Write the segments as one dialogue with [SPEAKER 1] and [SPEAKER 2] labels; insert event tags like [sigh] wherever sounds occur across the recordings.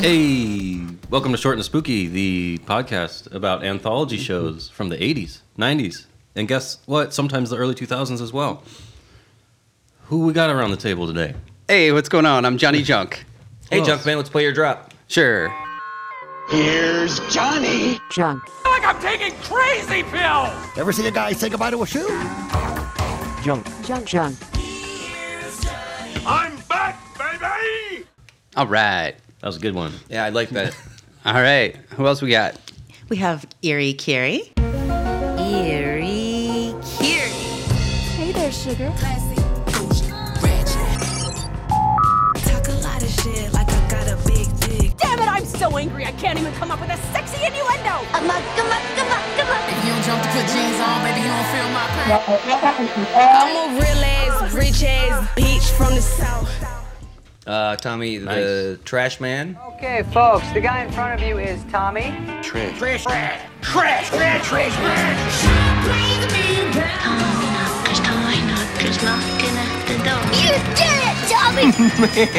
[SPEAKER 1] Hey, welcome to Short and Spooky, the podcast about anthology shows from the 80s, 90s, and guess what? Sometimes the early 2000s as well. Who we got around the table today?
[SPEAKER 2] Hey, what's going on? I'm Johnny Junk.
[SPEAKER 3] Hey, junk man, let's play your drop.
[SPEAKER 2] Sure.
[SPEAKER 4] Here's Johnny.
[SPEAKER 5] junk.
[SPEAKER 6] like I'm taking crazy pills.
[SPEAKER 7] Ever see a guy say goodbye to a shoe?
[SPEAKER 5] Junk, junk.
[SPEAKER 6] I'm back, baby.
[SPEAKER 2] All right.
[SPEAKER 1] That was a good one.
[SPEAKER 3] Yeah, I like that.
[SPEAKER 2] [laughs] All right. Who else we got?
[SPEAKER 8] We have Eerie Carrie. Eerie Carrie.
[SPEAKER 9] Hey there, sugar.
[SPEAKER 10] classy, bougie, ratchet. Talk a lot of shit like I got a big dick.
[SPEAKER 9] Damn it, I'm so angry I can't even come up with a sexy innuendo.
[SPEAKER 10] You jump to put jeans on, baby, you don't feel my pain. I'm a real ass, rich ass bitch from the south.
[SPEAKER 3] Uh, Tommy, the trash man.
[SPEAKER 11] Okay, folks, the guy in front of you is Tommy.
[SPEAKER 9] You did it, Tommy!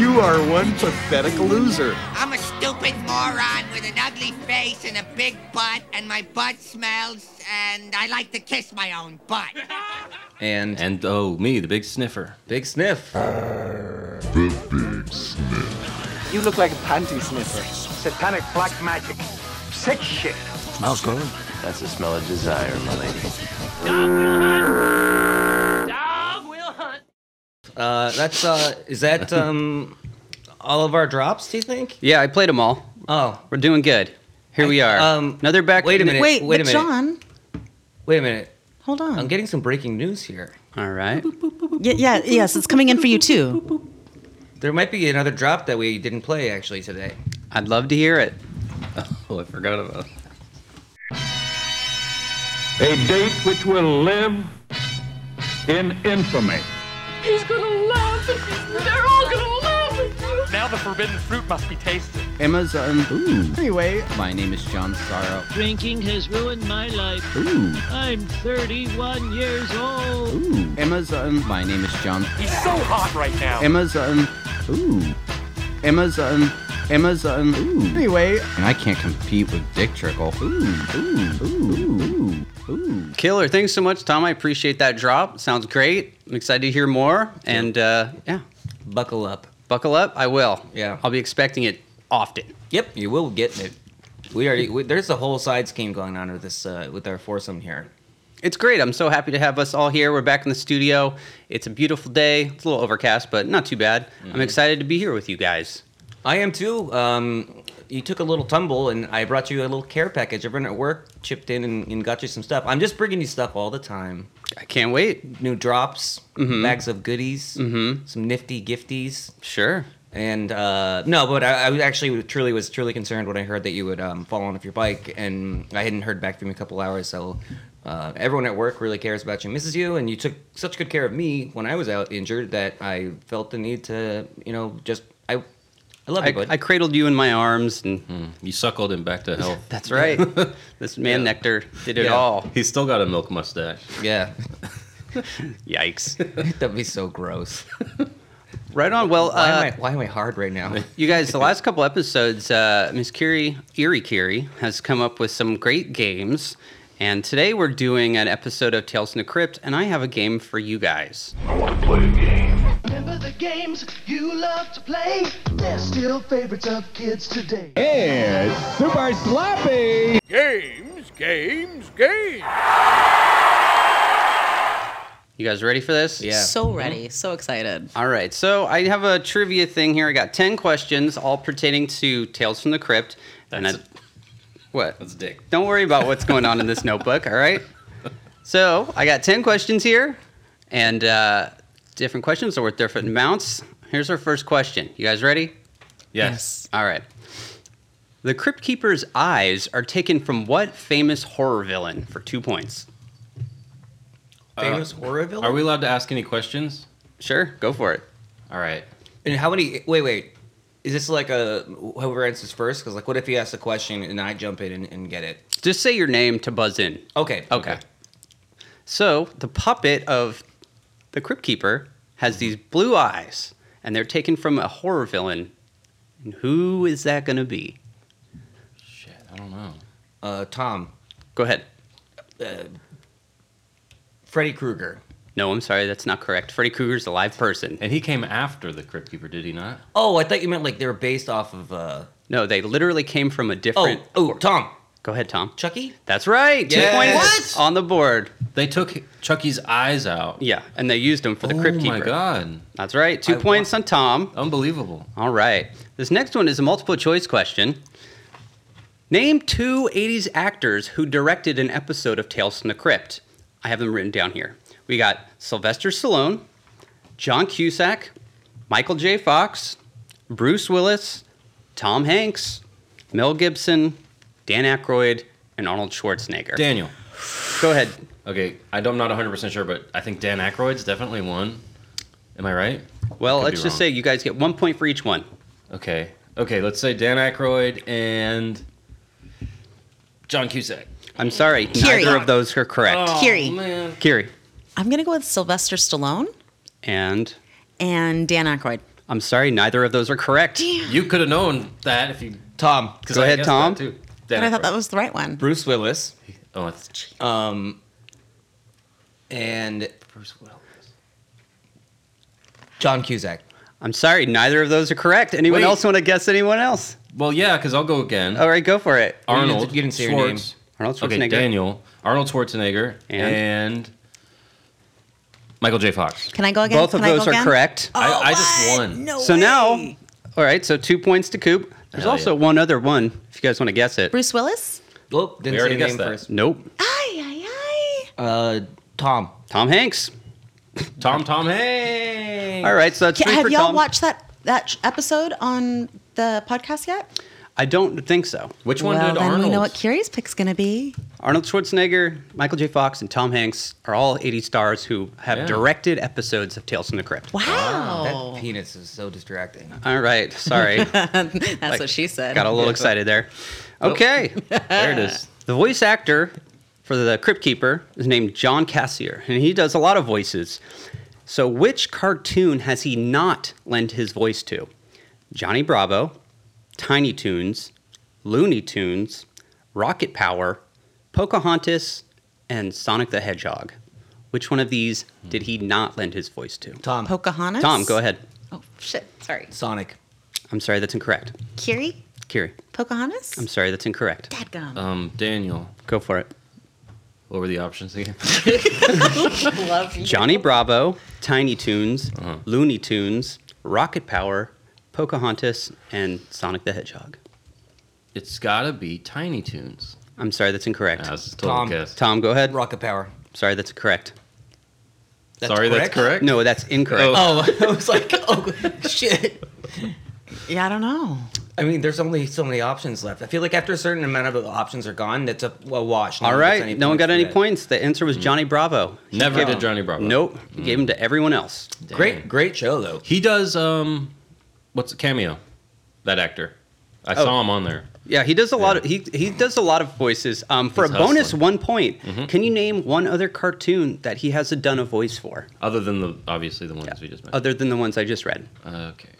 [SPEAKER 7] You are one pathetic loser.
[SPEAKER 11] I'm a stupid moron with an ugly face and a big butt, and my butt smells, and I like to kiss my own butt.
[SPEAKER 3] And,
[SPEAKER 1] And oh, me, the big sniffer.
[SPEAKER 3] Big Sniff.
[SPEAKER 4] You look like a panty sniffer. Satanic black magic. Sick shit.
[SPEAKER 7] Smells good.
[SPEAKER 4] That's the smell of desire, my lady.
[SPEAKER 6] Dog will hunt.
[SPEAKER 3] Uh, that's uh,
[SPEAKER 1] [laughs]
[SPEAKER 3] is that um, all of our drops? Do you think?
[SPEAKER 2] Yeah, I played them all.
[SPEAKER 3] Oh,
[SPEAKER 2] We're doing good. Here we are.
[SPEAKER 3] um,
[SPEAKER 2] Another back.
[SPEAKER 3] wait a minute.
[SPEAKER 8] Wait,
[SPEAKER 3] wait a
[SPEAKER 8] but
[SPEAKER 3] minute.
[SPEAKER 8] John,
[SPEAKER 3] wait a minute.
[SPEAKER 8] hold on.
[SPEAKER 3] I'm getting some breaking news here.
[SPEAKER 2] All right.
[SPEAKER 8] yeah, yeah, yes, it's coming in for
[SPEAKER 2] [laughs]
[SPEAKER 8] you too.
[SPEAKER 3] There might be another drop that we didn't play actually today.
[SPEAKER 2] I'd love to hear it.
[SPEAKER 1] [laughs] Oh, I forgot about
[SPEAKER 6] A date which will live in infamy.
[SPEAKER 9] He's gonna love it. They're all gonna love it.
[SPEAKER 6] Now the forbidden fruit must be tasted.
[SPEAKER 2] Amazon. Anyway, my name is John Sorrow.
[SPEAKER 11] Drinking has ruined my life. I'm 31 years old.
[SPEAKER 2] Amazon. My name is John.
[SPEAKER 6] He's so hot right now.
[SPEAKER 2] Amazon. Ooh. Amazon. Amazon. Ooh. Anyway. And I can't compete with Dick Trickle. Ooh. Ooh. Ooh. Ooh. Ooh. Killer. Thanks so much, Tom. I appreciate that drop. Sounds great. I'm excited to hear more. And uh, yeah,
[SPEAKER 3] Buckle up.
[SPEAKER 2] buckle up. I will.
[SPEAKER 3] Yeah.
[SPEAKER 2] I'll be expecting it often.
[SPEAKER 3] Yep, you will get it. We already we, there's a whole side scheme going on with this uh, with our foursome here.
[SPEAKER 2] It's great. I'm so happy to have us all here. We're back in the studio. It's a beautiful day. It's a little overcast, but not too bad.
[SPEAKER 3] Mm-hmm.
[SPEAKER 2] I'm excited to be here with you guys.
[SPEAKER 3] I am too. Um, you took a little tumble, and I brought you a little care package. Everyone at work chipped in and, and got you some stuff. I'm just bringing you stuff all the time.
[SPEAKER 2] I can't wait.
[SPEAKER 3] New drops, bags of goodies, mm-hmm. some nifty gifties,
[SPEAKER 2] Sure.
[SPEAKER 3] and uh, no, but I, I was actually truly was truly concerned when I heard that you had um, fallen off your bike, and I hadn't heard back from you in a couple hours. So uh, everyone at work really cares about you, misses you, and you took such good care of me when I was out injured that I felt the need to, you know, just I, I love
[SPEAKER 2] I,
[SPEAKER 3] you, bud.
[SPEAKER 2] I cradled you in my arms, and
[SPEAKER 1] it. You suckled him back to health.
[SPEAKER 2] [laughs]
[SPEAKER 3] [laughs]
[SPEAKER 2] that's right. this man Nectar did it
[SPEAKER 3] Yeah.
[SPEAKER 2] all.
[SPEAKER 1] He's still got a milk mustache.
[SPEAKER 3] yeah. [laughs]
[SPEAKER 2] Yikes.
[SPEAKER 3] That'd be so gross.
[SPEAKER 2] Uh, right on. Well,
[SPEAKER 3] Why,
[SPEAKER 2] uh,
[SPEAKER 3] am, I, why am I hard right now?
[SPEAKER 2] you guys, the last couple episodes, uh, Miss Curie, Erie Curie, has come up with some great games. And today we're doing an episode of Tales from the Crypt, and I have a game for you guys.
[SPEAKER 4] Remember the games you love to play? They're still favorites of kids today.
[SPEAKER 6] Games, games, games.
[SPEAKER 2] You guys ready for this?
[SPEAKER 3] Yeah.
[SPEAKER 8] So ready, so excited.
[SPEAKER 2] All right, so I have a trivia thing here. I got 10 questions, all pertaining to Tales from the Crypt. and I,
[SPEAKER 1] That's-
[SPEAKER 2] what?
[SPEAKER 1] That's Dick.
[SPEAKER 2] Don't worry about what's going on in this notebook, all right? So I got 10 questions here, and uh, different questions are worth different amounts. Here's our first question. You guys ready?
[SPEAKER 1] Yes.
[SPEAKER 2] All right. The Crypt Keeper's eyes are taken from what famous horror villain for two points?
[SPEAKER 3] [laughs]
[SPEAKER 2] Uh,
[SPEAKER 3] Famous horror villain.
[SPEAKER 1] Are we allowed to ask any questions?
[SPEAKER 2] Sure, go for it.
[SPEAKER 1] All right.
[SPEAKER 3] And how many? Wait, wait. Is this like a whoever answers first? Because like, what if he asks a question and I jump in and, and get it?
[SPEAKER 2] Just say your name to buzz in.
[SPEAKER 3] Okay.
[SPEAKER 2] Okay. So the puppet of the Crypt Keeper has these blue eyes, and they're taken from a horror villain And Who is that going to be?
[SPEAKER 3] I don't know. Uh, Tom,
[SPEAKER 2] go ahead.
[SPEAKER 3] Uh, Freddy Krueger.
[SPEAKER 2] No, I'm sorry, that's not correct. Freddy Krueger's a live person.
[SPEAKER 1] And he came after the Crypt Keeper, did he not?
[SPEAKER 3] Oh, I thought you meant like they were based off of. Uh...
[SPEAKER 2] No, they literally came from a different.
[SPEAKER 3] Oh, oh, Tom.
[SPEAKER 2] Go ahead, Tom.
[SPEAKER 3] Chucky.
[SPEAKER 2] That's right. Two
[SPEAKER 1] Yes.
[SPEAKER 2] points on the board.
[SPEAKER 1] They took Chucky's eyes out.
[SPEAKER 2] Yeah, and they used them for the Crypt
[SPEAKER 1] oh
[SPEAKER 2] Keeper.
[SPEAKER 1] my god.
[SPEAKER 2] That's right. Two points on Tom.
[SPEAKER 1] Unbelievable.
[SPEAKER 2] All right. This next one is a multiple choice question. Name two 80s actors who directed an episode of Tales from the Crypt. I have them written down here. We got Sylvester Stallone, John Cusack, Michael J. Fox, Bruce Willis, Tom Hanks, Mel Gibson, Dan Aykroyd, and Arnold Schwarzenegger.
[SPEAKER 1] Daniel.
[SPEAKER 2] Go ahead.
[SPEAKER 1] Okay, I don't, I'm not 100% sure, but I think Dan Aykroyd's definitely one. Am I right?
[SPEAKER 2] Well,
[SPEAKER 1] Could
[SPEAKER 2] let's
[SPEAKER 1] be
[SPEAKER 2] just
[SPEAKER 1] wrong.
[SPEAKER 2] say you guys get one point for each one.
[SPEAKER 1] Okay. Okay, let's say Dan Aykroyd and John Cusack.
[SPEAKER 2] I'm sorry,
[SPEAKER 8] Kiri.
[SPEAKER 2] neither of those are correct.
[SPEAKER 1] Oh,
[SPEAKER 8] Kiri.
[SPEAKER 1] man.
[SPEAKER 2] Kiri.
[SPEAKER 8] I'm going to go with Sylvester Stallone
[SPEAKER 2] And
[SPEAKER 8] and Dan Aykroyd.
[SPEAKER 2] I'm sorry, neither of those are correct.
[SPEAKER 1] You could have known that if you.
[SPEAKER 3] Tom.
[SPEAKER 1] 'cause
[SPEAKER 2] Go
[SPEAKER 1] I
[SPEAKER 2] ahead,
[SPEAKER 1] guessed
[SPEAKER 2] Tom.
[SPEAKER 1] that too.
[SPEAKER 8] But
[SPEAKER 1] Dan
[SPEAKER 8] I thought
[SPEAKER 1] Aykroyd.
[SPEAKER 8] that was the right one.
[SPEAKER 3] Bruce Willis.
[SPEAKER 1] Oh, it's
[SPEAKER 3] Um. And
[SPEAKER 1] Bruce Willis.
[SPEAKER 3] John Cusack.
[SPEAKER 2] I'm sorry, neither of those are correct. Anyone
[SPEAKER 1] Wait.
[SPEAKER 2] else want to guess anyone else?
[SPEAKER 1] Well, yeah, because I'll go again.
[SPEAKER 2] All right, go for it.
[SPEAKER 1] Arnold.
[SPEAKER 3] You Oh, didn't say your name.
[SPEAKER 1] Schwartz.
[SPEAKER 2] Arnold Schwarzenegger.
[SPEAKER 1] Okay, Daniel. Arnold Schwarzenegger
[SPEAKER 2] And?
[SPEAKER 1] and, Michael J. Fox.
[SPEAKER 8] Can I go again?
[SPEAKER 2] Both of
[SPEAKER 8] Can I go
[SPEAKER 2] those are
[SPEAKER 8] again?
[SPEAKER 2] correct.
[SPEAKER 8] Oh,
[SPEAKER 1] I, I just
[SPEAKER 8] what?
[SPEAKER 1] won.
[SPEAKER 8] No
[SPEAKER 2] so
[SPEAKER 8] way.
[SPEAKER 2] now, all right, so two points to Coop. There's
[SPEAKER 1] Hell
[SPEAKER 2] also one other one if you guys want to guess it.
[SPEAKER 8] Bruce Willis?
[SPEAKER 3] Oh,
[SPEAKER 1] We
[SPEAKER 3] didn't say
[SPEAKER 1] already
[SPEAKER 3] your name
[SPEAKER 1] guessed that.
[SPEAKER 3] first.
[SPEAKER 2] Nope.
[SPEAKER 8] Ay, ay, ay.
[SPEAKER 3] Uh, Tom.
[SPEAKER 2] Tom Hanks.
[SPEAKER 1] Tom, Tom, hey.
[SPEAKER 2] All right, so that's
[SPEAKER 8] Ca-
[SPEAKER 2] three
[SPEAKER 8] have
[SPEAKER 2] for
[SPEAKER 8] y'all
[SPEAKER 2] Tom.
[SPEAKER 8] watched that that sh- episode on the podcast yet?
[SPEAKER 2] I don't think so.
[SPEAKER 1] Which one
[SPEAKER 8] well,
[SPEAKER 1] did
[SPEAKER 8] then
[SPEAKER 1] Arnold?
[SPEAKER 8] we know what Curie's pick's gonna be.
[SPEAKER 2] Arnold Schwarzenegger, Michael J. Fox, and Tom Hanks are all 80 stars who have
[SPEAKER 1] Yeah.
[SPEAKER 2] directed episodes of Tales from the Crypt.
[SPEAKER 8] Wow,
[SPEAKER 3] That penis is so distracting.
[SPEAKER 2] All right,
[SPEAKER 8] [laughs]
[SPEAKER 2] sorry.
[SPEAKER 8] that's
[SPEAKER 2] like,
[SPEAKER 8] what she
[SPEAKER 2] [laughs]
[SPEAKER 8] said.
[SPEAKER 2] Got a little excited there. Okay.
[SPEAKER 1] there it is.
[SPEAKER 2] The voice actor for the Crypt Keeper is named John Cassier, and he does a lot of voices. So, which cartoon has he not lent his voice to? Johnny Bravo, Tiny Toons, Looney Tunes, Rocket Power, Pocahontas, and Sonic the Hedgehog. Which one of these did he not lend his voice to?
[SPEAKER 3] Tom.
[SPEAKER 8] Pocahontas.
[SPEAKER 2] Tom, go ahead.
[SPEAKER 8] Oh shit, sorry.
[SPEAKER 3] Sonic.
[SPEAKER 2] I'm sorry, that's incorrect.
[SPEAKER 8] Curie,
[SPEAKER 2] Kiri,
[SPEAKER 8] Pocahontas.
[SPEAKER 2] I'm sorry, that's incorrect.
[SPEAKER 8] Dadgum.
[SPEAKER 1] Um, Daniel.
[SPEAKER 2] Go for it.
[SPEAKER 1] What were the options again? [laughs]
[SPEAKER 8] Love you.
[SPEAKER 2] Johnny Bravo, Tiny Toons,
[SPEAKER 1] Uh-huh.
[SPEAKER 2] Looney Tunes, Rocket Power, Pocahontas, and Sonic the Hedgehog.
[SPEAKER 1] it's gotta be Tiny Toons.
[SPEAKER 2] I'm sorry, that's incorrect.
[SPEAKER 1] Nah, this is a total
[SPEAKER 3] Tom.
[SPEAKER 1] guess.
[SPEAKER 2] Tom, go ahead.
[SPEAKER 3] Rocket Power.
[SPEAKER 2] Sorry, that's correct.
[SPEAKER 1] Sorry, that's correct.
[SPEAKER 2] No, that's incorrect.
[SPEAKER 3] Oh, [laughs] I was like, oh [laughs] shit.
[SPEAKER 8] Yeah, I don't know.
[SPEAKER 3] I mean, there's only so many options left. I feel like after a certain amount of the options are gone, that's a, a wash. No
[SPEAKER 2] All
[SPEAKER 3] one gets any
[SPEAKER 2] right, no one
[SPEAKER 3] points
[SPEAKER 2] got
[SPEAKER 3] for
[SPEAKER 2] any
[SPEAKER 3] that.
[SPEAKER 2] points. The answer was Johnny Bravo.
[SPEAKER 1] Mm-hmm.
[SPEAKER 2] He
[SPEAKER 1] Never
[SPEAKER 2] gave-
[SPEAKER 1] did Johnny Bravo. Mm-hmm.
[SPEAKER 2] Nope, he gave him to everyone else.
[SPEAKER 1] Dang.
[SPEAKER 3] Great, great show though.
[SPEAKER 1] He does. Um, what's cameo? That actor. I
[SPEAKER 2] Oh.
[SPEAKER 1] saw him on there.
[SPEAKER 2] Yeah, he does a lot of he he does a lot of voices. Um, for
[SPEAKER 1] He's
[SPEAKER 2] a bonus
[SPEAKER 1] hustling. Mm-hmm.
[SPEAKER 2] one point, can you name one other cartoon that he hasn't done a voice for,
[SPEAKER 1] Other than the obviously the ones we just mentioned.
[SPEAKER 2] other than the ones I just read?
[SPEAKER 1] okay.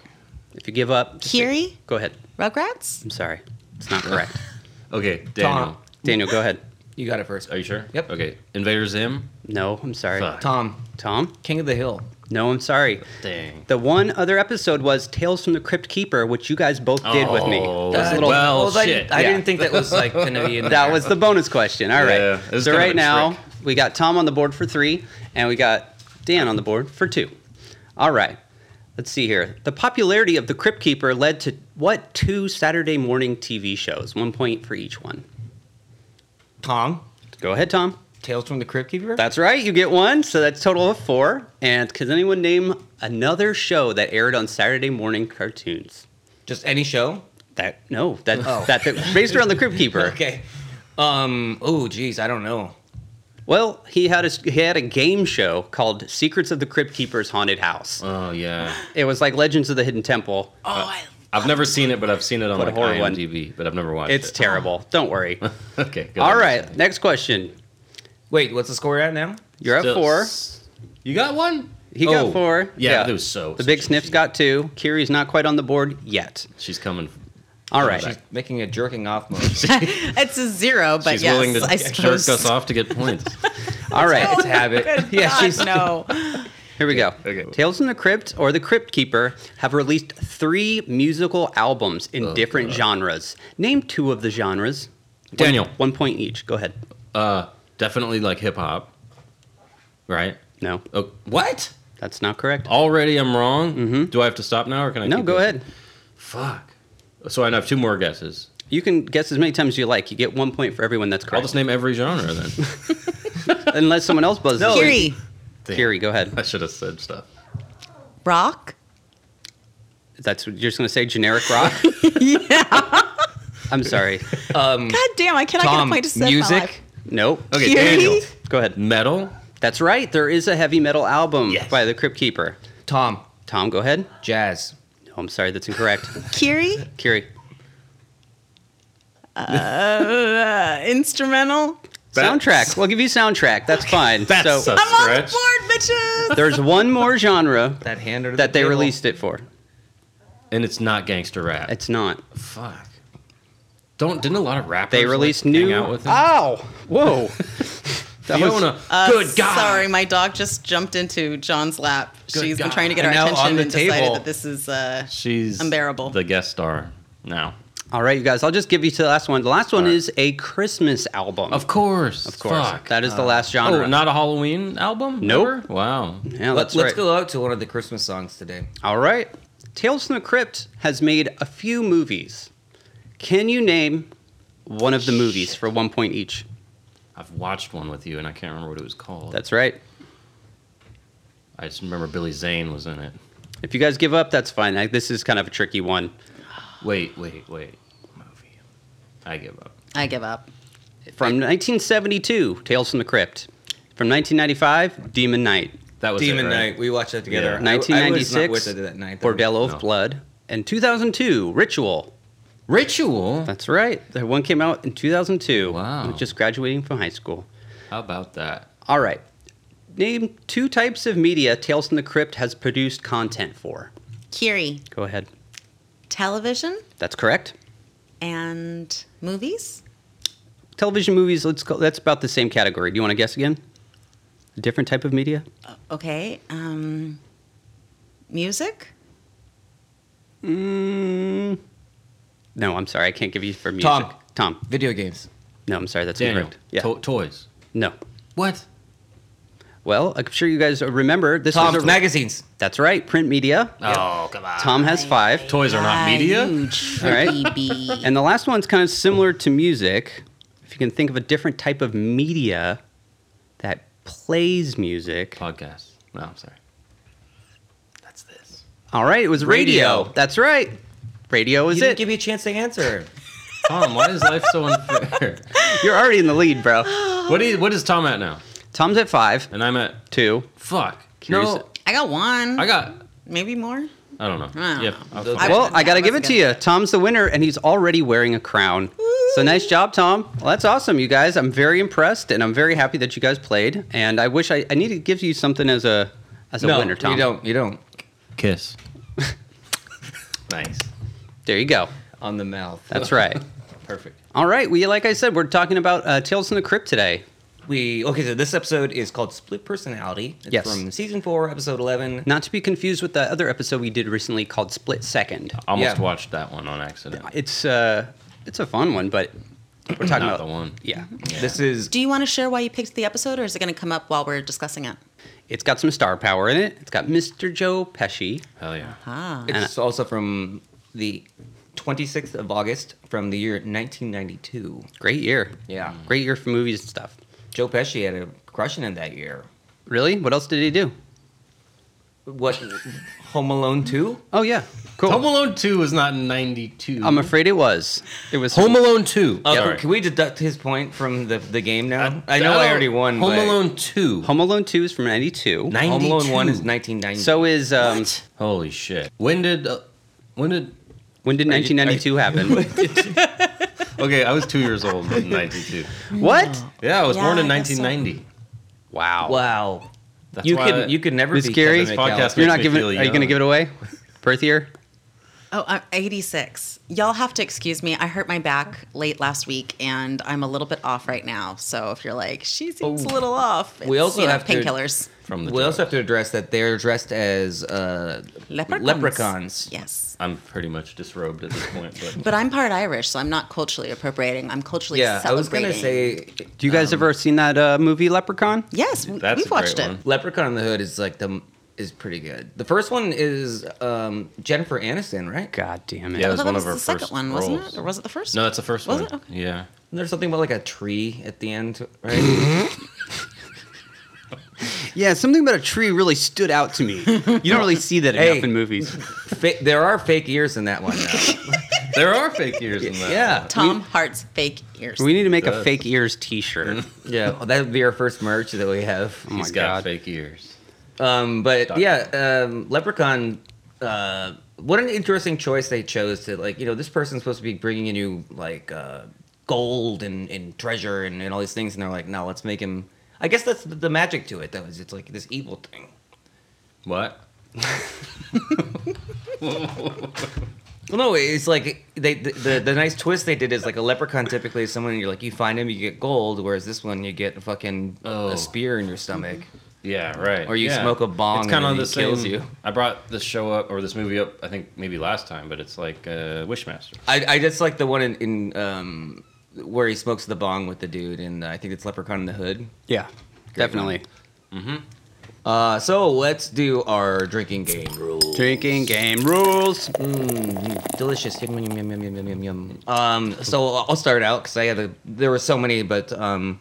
[SPEAKER 2] If you give up, just say-
[SPEAKER 8] Kiri?
[SPEAKER 2] go ahead.
[SPEAKER 8] Rugrats.
[SPEAKER 2] I'm sorry. It's not correct.
[SPEAKER 1] Okay, Daniel.
[SPEAKER 2] Daniel, go ahead.
[SPEAKER 3] You got it first.
[SPEAKER 1] Are you sure?
[SPEAKER 3] Yep.
[SPEAKER 1] Okay. Invader Zim.
[SPEAKER 2] No, I'm sorry.
[SPEAKER 1] Fuck.
[SPEAKER 3] Tom,
[SPEAKER 2] Tom?
[SPEAKER 3] King of the Hill.
[SPEAKER 2] No, I'm sorry.
[SPEAKER 1] Dang.
[SPEAKER 2] The one other episode was Tales from the Crypt Keeper, which you guys both did with me.
[SPEAKER 1] Oh,
[SPEAKER 2] That was a little-
[SPEAKER 1] well,
[SPEAKER 3] I,
[SPEAKER 1] shit.
[SPEAKER 3] I
[SPEAKER 2] Yeah.
[SPEAKER 3] didn't think that was like
[SPEAKER 2] [laughs]
[SPEAKER 3] gonna be in
[SPEAKER 2] that
[SPEAKER 3] there.
[SPEAKER 2] was the bonus question. All
[SPEAKER 1] Yeah,
[SPEAKER 2] right.
[SPEAKER 1] it was
[SPEAKER 2] so
[SPEAKER 1] kind of
[SPEAKER 2] right
[SPEAKER 1] a
[SPEAKER 2] now
[SPEAKER 1] trick.
[SPEAKER 2] we got Tom on the board for three, and we got Dan on the board for two. All right. Let's see here. The popularity of the Crypt Keeper led to what two Saturday morning TV shows? One point for each one.
[SPEAKER 3] Tom.
[SPEAKER 2] Go ahead, Tom.
[SPEAKER 3] Tales from the Crypt Keeper.
[SPEAKER 2] That's right. You get one. So that's total of four. And can anyone name another show that aired on Saturday morning cartoons?
[SPEAKER 3] just any show.
[SPEAKER 2] That no, that
[SPEAKER 3] Oh.
[SPEAKER 2] that, that- based around the Crypt Keeper.
[SPEAKER 3] [laughs] Okay. Um. Oh, geez, I don't know.
[SPEAKER 2] Well, he had a he had a game show called Secrets of the Crypt Keeper's Haunted House.
[SPEAKER 1] Oh yeah.
[SPEAKER 2] It was like Legends of the Hidden Temple.
[SPEAKER 1] I've never seen it, but I've seen it on
[SPEAKER 2] What a
[SPEAKER 1] like
[SPEAKER 2] horror one.
[SPEAKER 1] IMDb, but I've never watched
[SPEAKER 2] It's
[SPEAKER 1] it.
[SPEAKER 2] [laughs] terrible. Don't worry.
[SPEAKER 1] [laughs] okay. Good.
[SPEAKER 2] All right, next question.
[SPEAKER 3] Wait, what's the score at now?
[SPEAKER 2] You're at
[SPEAKER 1] Still-
[SPEAKER 2] four.
[SPEAKER 1] You got one?
[SPEAKER 2] He got
[SPEAKER 1] Oh,
[SPEAKER 2] four.
[SPEAKER 1] yeah, that was so-
[SPEAKER 2] The big sniff's got two. Kiri's not quite on the board yet.
[SPEAKER 1] She's coming.
[SPEAKER 2] All
[SPEAKER 1] coming
[SPEAKER 2] right.
[SPEAKER 1] back.
[SPEAKER 3] making a jerking
[SPEAKER 8] [laughs]
[SPEAKER 3] off move.
[SPEAKER 8] it's a zero, but
[SPEAKER 1] She's
[SPEAKER 8] yes,
[SPEAKER 1] willing to
[SPEAKER 8] I
[SPEAKER 1] jerk
[SPEAKER 8] suppose.
[SPEAKER 1] us off to get points. [laughs]
[SPEAKER 2] All right. It's habit.
[SPEAKER 8] [laughs] Good
[SPEAKER 2] yeah,
[SPEAKER 8] God,
[SPEAKER 2] she's
[SPEAKER 8] no.
[SPEAKER 2] Here we go. Tales from the Crypt or The Crypt Keeper have released three musical albums in
[SPEAKER 1] Oh,
[SPEAKER 2] different genres. Name two of the genres.
[SPEAKER 1] Daniel.
[SPEAKER 2] One, one point each. Go ahead.
[SPEAKER 1] Uh, definitely like hip hop, right?
[SPEAKER 2] No.
[SPEAKER 1] Oh, what?
[SPEAKER 2] That's not correct.
[SPEAKER 1] Already, I'm wrong. Do I have to stop now, or can Oh, I?
[SPEAKER 2] Mm-hmm. No,
[SPEAKER 1] keep
[SPEAKER 2] go
[SPEAKER 1] going?
[SPEAKER 2] ahead.
[SPEAKER 1] Fuck. So I have two more guesses.
[SPEAKER 2] You can guess as many times as you like. You get one point for everyone that's correct.
[SPEAKER 1] I'll just name every genre then.
[SPEAKER 2] [laughs] Unless someone else
[SPEAKER 8] [laughs]
[SPEAKER 2] buzzes. in.
[SPEAKER 8] Kiri,
[SPEAKER 2] Kiri, go ahead.
[SPEAKER 1] I should have said stuff.
[SPEAKER 8] rock.
[SPEAKER 2] That's what you're just going to say generic rock? I'm sorry.
[SPEAKER 1] Mm.
[SPEAKER 3] Um,
[SPEAKER 8] God damn, I cannot get a
[SPEAKER 2] Tom,
[SPEAKER 8] point to save my life.
[SPEAKER 2] Nope.
[SPEAKER 1] Okay,
[SPEAKER 8] Kiri?
[SPEAKER 1] Daniel.
[SPEAKER 2] Go ahead.
[SPEAKER 1] Metal.
[SPEAKER 2] That's right. There is a heavy metal album by the Crypt Keeper.
[SPEAKER 3] Tom,
[SPEAKER 2] Tom, go ahead.
[SPEAKER 3] jazz.
[SPEAKER 2] No, I'm sorry. That's incorrect.
[SPEAKER 8] Kiri,
[SPEAKER 2] Kiri.
[SPEAKER 8] uh, instrumental.
[SPEAKER 2] Soundtrack. We'll give you soundtrack. That's
[SPEAKER 1] [laughs]
[SPEAKER 2] fine.
[SPEAKER 1] That's
[SPEAKER 2] so
[SPEAKER 1] a
[SPEAKER 8] I'm on
[SPEAKER 1] stretch.
[SPEAKER 8] the
[SPEAKER 1] [laughs]
[SPEAKER 8] board, bitches.
[SPEAKER 2] there's one more genre
[SPEAKER 3] That hand under
[SPEAKER 2] that
[SPEAKER 3] the
[SPEAKER 2] they
[SPEAKER 3] table.
[SPEAKER 2] released it for.
[SPEAKER 1] And it's not gangster rap.
[SPEAKER 2] It's not.
[SPEAKER 1] Fuck. Don't didn't a lot of rappers
[SPEAKER 2] They
[SPEAKER 1] like,
[SPEAKER 2] released
[SPEAKER 1] hang
[SPEAKER 2] new.
[SPEAKER 1] out with
[SPEAKER 8] Oh,
[SPEAKER 1] him?
[SPEAKER 2] Ow! Whoa! That was-
[SPEAKER 1] Fiona,
[SPEAKER 8] Uh,
[SPEAKER 1] good God.
[SPEAKER 8] Sorry, my dog just jumped into John's lap.
[SPEAKER 1] Good
[SPEAKER 8] She's been
[SPEAKER 1] God.
[SPEAKER 8] trying to get our
[SPEAKER 2] And now
[SPEAKER 8] attention
[SPEAKER 2] on the
[SPEAKER 8] and decided
[SPEAKER 2] table.
[SPEAKER 8] that this is uh,
[SPEAKER 1] She's
[SPEAKER 8] unbearable.
[SPEAKER 1] The guest star now.
[SPEAKER 2] All right, you guys. I'll just give you to the last one. The last one
[SPEAKER 1] All right.
[SPEAKER 2] is a Christmas album.
[SPEAKER 1] Of course.
[SPEAKER 2] Of course.
[SPEAKER 1] Fuck.
[SPEAKER 2] That is the last genre.
[SPEAKER 1] oh, not a Halloween album? Ever?
[SPEAKER 2] Nope.
[SPEAKER 1] Wow.
[SPEAKER 2] yeah,
[SPEAKER 3] Let,
[SPEAKER 2] that's
[SPEAKER 3] us
[SPEAKER 2] right.
[SPEAKER 3] go out to one of the Christmas songs today.
[SPEAKER 2] All right. Tales from the Crypt has made a few movies. Can you name one of the movies for one point each?
[SPEAKER 1] I've watched one with you and I can't remember what it was called.
[SPEAKER 2] That's right.
[SPEAKER 1] I just remember Billy Zane was in it.
[SPEAKER 2] If you guys give up, that's fine. Like, this is kind of a tricky one.
[SPEAKER 1] Wait, wait, wait. Movie. I give up.
[SPEAKER 8] I give up.
[SPEAKER 2] From 1972, Tales from the Crypt. From 1995, Demon Knight.
[SPEAKER 1] That was it,
[SPEAKER 3] Demon
[SPEAKER 1] right?
[SPEAKER 3] Night. We watched that together.
[SPEAKER 1] Yeah.
[SPEAKER 3] I- I was not
[SPEAKER 2] 1996,
[SPEAKER 3] with it that night. though.
[SPEAKER 2] Bordello
[SPEAKER 1] No.
[SPEAKER 2] of Blood. And 2002, Ritual.
[SPEAKER 1] Ritual?
[SPEAKER 2] That's right. That one came out in 2002.
[SPEAKER 1] Wow.
[SPEAKER 2] I'm Just graduating from high school.
[SPEAKER 1] How about that?
[SPEAKER 2] All right. Name two types of media Tales from the Crypt has produced content for.
[SPEAKER 8] Kiri,
[SPEAKER 2] Go ahead.
[SPEAKER 8] television
[SPEAKER 2] That's correct.
[SPEAKER 8] and movies.
[SPEAKER 2] Television movies, let's go that's about the same category. Do you want to guess again? A different type of media?
[SPEAKER 8] Okay. Um, music.
[SPEAKER 2] Mm, no, I'm sorry. I can't give you for music.
[SPEAKER 3] Tom.
[SPEAKER 2] Tom.
[SPEAKER 3] Video games.
[SPEAKER 2] No, I'm sorry. That's
[SPEAKER 1] Daniel.
[SPEAKER 2] incorrect. Yeah.
[SPEAKER 1] To- toys.
[SPEAKER 2] no.
[SPEAKER 1] What?
[SPEAKER 2] Well, I'm sure you guys remember this
[SPEAKER 3] Tom,
[SPEAKER 2] was a,
[SPEAKER 3] magazines.
[SPEAKER 2] That's right. Print media.
[SPEAKER 1] Oh, come on.
[SPEAKER 2] Tom has five.
[SPEAKER 1] Toys are not
[SPEAKER 8] Ah,
[SPEAKER 1] media?
[SPEAKER 8] Huge.
[SPEAKER 2] All right.
[SPEAKER 8] BB.
[SPEAKER 2] And the last one's kind of similar to music. If you can think of a different type of media that plays music.
[SPEAKER 1] Podcast. No, I'm sorry. That's this.
[SPEAKER 2] All right, it was radio.
[SPEAKER 3] Radio.
[SPEAKER 2] That's right. Radio is
[SPEAKER 3] you didn't
[SPEAKER 2] it.
[SPEAKER 3] give me a chance to answer.
[SPEAKER 1] Tom, why is life so unfair?
[SPEAKER 8] [laughs]
[SPEAKER 2] You're already in the lead, bro.
[SPEAKER 1] what is what is Tom at now?
[SPEAKER 2] Tom's at five,
[SPEAKER 1] And I'm at
[SPEAKER 2] two.
[SPEAKER 1] fuck.
[SPEAKER 2] Curious-
[SPEAKER 1] No,
[SPEAKER 8] [laughs] I got one.
[SPEAKER 1] I got.
[SPEAKER 8] maybe more.
[SPEAKER 1] I don't know.
[SPEAKER 8] I don't
[SPEAKER 1] yeah,
[SPEAKER 8] know.
[SPEAKER 1] I'll
[SPEAKER 3] The-
[SPEAKER 1] find
[SPEAKER 8] I-
[SPEAKER 1] out.
[SPEAKER 2] well, I got to
[SPEAKER 8] that
[SPEAKER 2] give
[SPEAKER 8] was
[SPEAKER 2] it
[SPEAKER 8] a
[SPEAKER 2] to
[SPEAKER 8] good
[SPEAKER 2] you. Tom's the winner, and he's already wearing a crown. So nice job, Tom. Well, that's awesome, you guys. I'm very impressed, and I'm very happy that you guys played. And I wish I, I need to give you something as a as a
[SPEAKER 3] no,
[SPEAKER 2] winner, Tom.
[SPEAKER 3] you don't. You don't.
[SPEAKER 1] kiss. [laughs] nice.
[SPEAKER 2] There you go.
[SPEAKER 3] On the mouth.
[SPEAKER 2] That's right.
[SPEAKER 3] [laughs] Perfect.
[SPEAKER 2] All right. We like I said, we're talking about uh, Tales from the Crypt today.
[SPEAKER 3] We okay. So this episode is called Split Personality. It's
[SPEAKER 2] Yes.
[SPEAKER 3] From season four, episode eleven.
[SPEAKER 2] Not to be confused with the other episode we did recently called Split Second.
[SPEAKER 1] Almost
[SPEAKER 3] Yeah.
[SPEAKER 1] watched that one on accident.
[SPEAKER 2] It's uh, it's a fun one, but we're talking
[SPEAKER 1] Not
[SPEAKER 2] about
[SPEAKER 1] the one.
[SPEAKER 2] Yeah,
[SPEAKER 3] This is
[SPEAKER 8] Do you want to share why you picked the episode, or is it going to come up while we're discussing it?
[SPEAKER 2] it's got some star power in it. It's got Mr. Joe Pesci.
[SPEAKER 1] Hell yeah.
[SPEAKER 8] Ah.
[SPEAKER 3] It's also from the 26th of August from the year 1992.
[SPEAKER 2] Great year.
[SPEAKER 3] Yeah.
[SPEAKER 2] Great year for movies and stuff.
[SPEAKER 3] Joe Pesci had a crushing in that year.
[SPEAKER 2] Really? What else did he do?
[SPEAKER 3] [laughs] What? Home Alone 2?
[SPEAKER 2] Oh yeah, cool.
[SPEAKER 1] Home Alone Two was not in '92.
[SPEAKER 2] I'm afraid it was. It was
[SPEAKER 1] Home Alone Two.
[SPEAKER 3] Uh,
[SPEAKER 1] Oh, Sorry.
[SPEAKER 3] Can we deduct his point from the, the game now? I,
[SPEAKER 1] I
[SPEAKER 3] know I,
[SPEAKER 1] don't-
[SPEAKER 3] already won.
[SPEAKER 1] Home
[SPEAKER 3] but
[SPEAKER 1] Alone Two.
[SPEAKER 2] Home Alone Two is from '92.
[SPEAKER 1] Nine-
[SPEAKER 3] Home Alone 1 is
[SPEAKER 1] 92.
[SPEAKER 3] 1990.
[SPEAKER 2] So is um,
[SPEAKER 1] Holy shit. When did? Uh, when did?
[SPEAKER 2] when did 1992 [laughs] happen?
[SPEAKER 1] Okay, I was two years old [laughs] in '92.
[SPEAKER 2] what?
[SPEAKER 1] Yeah, I was
[SPEAKER 8] Yeah,
[SPEAKER 1] born in
[SPEAKER 8] I guess so.
[SPEAKER 1] 1990.
[SPEAKER 2] Wow.
[SPEAKER 3] wow.
[SPEAKER 1] That's
[SPEAKER 3] you
[SPEAKER 1] why I-
[SPEAKER 3] can you could never
[SPEAKER 2] Miss
[SPEAKER 3] be
[SPEAKER 2] Gary,
[SPEAKER 3] Kevin McAllister.
[SPEAKER 2] you're not giving. Are you going to give it away? Birth year?
[SPEAKER 8] Oh, I'm 86. Y'all have to excuse me. I hurt my back late last week, and I'm a little bit off right now. So if you're like, she seems a little off,
[SPEAKER 3] We
[SPEAKER 8] it's,
[SPEAKER 3] also
[SPEAKER 8] you know,
[SPEAKER 3] have to-
[SPEAKER 8] painkillers.
[SPEAKER 1] From
[SPEAKER 3] we also have to address that they're dressed as uh,
[SPEAKER 8] Leprechauns.
[SPEAKER 3] leprechauns.
[SPEAKER 8] Yes.
[SPEAKER 1] I'm pretty much disrobed at this point, but,
[SPEAKER 8] [laughs] But I'm part Irish, so I'm not culturally appropriating. I'm culturally
[SPEAKER 3] Yeah, I was
[SPEAKER 8] celebrating.
[SPEAKER 3] gonna say.
[SPEAKER 2] Do you guys ever seen that uh, movie Leprechaun?
[SPEAKER 8] Yes, we-
[SPEAKER 3] That's
[SPEAKER 8] we've watched it.
[SPEAKER 3] Leprechaun in the Hood is like the is pretty good. The first one is um, Jennifer Aniston, right?
[SPEAKER 2] God damn
[SPEAKER 1] it. Yeah, it was one of her first roles.
[SPEAKER 8] Or was it the first?
[SPEAKER 1] No, that's the first
[SPEAKER 8] Was
[SPEAKER 1] one.
[SPEAKER 8] it? Okay.
[SPEAKER 1] Yeah.
[SPEAKER 3] There's something about like a tree at the end, right? [laughs]
[SPEAKER 2] Yeah, something about a tree really stood out to me. You don't really see
[SPEAKER 3] [laughs]
[SPEAKER 2] that
[SPEAKER 3] Hey.
[SPEAKER 2] enough in movies.
[SPEAKER 3] Fa- there are fake ears in that one. Though.
[SPEAKER 1] there are fake ears in that.
[SPEAKER 3] [laughs] Yeah,
[SPEAKER 8] Tom Hart's fake ears.
[SPEAKER 2] We need to make a
[SPEAKER 3] Uh,
[SPEAKER 1] Does.
[SPEAKER 2] fake ears T-shirt.
[SPEAKER 3] Yeah, well, that would be our first merch that we have.
[SPEAKER 2] Oh my
[SPEAKER 1] He's got
[SPEAKER 2] god.
[SPEAKER 1] fake ears.
[SPEAKER 3] Um, but
[SPEAKER 1] Doctor.
[SPEAKER 3] yeah, um, Leprechaun. Uh, what an interesting choice they chose to like. You know, this person's supposed to be bringing in you like uh, gold and, and treasure and, and all these things, and they're like, no, let's make him. I guess that's the, the magic to it, though. Is it's like this evil thing.
[SPEAKER 1] What?
[SPEAKER 3] Well, no, it's like they the, the the nice twist they did is like a leprechaun typically is someone you're like you find him you get gold, whereas this one you get fucking
[SPEAKER 1] Oh.
[SPEAKER 3] a spear in your stomach.
[SPEAKER 1] Yeah, right.
[SPEAKER 3] Or you
[SPEAKER 1] yeah.
[SPEAKER 3] smoke a bong
[SPEAKER 1] It's kind
[SPEAKER 3] and
[SPEAKER 1] of the
[SPEAKER 3] it kills
[SPEAKER 1] same.
[SPEAKER 3] you.
[SPEAKER 1] I brought this show up or this movie up. I think maybe last time, but it's like uh, Wishmaster.
[SPEAKER 3] I, I just like the one in, in um, where he smokes the bong with the dude, and uh, I think it's Leprechaun in the Hood.
[SPEAKER 2] Yeah, definitely. Mm-hmm.
[SPEAKER 3] Uh, so let's do our drinking game rules.
[SPEAKER 2] Drinking game rules.
[SPEAKER 3] Mm, delicious. Yum, yum, yum, yum, yum, yum, yum, yum. Um, so I'll start out because I had a, there were so many, but um,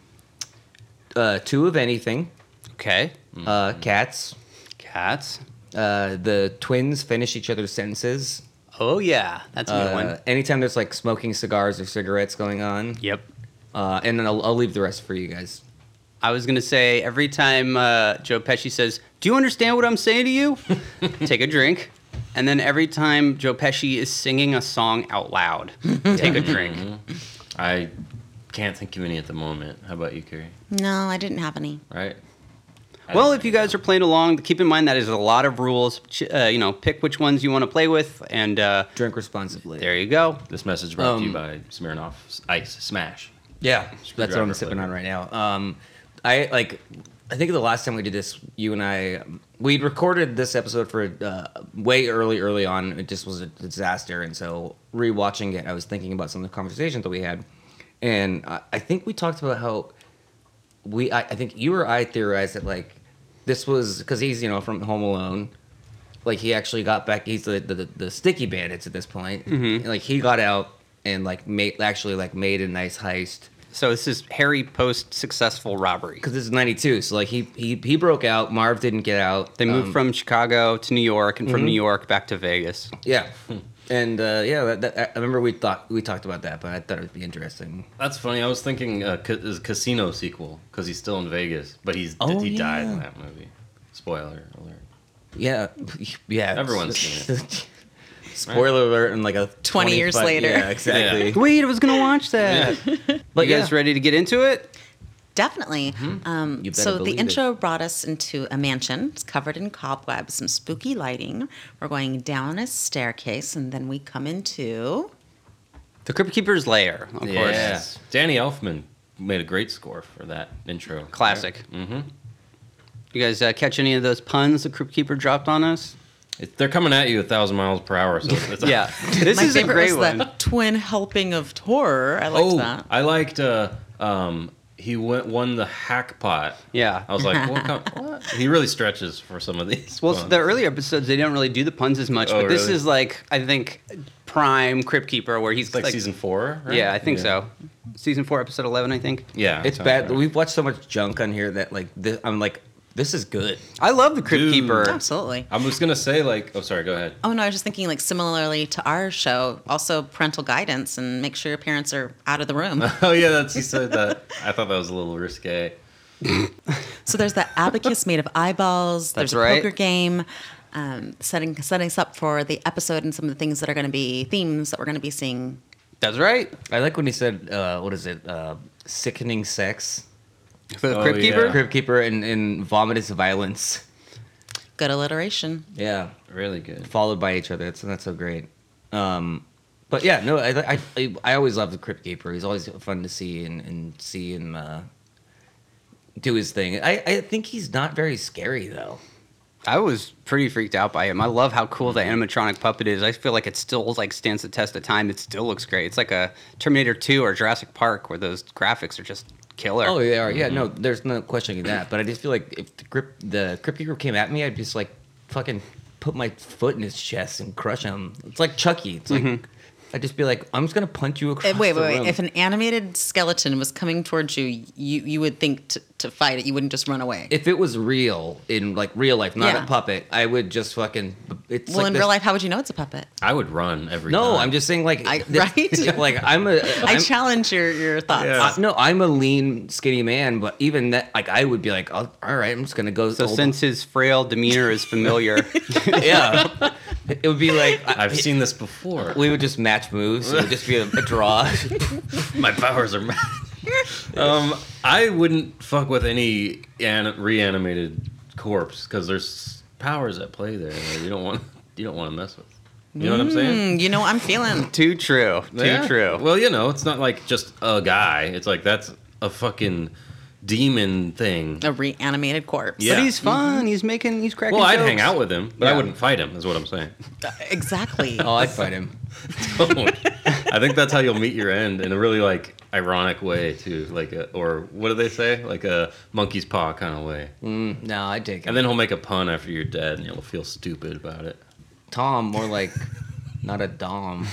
[SPEAKER 3] uh, two of anything.
[SPEAKER 2] Okay.
[SPEAKER 3] Uh, cats.
[SPEAKER 2] Cats.
[SPEAKER 3] Uh, the twins finish each other's sentences.
[SPEAKER 2] Oh yeah, that's a good
[SPEAKER 3] Uh,
[SPEAKER 2] one.
[SPEAKER 3] Anytime there's like smoking cigars or cigarettes going on.
[SPEAKER 2] Yep.
[SPEAKER 3] Uh, and then I'll, I'll leave the rest for you guys.
[SPEAKER 2] I was gonna say every time uh, Joe Pesci says, "Do you understand what I'm saying to
[SPEAKER 3] [laughs]
[SPEAKER 2] you?" take a drink, and then every time Joe Pesci is singing a song out loud, take a
[SPEAKER 3] [laughs]
[SPEAKER 2] drink.
[SPEAKER 1] I can't think of any at the moment. How about you, Carrie?
[SPEAKER 8] No, I didn't have any.
[SPEAKER 1] Right? I
[SPEAKER 2] Well,
[SPEAKER 1] don't
[SPEAKER 2] if you guys are playing along, keep in mind that is a lot of rules. Ch- Uh, you know, pick which ones you want to play with, and uh,
[SPEAKER 3] Drink responsibly.
[SPEAKER 2] there you go.
[SPEAKER 1] This message brought to you
[SPEAKER 3] Um,
[SPEAKER 1] by Smirnoff Ice Smash.
[SPEAKER 3] Yeah, that's what
[SPEAKER 1] Screwdriver
[SPEAKER 3] I'm sipping
[SPEAKER 1] flavor.
[SPEAKER 3] on right now. Um, I like. I think the last time we did this, you and I, um, we recorded this episode for uh, way early, early on. It just was a disaster, and so rewatching it, I was thinking about some of the conversations that we had, and I, I think we talked about how we. I, I think you or I theorized that like this was because he's you know from Home Alone. Like he actually got back. He's the the, the sticky bandits at this point. And, like he got out and like made actually like made a nice heist
[SPEAKER 2] So this is Harry post successful robbery.
[SPEAKER 3] because this is 92 so like he, he he broke out marv didn't get out
[SPEAKER 2] They moved
[SPEAKER 3] Um, mm-hmm.
[SPEAKER 2] from Chicago to New York, and from New York back to Vegas.
[SPEAKER 3] yeah and uh, yeah that, that, i remember we thought we talked about that but i thought it would be interesting
[SPEAKER 1] That's funny. I was thinking uh, ca- is casino sequel because he's still in Vegas, but he's
[SPEAKER 3] Oh,
[SPEAKER 1] he died in
[SPEAKER 3] yeah.
[SPEAKER 1] that movie. Spoiler alert.
[SPEAKER 3] yeah [laughs] yeah
[SPEAKER 1] Everyone's seen
[SPEAKER 3] it [laughs] spoiler alert and like a
[SPEAKER 8] 20 years
[SPEAKER 3] 25
[SPEAKER 8] later.
[SPEAKER 3] yeah exactly
[SPEAKER 1] Yeah.
[SPEAKER 2] Wait, I was gonna watch that.
[SPEAKER 3] but
[SPEAKER 2] You guys
[SPEAKER 3] yeah.
[SPEAKER 2] ready to get into it?
[SPEAKER 8] Definitely.
[SPEAKER 2] Mm-hmm.
[SPEAKER 8] Um,
[SPEAKER 3] You better
[SPEAKER 8] so the
[SPEAKER 3] believe
[SPEAKER 8] intro brought us into a mansion. It's covered in cobwebs, some spooky lighting. We're going down a staircase, and then we come into.
[SPEAKER 2] The Crypt Keeper's Lair, of
[SPEAKER 1] Yeah.
[SPEAKER 2] course.
[SPEAKER 1] Danny Elfman made a great score for that intro.
[SPEAKER 2] Classic.
[SPEAKER 3] Mm-hmm.
[SPEAKER 1] Mhm.
[SPEAKER 2] You guys uh, catch any of those puns the Crypt Keeper dropped on
[SPEAKER 3] [laughs]
[SPEAKER 2] us?
[SPEAKER 1] It, they're coming at you a thousand miles per hour. So it's
[SPEAKER 2] Yeah. This
[SPEAKER 8] My
[SPEAKER 2] is a
[SPEAKER 8] favorite
[SPEAKER 2] great
[SPEAKER 8] was
[SPEAKER 2] one.
[SPEAKER 8] the twin helping of horror. I liked
[SPEAKER 1] oh,
[SPEAKER 8] that.
[SPEAKER 1] I liked. Uh, um, he went won the hack pot.
[SPEAKER 2] Yeah.
[SPEAKER 3] Oh,
[SPEAKER 1] I was like, what, com- what? He really stretches for some of these.
[SPEAKER 2] Well,
[SPEAKER 1] puns.
[SPEAKER 2] the earlier episodes, they didn't really do the puns as much,
[SPEAKER 1] Oh,
[SPEAKER 2] but this
[SPEAKER 1] really?
[SPEAKER 2] is like, I think, prime Crypt Keeper where he's
[SPEAKER 1] It's like, season four. Right?
[SPEAKER 2] Yeah, I think so. Season four, episode 11, I think.
[SPEAKER 1] Yeah,
[SPEAKER 3] it's
[SPEAKER 1] sounds
[SPEAKER 3] bad
[SPEAKER 1] right.
[SPEAKER 3] we've watched so much junk on here that like this, i'm like this is good
[SPEAKER 2] I love the Crypt
[SPEAKER 1] Dude.
[SPEAKER 2] Keeper.
[SPEAKER 8] Absolutely.
[SPEAKER 1] I was gonna say like, oh, sorry, go ahead.
[SPEAKER 8] Oh no, I was just thinking like similarly to our show, also parental guidance and make sure your parents are out of the
[SPEAKER 2] [laughs]
[SPEAKER 8] room.
[SPEAKER 1] [laughs] Oh yeah, that's you [laughs] said that. I thought that was a little risque.
[SPEAKER 8] so there's that abacus made of eyeballs.
[SPEAKER 2] That's
[SPEAKER 8] there's a
[SPEAKER 2] right.
[SPEAKER 8] poker game. Um, setting setting us up for the episode and some of the things that are going to be themes that we're going to be seeing.
[SPEAKER 2] That's right.
[SPEAKER 3] i like when he said uh, what is it uh, sickening sex
[SPEAKER 2] The
[SPEAKER 1] Oh,
[SPEAKER 2] Crypt Keeper?
[SPEAKER 3] Crypt Keeper and, and Vomitous Violence.
[SPEAKER 8] Good alliteration.
[SPEAKER 3] Yeah, really good. Followed by each other. That's that's so great. Um, but yeah, no, I I, I, I always love the Crypt Keeper. He's always fun to see and, and see him uh, do his thing. I, I think he's not very scary though.
[SPEAKER 2] I was pretty freaked out by him. I love how cool the animatronic puppet is. I feel like it still like stands the test of time. It still looks great. It's like a Terminator 2 or Jurassic Park where those graphics are just killer.
[SPEAKER 3] Oh, they are. Yeah, no, there's no questioning that. But I just feel like if the grip the Crypt Keeper came at me, I'd just like fucking put my foot in his chest and crush him. It's like Chucky. It's like I'd just be like, I'm just gonna punch you
[SPEAKER 8] Uh,
[SPEAKER 3] across.
[SPEAKER 8] Wait,
[SPEAKER 3] the
[SPEAKER 8] wait,
[SPEAKER 3] room.
[SPEAKER 8] wait. If an animated skeleton was coming towards you, you you would think to, to fight it. You wouldn't just run away.
[SPEAKER 3] if it was real in like real life, not
[SPEAKER 8] Yeah.
[SPEAKER 3] a puppet, I would just fucking. It's
[SPEAKER 8] well,
[SPEAKER 3] like
[SPEAKER 8] in
[SPEAKER 3] this-
[SPEAKER 8] real life, how would you know it's a puppet?
[SPEAKER 1] I would run every.
[SPEAKER 3] No,
[SPEAKER 1] time.
[SPEAKER 3] I'm just saying like
[SPEAKER 8] I-
[SPEAKER 3] this-
[SPEAKER 8] [laughs] right?
[SPEAKER 3] [laughs] like I'm a.
[SPEAKER 8] i
[SPEAKER 3] I'm-
[SPEAKER 8] challenge your your thoughts.
[SPEAKER 3] I- Uh, no, I'm a lean, skinny man, but even that, like, I would be like, oh, all right, I'm just gonna go.
[SPEAKER 2] So
[SPEAKER 3] old-
[SPEAKER 2] since his frail demeanor is familiar,
[SPEAKER 3] [laughs] yeah, it would be like I,
[SPEAKER 1] I've seen this before.
[SPEAKER 3] we would just match moves. It would just be a, a draw.
[SPEAKER 1] My powers are. [laughs] um, I wouldn't fuck with any an- reanimated corpse because there's powers at play there that you don't want. You don't want to mess with. You know what I'm saying?
[SPEAKER 8] Mm, you know what I'm feeling.
[SPEAKER 2] [laughs] too true, too
[SPEAKER 1] Yeah.
[SPEAKER 2] true.
[SPEAKER 1] Well, you know, it's not like just a guy. It's like that's a fucking demon thing.
[SPEAKER 8] A reanimated corpse.
[SPEAKER 1] Yeah.
[SPEAKER 2] But
[SPEAKER 3] Mm-hmm.
[SPEAKER 2] he's fun. He's making. He's cracking.
[SPEAKER 1] Well, I'd
[SPEAKER 2] jokes.
[SPEAKER 1] hang out with him, but I
[SPEAKER 2] Yeah.
[SPEAKER 1] wouldn't fight him. Is what I'm saying. [laughs]
[SPEAKER 8] Exactly.
[SPEAKER 3] [laughs] Oh, I'd fight him.
[SPEAKER 1] I think that's how you'll meet your end in a really like ironic way too, like a, or what do they say? Like a monkey's paw kind of way.
[SPEAKER 3] Mm, no, I'd take him.
[SPEAKER 1] And then he'll make a pun after you're dead, and you'll feel stupid about it.
[SPEAKER 3] Tom, more like not a
[SPEAKER 2] [laughs]
[SPEAKER 3] dom.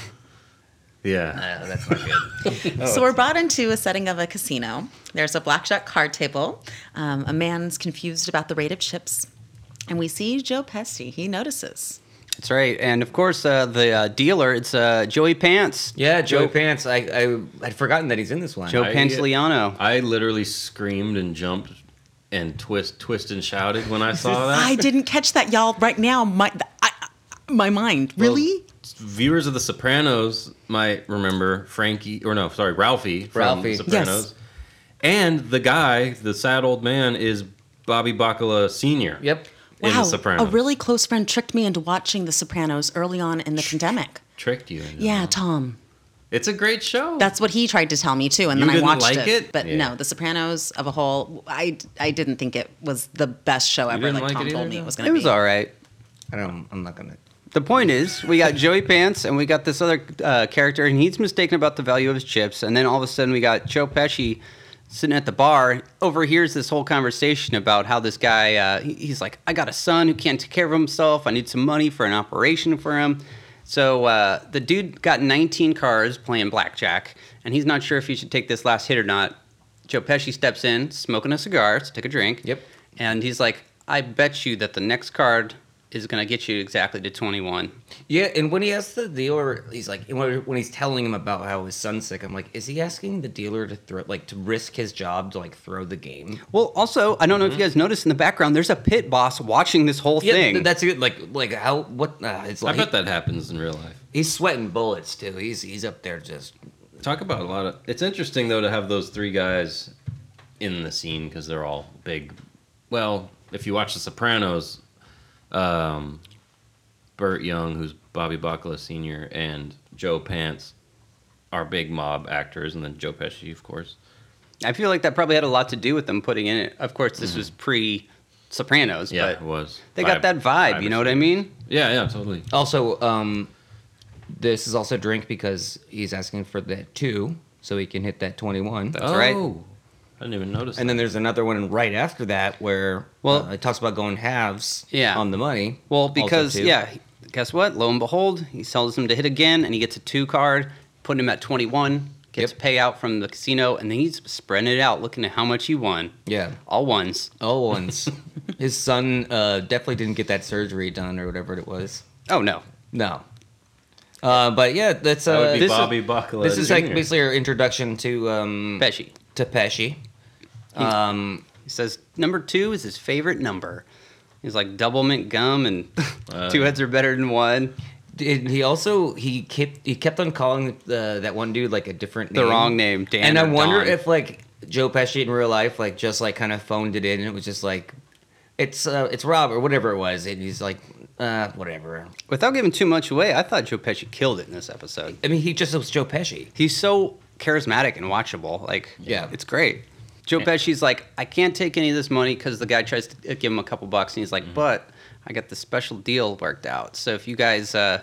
[SPEAKER 1] Yeah.
[SPEAKER 3] Uh, that's not good.
[SPEAKER 1] Oh,
[SPEAKER 8] So we're brought into a setting of a casino. There's a blackjack card table. Um, a man's confused about the rate of chips, and we see Joe Pesci. He notices.
[SPEAKER 2] That's right. And of course, uh, the uh, dealer. It's uh, Joey Pants.
[SPEAKER 3] Yeah, Joe
[SPEAKER 2] Joey-
[SPEAKER 3] Pants. I, I I'd forgotten that he's in this one.
[SPEAKER 2] Joe
[SPEAKER 1] I-
[SPEAKER 2] Pantoliano.
[SPEAKER 1] I literally screamed and jumped and twist, twist and shouted when I saw that.
[SPEAKER 8] I didn't catch that, y'all. Right now, my I, my mind really.
[SPEAKER 1] viewers of The Sopranos might remember Frankie, or no, sorry, Ralphie from
[SPEAKER 3] Ralphie.
[SPEAKER 1] The Sopranos. And the guy, the sad old man, is Bobby Bacala Sr.
[SPEAKER 3] Yep.
[SPEAKER 1] in The
[SPEAKER 8] Wow, a
[SPEAKER 1] Sopranos.
[SPEAKER 8] really close friend tricked me into watching The Sopranos early on in the pandemic.
[SPEAKER 1] Tricked you. into
[SPEAKER 8] Yeah,
[SPEAKER 1] that.
[SPEAKER 8] Tom.
[SPEAKER 1] It's a great show.
[SPEAKER 8] That's what he tried to tell me too, and
[SPEAKER 1] You
[SPEAKER 8] then I
[SPEAKER 1] didn't
[SPEAKER 8] watched
[SPEAKER 1] like it?
[SPEAKER 8] But
[SPEAKER 1] Yeah.
[SPEAKER 8] no, The Sopranos of a whole, I, I didn't think it was the best show ever.
[SPEAKER 1] didn't
[SPEAKER 8] Like,
[SPEAKER 1] like
[SPEAKER 8] Tom
[SPEAKER 1] it
[SPEAKER 8] told
[SPEAKER 1] either,
[SPEAKER 8] me it
[SPEAKER 1] though?
[SPEAKER 8] was going
[SPEAKER 2] It
[SPEAKER 8] to be.
[SPEAKER 2] was all right.
[SPEAKER 3] I don't. I'm not gonna.
[SPEAKER 2] The point is, we
[SPEAKER 3] [laughs]
[SPEAKER 2] got Joey Pants and we got this other uh, character, and he's mistaken about the value of his chips. And then all of a sudden, we got Joe Pesci sitting at the bar, overhears this whole conversation about how this guy, uh, he- he's like, I got a son who can't take care of himself. I need some money for an operation for him. So uh, the dude got 19 cars playing blackjack, and he's not sure if he should take this last hit or not. Joe Pesci steps in, smoking a cigar, to take a drink.
[SPEAKER 3] Yep.
[SPEAKER 2] And he's like, I bet you that the next card is going to get you exactly to 21.
[SPEAKER 3] Yeah, and when he asks the dealer, he's like, when when he's telling him about how his son's sick, I'm like, is he asking the dealer to throw, like, to risk his job to like throw the game?
[SPEAKER 2] Well, also, I don't know if you guys noticed in the background, there's a pit boss watching this whole
[SPEAKER 3] Mm-hmm. Yeah,
[SPEAKER 2] thing.
[SPEAKER 3] th- that's good. Like, like how? What? Uh, it's
[SPEAKER 1] I
[SPEAKER 3] like
[SPEAKER 1] bet that happens in real life.
[SPEAKER 3] he's sweating bullets too. He's he's up there just.
[SPEAKER 1] Talk about a lot of. It's interesting though to have those three guys in the scene because they're all big. Well, if you watch The Sopranos, um, Burt Young, who's Bobby Bacala Sr., and Joe Pants are big mob actors, and then Joe Pesci, of course.
[SPEAKER 2] I feel like that probably had a lot to do with them putting in it. Of course, this was pre Sopranos,
[SPEAKER 1] Yeah, it
[SPEAKER 2] but
[SPEAKER 1] uh, was.
[SPEAKER 2] they got that vibe, you know what I mean?
[SPEAKER 1] Yeah, yeah, totally.
[SPEAKER 3] Also, um, this is also drink because he's asking for that two, so he can hit that twenty one.
[SPEAKER 2] That's right.
[SPEAKER 1] Oh. I didn't even notice.
[SPEAKER 3] And then there's another one right after that where
[SPEAKER 2] Well-
[SPEAKER 3] uh, it talks about going halves
[SPEAKER 2] Yeah.
[SPEAKER 3] on the money.
[SPEAKER 2] Well,
[SPEAKER 3] Also
[SPEAKER 2] because,
[SPEAKER 3] two.
[SPEAKER 2] yeah, guess what? Lo and behold, he tells him to hit again, and he gets a two card, putting him at 21, gets
[SPEAKER 3] Yep.
[SPEAKER 2] a payout from the casino, and then he's spreading it out, looking at how much he won.
[SPEAKER 3] yeah.
[SPEAKER 2] All ones.
[SPEAKER 3] All
[SPEAKER 2] [laughs]
[SPEAKER 3] ones. His son uh, definitely didn't get that surgery done or whatever it was.
[SPEAKER 2] Oh, no.
[SPEAKER 3] No. Uh, but yeah, that's
[SPEAKER 1] that
[SPEAKER 3] uh,
[SPEAKER 1] would be
[SPEAKER 3] this is-
[SPEAKER 1] Bobby Bacala.
[SPEAKER 3] This is like
[SPEAKER 1] Jr..
[SPEAKER 3] basically our introduction to um,
[SPEAKER 2] Pesci.
[SPEAKER 3] to Pesci. Um,
[SPEAKER 2] He says number two is his favorite number. He's like double mint gum and two heads are better than one.
[SPEAKER 3] and he also he kept he kept on calling uh, that one dude like a different
[SPEAKER 2] The
[SPEAKER 3] name.
[SPEAKER 2] wrong name, Dan.
[SPEAKER 3] and I
[SPEAKER 2] or
[SPEAKER 3] wonder
[SPEAKER 2] Don.
[SPEAKER 3] if like Joe Pesci in real life, like just like kind of phoned it in. It was just like, it's uh, it's Rob or whatever it was, and he's like, uh, whatever.
[SPEAKER 2] Without giving too much away, I thought Joe Pesci killed it in this episode.
[SPEAKER 3] I mean, he just was Joe Pesci.
[SPEAKER 2] He's so charismatic and watchable. Like,
[SPEAKER 3] Yeah.
[SPEAKER 2] it's great. Joe Pesci's like, I can't take any of this money because the guy tries to give him a couple bucks, and he's
[SPEAKER 8] Mm-hmm.
[SPEAKER 2] like, but I got this special deal worked out. So if you guys, uh,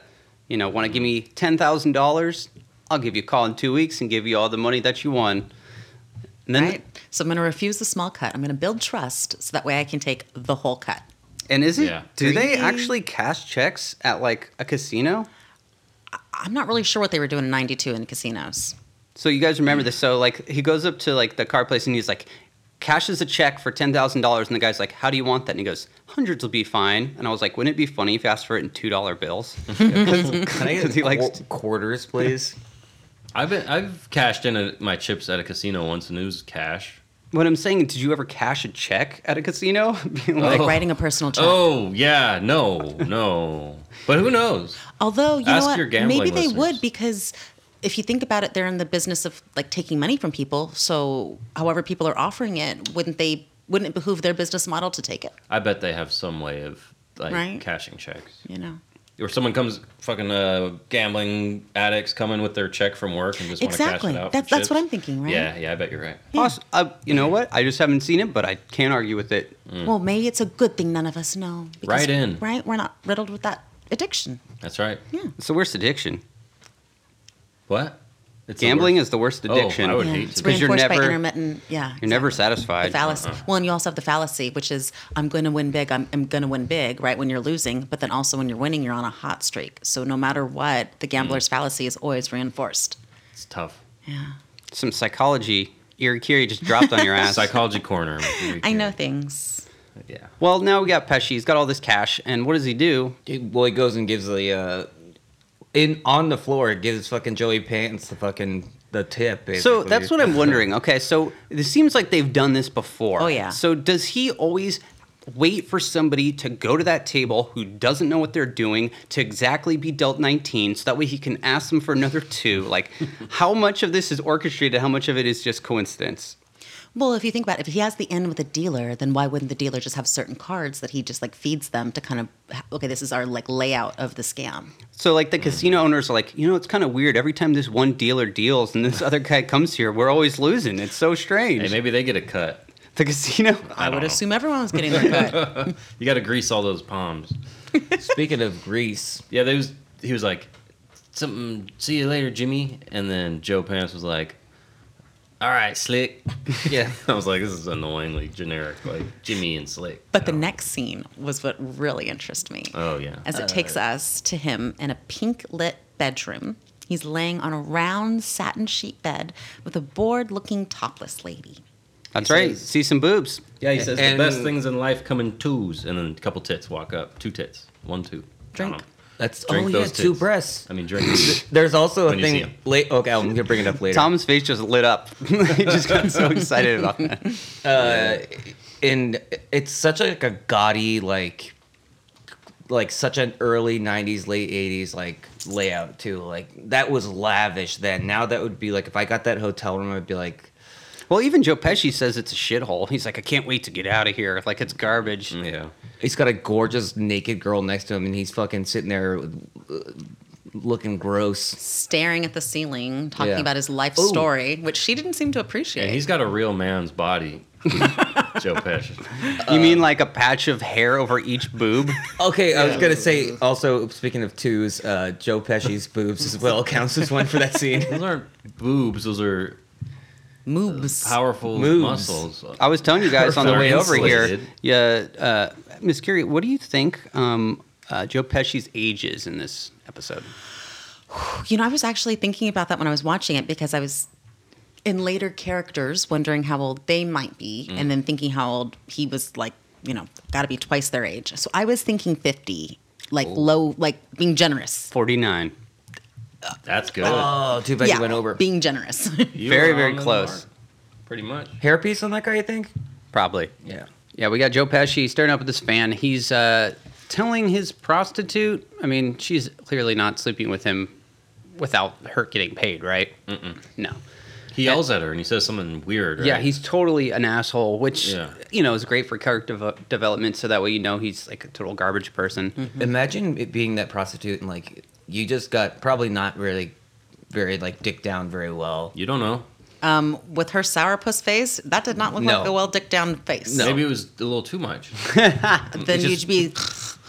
[SPEAKER 2] you know, want to give me ten thousand dollars, I'll give you a call in two weeks and give you all the money that you won. And then,
[SPEAKER 8] right? So I'm going to refuse the small cut. I'm going to build trust so that way I can take the whole cut.
[SPEAKER 2] and is it?
[SPEAKER 8] Yeah.
[SPEAKER 2] Do they
[SPEAKER 8] Greedy.
[SPEAKER 2] actually cash checks at like a casino?
[SPEAKER 8] I'm not really sure what they were doing in 92 in casinos.
[SPEAKER 2] So you guys remember this? So like he goes up to like the car place and he's like, cashes a check for ten thousand dollars, and the guy's like, "How do you want that?" And he goes, hundreds will be fine." And I was like, "Wouldn't it be funny if you asked for it in two dollar bills?"
[SPEAKER 3] Can
[SPEAKER 2] [laughs]
[SPEAKER 3] I get
[SPEAKER 2] Because he
[SPEAKER 3] qu-
[SPEAKER 2] likes
[SPEAKER 3] quarters, please?
[SPEAKER 1] I've been, I've cashed in a, my chips at a casino once, and it was cash.
[SPEAKER 2] What I'm saying, did you ever cash a check at a casino? [laughs] Being
[SPEAKER 8] Like
[SPEAKER 2] like,
[SPEAKER 8] writing a personal check.
[SPEAKER 1] Oh yeah, no,
[SPEAKER 2] [laughs]
[SPEAKER 1] no. But who knows?
[SPEAKER 8] Although you
[SPEAKER 1] Ask
[SPEAKER 8] know what,
[SPEAKER 1] your gambling
[SPEAKER 8] maybe they
[SPEAKER 1] listeners.
[SPEAKER 8] would because if you think about it, they're in the business of like taking money from people. So however people are offering it, wouldn't they? Wouldn't it behoove their business model to take it?
[SPEAKER 1] I bet they have some way of like
[SPEAKER 8] Right.
[SPEAKER 1] cashing checks.
[SPEAKER 8] You know.
[SPEAKER 1] Or someone comes, fucking uh, gambling addicts come in with their check from work and just
[SPEAKER 8] Exactly.
[SPEAKER 1] want to cash it out.
[SPEAKER 8] That's
[SPEAKER 1] for
[SPEAKER 8] that's what
[SPEAKER 1] chips.
[SPEAKER 8] I'm thinking, right?
[SPEAKER 1] Yeah, yeah, I bet you're right.
[SPEAKER 2] Awesome. Uh, you know what? I just haven't seen it, but I can't argue with it.
[SPEAKER 1] Mm.
[SPEAKER 8] Well, maybe it's a good thing none of us know.
[SPEAKER 2] Right in.
[SPEAKER 8] Right? We're not riddled with that addiction.
[SPEAKER 1] That's right.
[SPEAKER 8] Yeah.
[SPEAKER 2] It's the worst [laughs] addiction.
[SPEAKER 1] What? the
[SPEAKER 2] Gambling
[SPEAKER 1] worst-
[SPEAKER 2] is the worst
[SPEAKER 1] Oh,
[SPEAKER 2] addiction.
[SPEAKER 1] I would
[SPEAKER 8] Yeah,
[SPEAKER 1] hate
[SPEAKER 8] it's
[SPEAKER 1] to.
[SPEAKER 2] Because you're
[SPEAKER 8] reinforced by
[SPEAKER 2] never, you're
[SPEAKER 8] intermittent. Yeah.
[SPEAKER 2] never satisfied.
[SPEAKER 8] The fallacy. Well, and you also have the fallacy, which is I'm going to win big. I'm, I'm going to win big, right? When you're losing, but then also when you're winning, you're on a hot streak. So no matter what, the gambler's fallacy is always reinforced.
[SPEAKER 1] It's tough.
[SPEAKER 8] Mm. Yeah.
[SPEAKER 2] Some psychology. Erie Curie just dropped on
[SPEAKER 3] [laughs]
[SPEAKER 2] your ass.
[SPEAKER 1] Psychology corner.
[SPEAKER 8] [laughs] I know things.
[SPEAKER 1] Yeah.
[SPEAKER 2] Well, now we got Pesci. He's got all this cash, and what does he do?
[SPEAKER 3] well, he goes and gives the uh, in on the floor gives fucking Joey Pants the fucking the tip.
[SPEAKER 2] So
[SPEAKER 3] basically.
[SPEAKER 2] that's what I'm wondering. Okay, so it seems like they've done this before.
[SPEAKER 3] Oh, yeah.
[SPEAKER 2] So does he always wait for somebody to go to that table who doesn't know what they're doing to exactly be dealt 19 so that way he can ask them for another two?
[SPEAKER 3] [laughs]
[SPEAKER 2] Like, how much of this is orchestrated? How much of it is just coincidence?
[SPEAKER 8] Well, if you think about it, if he has the end with a dealer, then why wouldn't the dealer just have certain cards that he just like feeds them to kind of okay, this is our like layout of the scam.
[SPEAKER 2] So like the casino owners are like, you know, it's kind of weird. Every time this one dealer deals and this other guy comes here, we're always losing. It's so strange.
[SPEAKER 1] Hey, maybe they get a cut.
[SPEAKER 2] The casino.
[SPEAKER 1] I, would
[SPEAKER 8] assume everyone was getting their cut.
[SPEAKER 1] you got to grease all those palms.
[SPEAKER 3] [laughs] Speaking of grease,
[SPEAKER 1] yeah, there was he was like something. See you later, Jimmy. And then Joe Pants was like, "All right, Slick."
[SPEAKER 3] [laughs]
[SPEAKER 2] [laughs]
[SPEAKER 3] Yeah,
[SPEAKER 1] [laughs] I was like, "This is annoyingly generic, like Jimmy and Slick."
[SPEAKER 8] But the next scene was what really interested me.
[SPEAKER 1] Oh yeah.
[SPEAKER 8] as it
[SPEAKER 3] Uh.
[SPEAKER 8] takes us to him in a pink lit bedroom. He's laying on a round satin sheet bed with a bored looking topless lady.
[SPEAKER 2] That's right. See some boobs.
[SPEAKER 1] Yeah, he says the best things in life come in twos, and then a couple tits walk up. Two tits, one two. Drink.
[SPEAKER 3] That's
[SPEAKER 1] Drink
[SPEAKER 3] oh yeah,
[SPEAKER 1] those
[SPEAKER 3] two
[SPEAKER 1] tits.
[SPEAKER 3] breasts.
[SPEAKER 1] I mean, [coughs] drink. these.
[SPEAKER 3] There's also a
[SPEAKER 1] When you see
[SPEAKER 3] thing.
[SPEAKER 1] 'em.
[SPEAKER 3] Late. Okay, I'm gonna bring it up later.
[SPEAKER 2] Tom's face just lit up. [laughs] he just got so excited about that.
[SPEAKER 3] uh, and it's such a, like a gaudy like like such an early 90s late 80s like layout too like that was lavish then now that would be like if i got that hotel room i'd be like
[SPEAKER 2] Well, even Joe Pesci says it's a shithole. He's like, I can't wait to get out of here. Like it's garbage.
[SPEAKER 1] Mm, Yeah.
[SPEAKER 3] he's got a gorgeous naked girl next to him and he's fucking sitting there uh, looking gross
[SPEAKER 8] Staring at the ceiling, talking
[SPEAKER 3] Yeah.
[SPEAKER 8] about his life
[SPEAKER 3] Ooh.
[SPEAKER 8] story, which she didn't seem to appreciate.
[SPEAKER 1] And he's got a real man's [laughs] body. Joe Pesci.
[SPEAKER 2] You mean like a patch of hair over each boob?
[SPEAKER 3] okay i was
[SPEAKER 2] Yeah.
[SPEAKER 3] gonna say also speaking of twos uh, joe pesci's boobs as well counts as one for that scene
[SPEAKER 1] [laughs] Those aren't boobs. Those are
[SPEAKER 8] moobs.
[SPEAKER 1] Powerful
[SPEAKER 3] Moobs.
[SPEAKER 1] muscles.
[SPEAKER 2] I was telling you guys on the
[SPEAKER 1] They're
[SPEAKER 2] way over here.
[SPEAKER 1] insulated.
[SPEAKER 2] Yeah, uh, Miss Curie, what do you think um, uh, Joe Pesci's age is in this episode?
[SPEAKER 8] You know, I was actually thinking about that when I was watching it because I was in later characters wondering how old they might be
[SPEAKER 10] Mm.
[SPEAKER 8] and then thinking how old he was like, you know, got to be twice their age. So I was thinking 50, like
[SPEAKER 2] Oh.
[SPEAKER 8] low, like being generous.
[SPEAKER 2] Forty nine.
[SPEAKER 1] That's good.
[SPEAKER 3] oh too bad you went over
[SPEAKER 8] Being generous. [laughs]
[SPEAKER 1] You
[SPEAKER 2] very
[SPEAKER 1] were
[SPEAKER 2] very
[SPEAKER 1] on the
[SPEAKER 2] close.
[SPEAKER 1] mark, Pretty much.
[SPEAKER 3] hairpiece on that guy you think
[SPEAKER 2] Probably.
[SPEAKER 3] yeah
[SPEAKER 2] Yeah, we got Joe Pesci staring up at this fan. He's uh, telling his prostitute. I mean, she's clearly not sleeping with him without her getting paid, right? Mm-mm. No.
[SPEAKER 1] He yells at her and he says something weird. Right?
[SPEAKER 2] Yeah, he's totally an asshole, which
[SPEAKER 1] Yeah.
[SPEAKER 2] you know is great for character dev- development. So that way you know he's like a total garbage person.
[SPEAKER 3] Mm-hmm. Imagine it being that prostitute and like you just got probably not really very like dick down very well.
[SPEAKER 1] You don't know.
[SPEAKER 8] Um, with her sourpuss face, that did not look
[SPEAKER 3] No.
[SPEAKER 8] like a well dick down face.
[SPEAKER 1] Maybe it was a little too much.
[SPEAKER 8] then
[SPEAKER 1] It's
[SPEAKER 2] [laughs]
[SPEAKER 8] you'd be.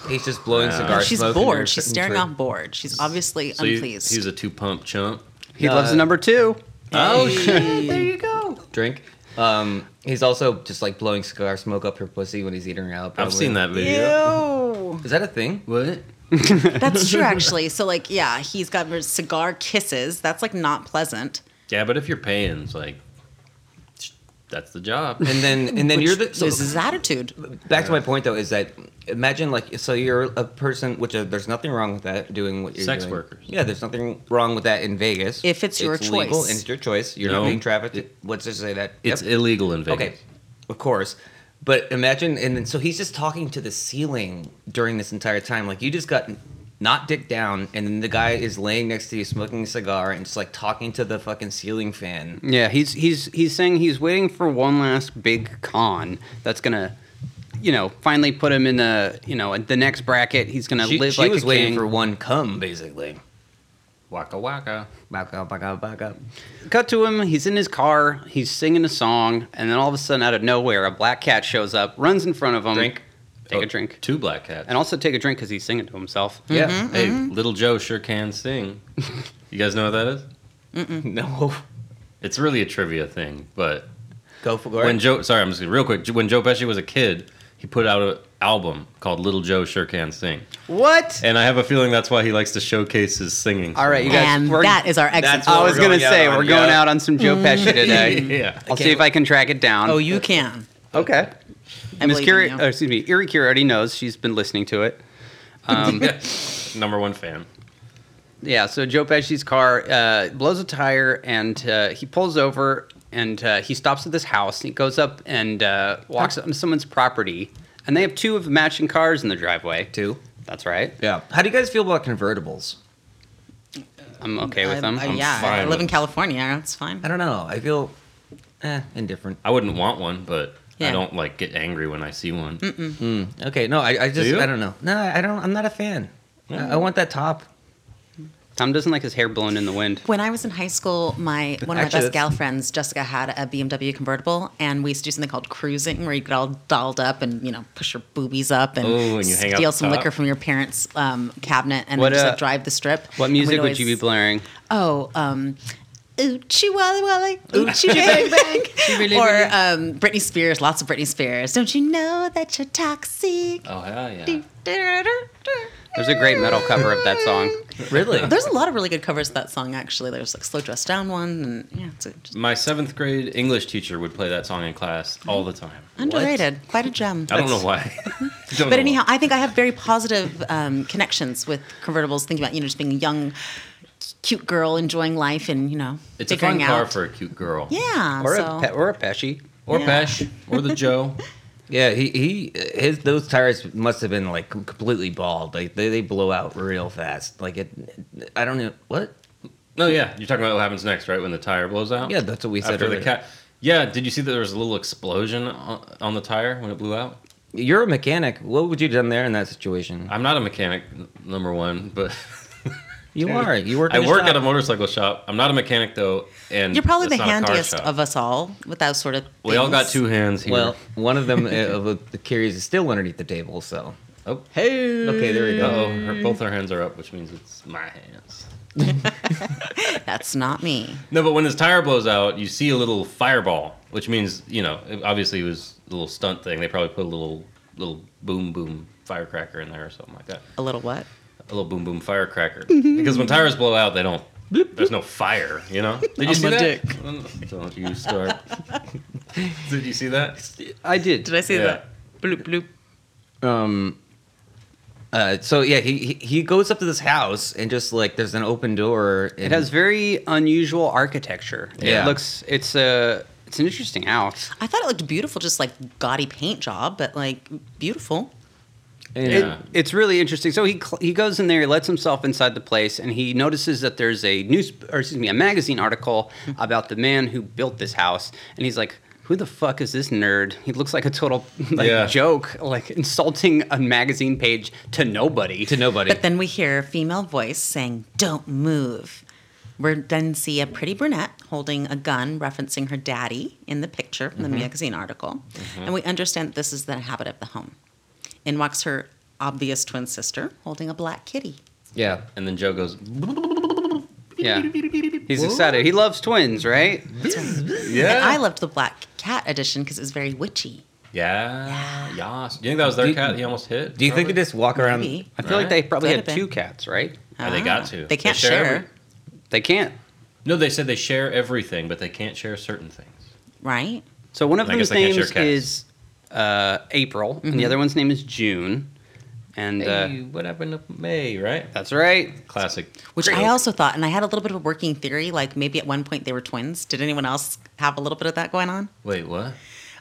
[SPEAKER 3] He's just blowing
[SPEAKER 1] Yeah.
[SPEAKER 3] cigars.
[SPEAKER 8] She's bored. She's staring off board. She's obviously
[SPEAKER 1] So you-
[SPEAKER 8] unpleased.
[SPEAKER 1] he's a two pump chump.
[SPEAKER 2] He loves number two.
[SPEAKER 1] Oh shit!
[SPEAKER 8] there you go.
[SPEAKER 3] drink. Um, he's also just like blowing cigar smoke up her pussy when he's eating her out.
[SPEAKER 1] I've seen that video.
[SPEAKER 8] Ew.
[SPEAKER 3] Is that a thing?
[SPEAKER 1] What?
[SPEAKER 8] That's
[SPEAKER 2] [laughs]
[SPEAKER 8] true, actually. So, like, yeah, he's got cigar kisses. That's like not pleasant.
[SPEAKER 1] Yeah, but if you're paying, it's like that's the job.
[SPEAKER 3] And then and then you're
[SPEAKER 8] Which
[SPEAKER 3] the so
[SPEAKER 8] is his attitude.
[SPEAKER 3] back to my point though is that imagine like so you're a person which uh, there's nothing wrong with that doing what you're
[SPEAKER 1] Sex
[SPEAKER 3] doing.
[SPEAKER 1] workers.
[SPEAKER 3] Yeah, there's nothing wrong with that in Vegas.
[SPEAKER 8] If it's your
[SPEAKER 3] legal
[SPEAKER 8] choice.
[SPEAKER 3] and it's your choice. You're
[SPEAKER 1] No.
[SPEAKER 3] not being trafficked. What's to say that
[SPEAKER 1] It's
[SPEAKER 3] Yep.
[SPEAKER 1] illegal in Vegas.
[SPEAKER 3] Okay, of course. But imagine, and then so he's just talking to the ceiling during this entire time. Like you just got not dick down, and then the guy is laying next to you smoking a cigar and just like talking to the fucking ceiling fan.
[SPEAKER 2] Yeah, he's he's he's saying he's waiting for one last big con that's gonna, you know, finally put him in the you know the next bracket. He's gonna
[SPEAKER 3] She,
[SPEAKER 2] live
[SPEAKER 3] she
[SPEAKER 2] like
[SPEAKER 3] was
[SPEAKER 2] a
[SPEAKER 3] waiting
[SPEAKER 2] king.
[SPEAKER 3] for one cum, basically.
[SPEAKER 1] Waka waka.
[SPEAKER 3] Back up, back up, back up.
[SPEAKER 2] Cut to him. He's in his car. He's singing a song, and then all of a sudden, out of nowhere, a black cat shows up, runs in front of him.
[SPEAKER 1] Drink.
[SPEAKER 2] Take
[SPEAKER 1] Oh.
[SPEAKER 2] a drink.
[SPEAKER 1] Two black cats.
[SPEAKER 2] And also take a drink because he's singing to himself.
[SPEAKER 1] yeah. Hey, little Joe sure can sing. you guys know what that is?
[SPEAKER 2] Mm-hmm.
[SPEAKER 3] [laughs] No,
[SPEAKER 1] It's really a trivia thing, but
[SPEAKER 3] go for it.
[SPEAKER 1] when Joe, sorry, I'm just gonna, real quick. When Joe Pesci was a kid, he put out an album called Little Joe Sure Can Sing,
[SPEAKER 2] What?
[SPEAKER 1] and I have a feeling that's why he likes to showcase his singing.
[SPEAKER 2] All right, you guys.
[SPEAKER 8] and
[SPEAKER 2] we're-
[SPEAKER 8] that is our exit.
[SPEAKER 3] that's what
[SPEAKER 2] I was
[SPEAKER 3] we're
[SPEAKER 2] gonna
[SPEAKER 3] going out
[SPEAKER 2] say
[SPEAKER 3] on, Mm-hmm.
[SPEAKER 2] we're going
[SPEAKER 3] yeah.
[SPEAKER 2] out on some Joe Pesci
[SPEAKER 3] [laughs]
[SPEAKER 2] today.
[SPEAKER 1] yeah.
[SPEAKER 2] I'll see if I can track it down.
[SPEAKER 8] Oh, you can.
[SPEAKER 2] okay.
[SPEAKER 8] I
[SPEAKER 2] Miss
[SPEAKER 8] believe in
[SPEAKER 2] Curie,
[SPEAKER 8] you.
[SPEAKER 2] oh, excuse me, Erie Curie already knows. She's been listening to it.
[SPEAKER 1] Number one fan.
[SPEAKER 2] Yeah, so Joe Pesci's car uh, blows a tire and uh, he pulls over and uh, he stops at this house. He goes up and uh, walks up on someone's property and they have two of matching cars in the driveway.
[SPEAKER 3] Two.
[SPEAKER 2] That's right.
[SPEAKER 3] Yeah. How do you guys feel about convertibles?
[SPEAKER 2] I'm okay with
[SPEAKER 8] I-
[SPEAKER 2] them.
[SPEAKER 8] I-
[SPEAKER 2] I'm
[SPEAKER 8] uh, yeah, I
[SPEAKER 1] fine
[SPEAKER 8] live in
[SPEAKER 1] with-
[SPEAKER 8] California. That's fine.
[SPEAKER 3] I don't know. I feel eh, indifferent.
[SPEAKER 1] I wouldn't want one, but I
[SPEAKER 8] Yeah.
[SPEAKER 1] don't like get angry when I see one.
[SPEAKER 3] Okay, no, I, I just
[SPEAKER 1] you?
[SPEAKER 3] I don't know. No, I don't. I'm not a fan. I, I want that top.
[SPEAKER 2] Tom doesn't like his hair blown in the [sighs] wind.
[SPEAKER 8] When I was in high school, my one of
[SPEAKER 3] Actually,
[SPEAKER 8] my best gal
[SPEAKER 3] that's-
[SPEAKER 8] friends, Jessica, had a BMW convertible, and we used to do something called cruising, where you get all dolled up and you know push your boobies up and,
[SPEAKER 1] Oh, and you hang out
[SPEAKER 8] steal
[SPEAKER 1] the
[SPEAKER 8] some
[SPEAKER 1] top.
[SPEAKER 8] liquor from your parents' um, cabinet and
[SPEAKER 2] What,
[SPEAKER 8] then just
[SPEAKER 2] uh,
[SPEAKER 8] like, drive the strip.
[SPEAKER 2] What
[SPEAKER 8] And we'd
[SPEAKER 2] music would
[SPEAKER 8] always-
[SPEAKER 2] you be blaring?
[SPEAKER 8] Oh, um, Oochie Wally Wally, Oochie Bang Bang, or um, Britney Spears. Lots of Britney Spears. Don't you know that you're toxic?
[SPEAKER 1] Oh hell yeah!
[SPEAKER 8] Do, do, do, do, do.
[SPEAKER 2] There's a great metal cover of that song. [laughs]
[SPEAKER 3] Really?
[SPEAKER 8] There's a lot of really good covers of that song. Actually, there's like Slow Dress Down one, and yeah, it's a, just
[SPEAKER 1] My seventh grade English teacher would play that song in class all the time.
[SPEAKER 8] underrated. Quite a gem.
[SPEAKER 1] I don't know
[SPEAKER 8] [laughs]
[SPEAKER 1] why. [laughs] Don't
[SPEAKER 8] But
[SPEAKER 1] know
[SPEAKER 8] anyhow,
[SPEAKER 1] why.
[SPEAKER 8] I think I have very positive um, connections with convertibles. Thinking about you know just being a young, cute girl enjoying life and you know
[SPEAKER 1] it's a fun
[SPEAKER 8] figuring
[SPEAKER 1] car
[SPEAKER 8] out.
[SPEAKER 1] for a cute girl.
[SPEAKER 8] yeah,
[SPEAKER 2] Or,
[SPEAKER 8] so
[SPEAKER 2] a, pe- or a Pesci.
[SPEAKER 1] Or
[SPEAKER 8] Yeah.
[SPEAKER 1] Pesh, or the
[SPEAKER 8] [laughs]
[SPEAKER 1] Joe.
[SPEAKER 3] Yeah, he, he his those tires must have been like completely bald. Like they, they blow out real fast. Like it, I don't know what.
[SPEAKER 1] No, yeah, you're talking about what happens next, right? When the tire blows out.
[SPEAKER 3] Yeah, that's what we said
[SPEAKER 1] after
[SPEAKER 3] earlier.
[SPEAKER 1] the cat. Yeah, did you see that there was a little explosion on, on the tire when it blew out?
[SPEAKER 3] You're a mechanic. What would you done there in that situation?
[SPEAKER 1] I'm not a mechanic, n- number one, but
[SPEAKER 3] You are. You
[SPEAKER 1] [laughs]
[SPEAKER 3] work.
[SPEAKER 1] I
[SPEAKER 3] In a
[SPEAKER 1] work
[SPEAKER 3] shop.
[SPEAKER 1] at a motorcycle shop. I'm not a mechanic though, and
[SPEAKER 8] you're probably
[SPEAKER 1] it's
[SPEAKER 8] the
[SPEAKER 1] not a car
[SPEAKER 8] handiest
[SPEAKER 1] shop.
[SPEAKER 8] of us all with that sort of.
[SPEAKER 1] We all got
[SPEAKER 8] things.
[SPEAKER 1] two hands here.
[SPEAKER 3] Well, one of them [laughs] uh, of the carries is still underneath the table. So
[SPEAKER 1] oh,
[SPEAKER 2] Hey.
[SPEAKER 3] okay, there we go.
[SPEAKER 1] oh,
[SPEAKER 8] mm.
[SPEAKER 1] her, both our hands are up, which means it's my hands.
[SPEAKER 8] That's not me.
[SPEAKER 1] No, but when his tire blows out, you see a little fireball, which means you know, it obviously it was a little stunt thing. They probably put a little little boom boom firecracker in there or something like that.
[SPEAKER 8] A little what?
[SPEAKER 1] A little boom boom firecracker.
[SPEAKER 2] Mm-hmm.
[SPEAKER 1] because when tires blow out, they don't. There's no fire, you
[SPEAKER 2] [laughs]
[SPEAKER 1] know. Did you see that? [laughs] Don't you start. Did you see that?
[SPEAKER 2] I did.
[SPEAKER 8] Did I say that? Bloop bloop.
[SPEAKER 3] Um. Uh, so yeah, he, he he goes up to this house and just like there's an open door.
[SPEAKER 2] It
[SPEAKER 3] and-
[SPEAKER 2] has very unusual architecture.
[SPEAKER 3] Yeah.
[SPEAKER 2] It looks, it's a, it's an interesting house.
[SPEAKER 8] I thought it looked beautiful, just like gaudy paint job, but like beautiful.
[SPEAKER 2] It, it's really interesting. So he cl- he goes in there, he lets himself inside the place, and he notices that there's a news or excuse me a magazine article
[SPEAKER 1] Mm-hmm.
[SPEAKER 2] about the man who built this house, and he's like. Who the fuck is this nerd? He looks like a total [laughs] like
[SPEAKER 8] Yeah.
[SPEAKER 2] joke, like insulting a magazine page to nobody. To nobody.
[SPEAKER 8] But then we hear a female voice saying, Don't move. We then see a pretty brunette holding a gun, referencing her daddy in the picture from
[SPEAKER 12] Mhm.
[SPEAKER 8] the magazine article.
[SPEAKER 12] Mhm.
[SPEAKER 8] And we understand that this is the habit of the home. In walks her obvious twin sister holding a black kitty.
[SPEAKER 2] yeah.
[SPEAKER 1] And then Joe goes,
[SPEAKER 2] Yeah. He's excited. He loves twins, right?
[SPEAKER 8] And I loved the black cat edition because it was very witchy.
[SPEAKER 1] Yeah. Yas. Do you think that was their
[SPEAKER 2] Do you-
[SPEAKER 1] cat he almost hit?
[SPEAKER 2] do you think they just walk around- Maybe. I feel like they probably
[SPEAKER 1] Could
[SPEAKER 2] had
[SPEAKER 1] have
[SPEAKER 2] two
[SPEAKER 1] been.
[SPEAKER 2] cats, right?
[SPEAKER 1] Yeah, they
[SPEAKER 2] Ah.
[SPEAKER 1] got to.
[SPEAKER 2] They can't share. They can't.
[SPEAKER 1] No, they said they share everything, but they can't share certain things.
[SPEAKER 8] Right?
[SPEAKER 2] So one of
[SPEAKER 1] And I
[SPEAKER 2] them's
[SPEAKER 1] guess they can't
[SPEAKER 2] names
[SPEAKER 1] share cats.
[SPEAKER 2] is uh, April, and
[SPEAKER 1] Mhm.
[SPEAKER 2] the other one's name is June. And
[SPEAKER 1] Hey,
[SPEAKER 2] uh,
[SPEAKER 1] what happened to May? Right?
[SPEAKER 2] That's right.
[SPEAKER 1] Classic.
[SPEAKER 8] Which I also thought, and I had a little bit of a working theory, like maybe at one point they were twins. Did anyone else have a little bit of that going on?
[SPEAKER 1] Wait, what?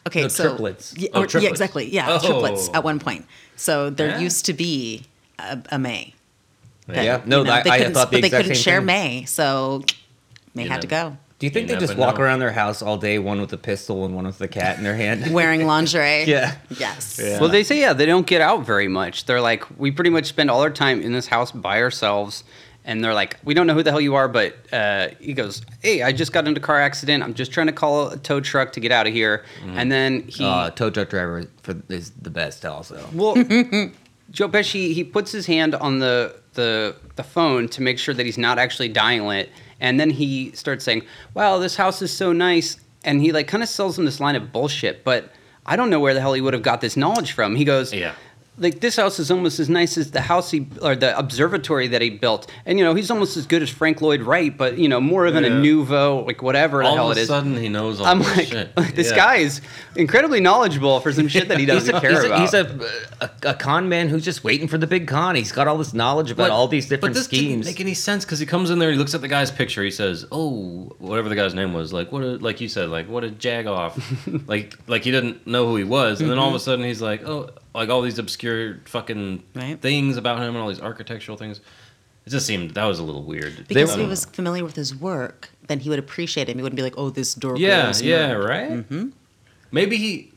[SPEAKER 8] Okay,
[SPEAKER 1] No,
[SPEAKER 8] so
[SPEAKER 1] triplets.
[SPEAKER 8] Yeah,
[SPEAKER 1] Oh,
[SPEAKER 8] or-
[SPEAKER 1] triplets.
[SPEAKER 8] yeah, exactly. Yeah,
[SPEAKER 1] Oh.
[SPEAKER 8] triplets at one point. So there
[SPEAKER 1] Yeah.
[SPEAKER 8] used to be a, a May.
[SPEAKER 3] Yeah. Yeah. No, I-
[SPEAKER 8] they
[SPEAKER 3] I
[SPEAKER 8] couldn't-
[SPEAKER 3] thought the
[SPEAKER 8] but they
[SPEAKER 3] exact
[SPEAKER 8] couldn't
[SPEAKER 3] same
[SPEAKER 8] share
[SPEAKER 3] thing.
[SPEAKER 8] May, so May had to go.
[SPEAKER 3] Do you think
[SPEAKER 8] You
[SPEAKER 3] they just
[SPEAKER 8] never
[SPEAKER 3] walk
[SPEAKER 8] know.
[SPEAKER 3] around their house all day, one with a pistol and one with a cat in their hand?
[SPEAKER 8] Wearing lingerie.
[SPEAKER 3] Yeah.
[SPEAKER 8] Yes.
[SPEAKER 2] Well, they say yeah, they don't get out very much. They're like, we pretty much spend all our time in this house by ourselves, and they're like, we don't know who the hell you are, but uh, he goes, hey, I just got into a car accident. I'm just trying to call a tow truck to get out of here, and then he.
[SPEAKER 3] uh, tow truck driver for, is the best, also.
[SPEAKER 2] Well, Joe Pesci he puts his hand on the the the phone to make sure that he's not actually dialing it, and then he starts saying, "Wow, this house is so nice," and he like kind of sells him this line of bullshit. But I don't know where the hell he would have got this knowledge from. He goes, "Yeah." Like this house is almost as nice as the house he or the observatory that he built, and you know he's almost as good as Frank Lloyd Wright, but you know more of an
[SPEAKER 1] Yeah.
[SPEAKER 2] nouveau, like whatever the
[SPEAKER 1] All
[SPEAKER 2] hell
[SPEAKER 1] of
[SPEAKER 2] it
[SPEAKER 1] a
[SPEAKER 2] is.
[SPEAKER 1] sudden, he knows all
[SPEAKER 2] I'm
[SPEAKER 1] this
[SPEAKER 2] like,
[SPEAKER 1] shit.
[SPEAKER 2] [laughs] this
[SPEAKER 1] Yeah.
[SPEAKER 2] guy is incredibly knowledgeable for some shit that he doesn't
[SPEAKER 3] [laughs] he's a,
[SPEAKER 2] care
[SPEAKER 3] he's a-
[SPEAKER 2] about.
[SPEAKER 3] He's a, a, a con man who's just waiting for the big con. He's got all this knowledge about
[SPEAKER 1] But-
[SPEAKER 3] all these
[SPEAKER 1] But
[SPEAKER 3] different
[SPEAKER 1] this didn't
[SPEAKER 3] schemes.
[SPEAKER 1] make any sense because he comes in there, he looks at the guy's picture, he says, "Oh, whatever the guy's name was, like what, a, like you said, like what a jagoff, like like he didn't know who he was, and then all of a
[SPEAKER 3] Mhm.
[SPEAKER 1] sudden he's like, oh, like all these obscure fucking things about him and all these architectural things. It just seemed that was a little weird.
[SPEAKER 8] Because
[SPEAKER 1] I
[SPEAKER 8] if
[SPEAKER 1] don't
[SPEAKER 8] he
[SPEAKER 1] know.
[SPEAKER 8] was familiar with his work, then he would appreciate him. He wouldn't be like, "Oh, this door."
[SPEAKER 1] yeah,
[SPEAKER 8] closed.
[SPEAKER 1] yeah, right. Mm-hmm. Maybe he.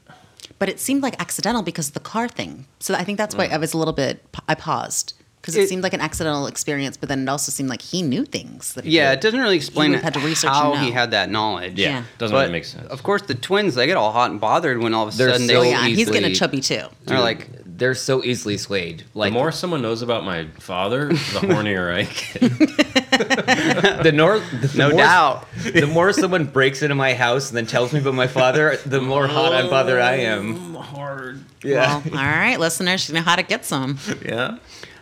[SPEAKER 8] But it seemed like accidental because of the car thing. So I think that's why
[SPEAKER 1] Mm.
[SPEAKER 8] I was a little bit. I paused because it, seemed like an accidental experience, but then it also seemed like he knew things. That he
[SPEAKER 2] Yeah,
[SPEAKER 8] did.
[SPEAKER 2] it doesn't really explain
[SPEAKER 8] would've had to research
[SPEAKER 2] how
[SPEAKER 8] and
[SPEAKER 2] he
[SPEAKER 8] know.
[SPEAKER 2] had that knowledge.
[SPEAKER 8] Yeah. Yeah.
[SPEAKER 1] Doesn't really
[SPEAKER 2] But,
[SPEAKER 1] make sense.
[SPEAKER 2] Of course, the twins they get all hot and bothered when all of a
[SPEAKER 3] They're
[SPEAKER 2] sudden
[SPEAKER 3] so
[SPEAKER 2] they.
[SPEAKER 3] Yeah, he's getting
[SPEAKER 2] going
[SPEAKER 3] a chubby too.
[SPEAKER 2] They're
[SPEAKER 3] Dude.
[SPEAKER 2] like,
[SPEAKER 3] They're so easily swayed. Like
[SPEAKER 1] the more someone knows about my
[SPEAKER 2] [laughs]
[SPEAKER 1] father, the hornier I get.
[SPEAKER 3] the nor the
[SPEAKER 1] No
[SPEAKER 3] more,
[SPEAKER 1] doubt.
[SPEAKER 3] The more someone breaks into my house and then tells me about my father, the more hot and bothered I
[SPEAKER 1] Oh.
[SPEAKER 8] Mm,
[SPEAKER 3] am.
[SPEAKER 1] Hard.
[SPEAKER 3] Yeah.
[SPEAKER 8] Well, all right, listeners, you know how to get some.
[SPEAKER 3] Yeah.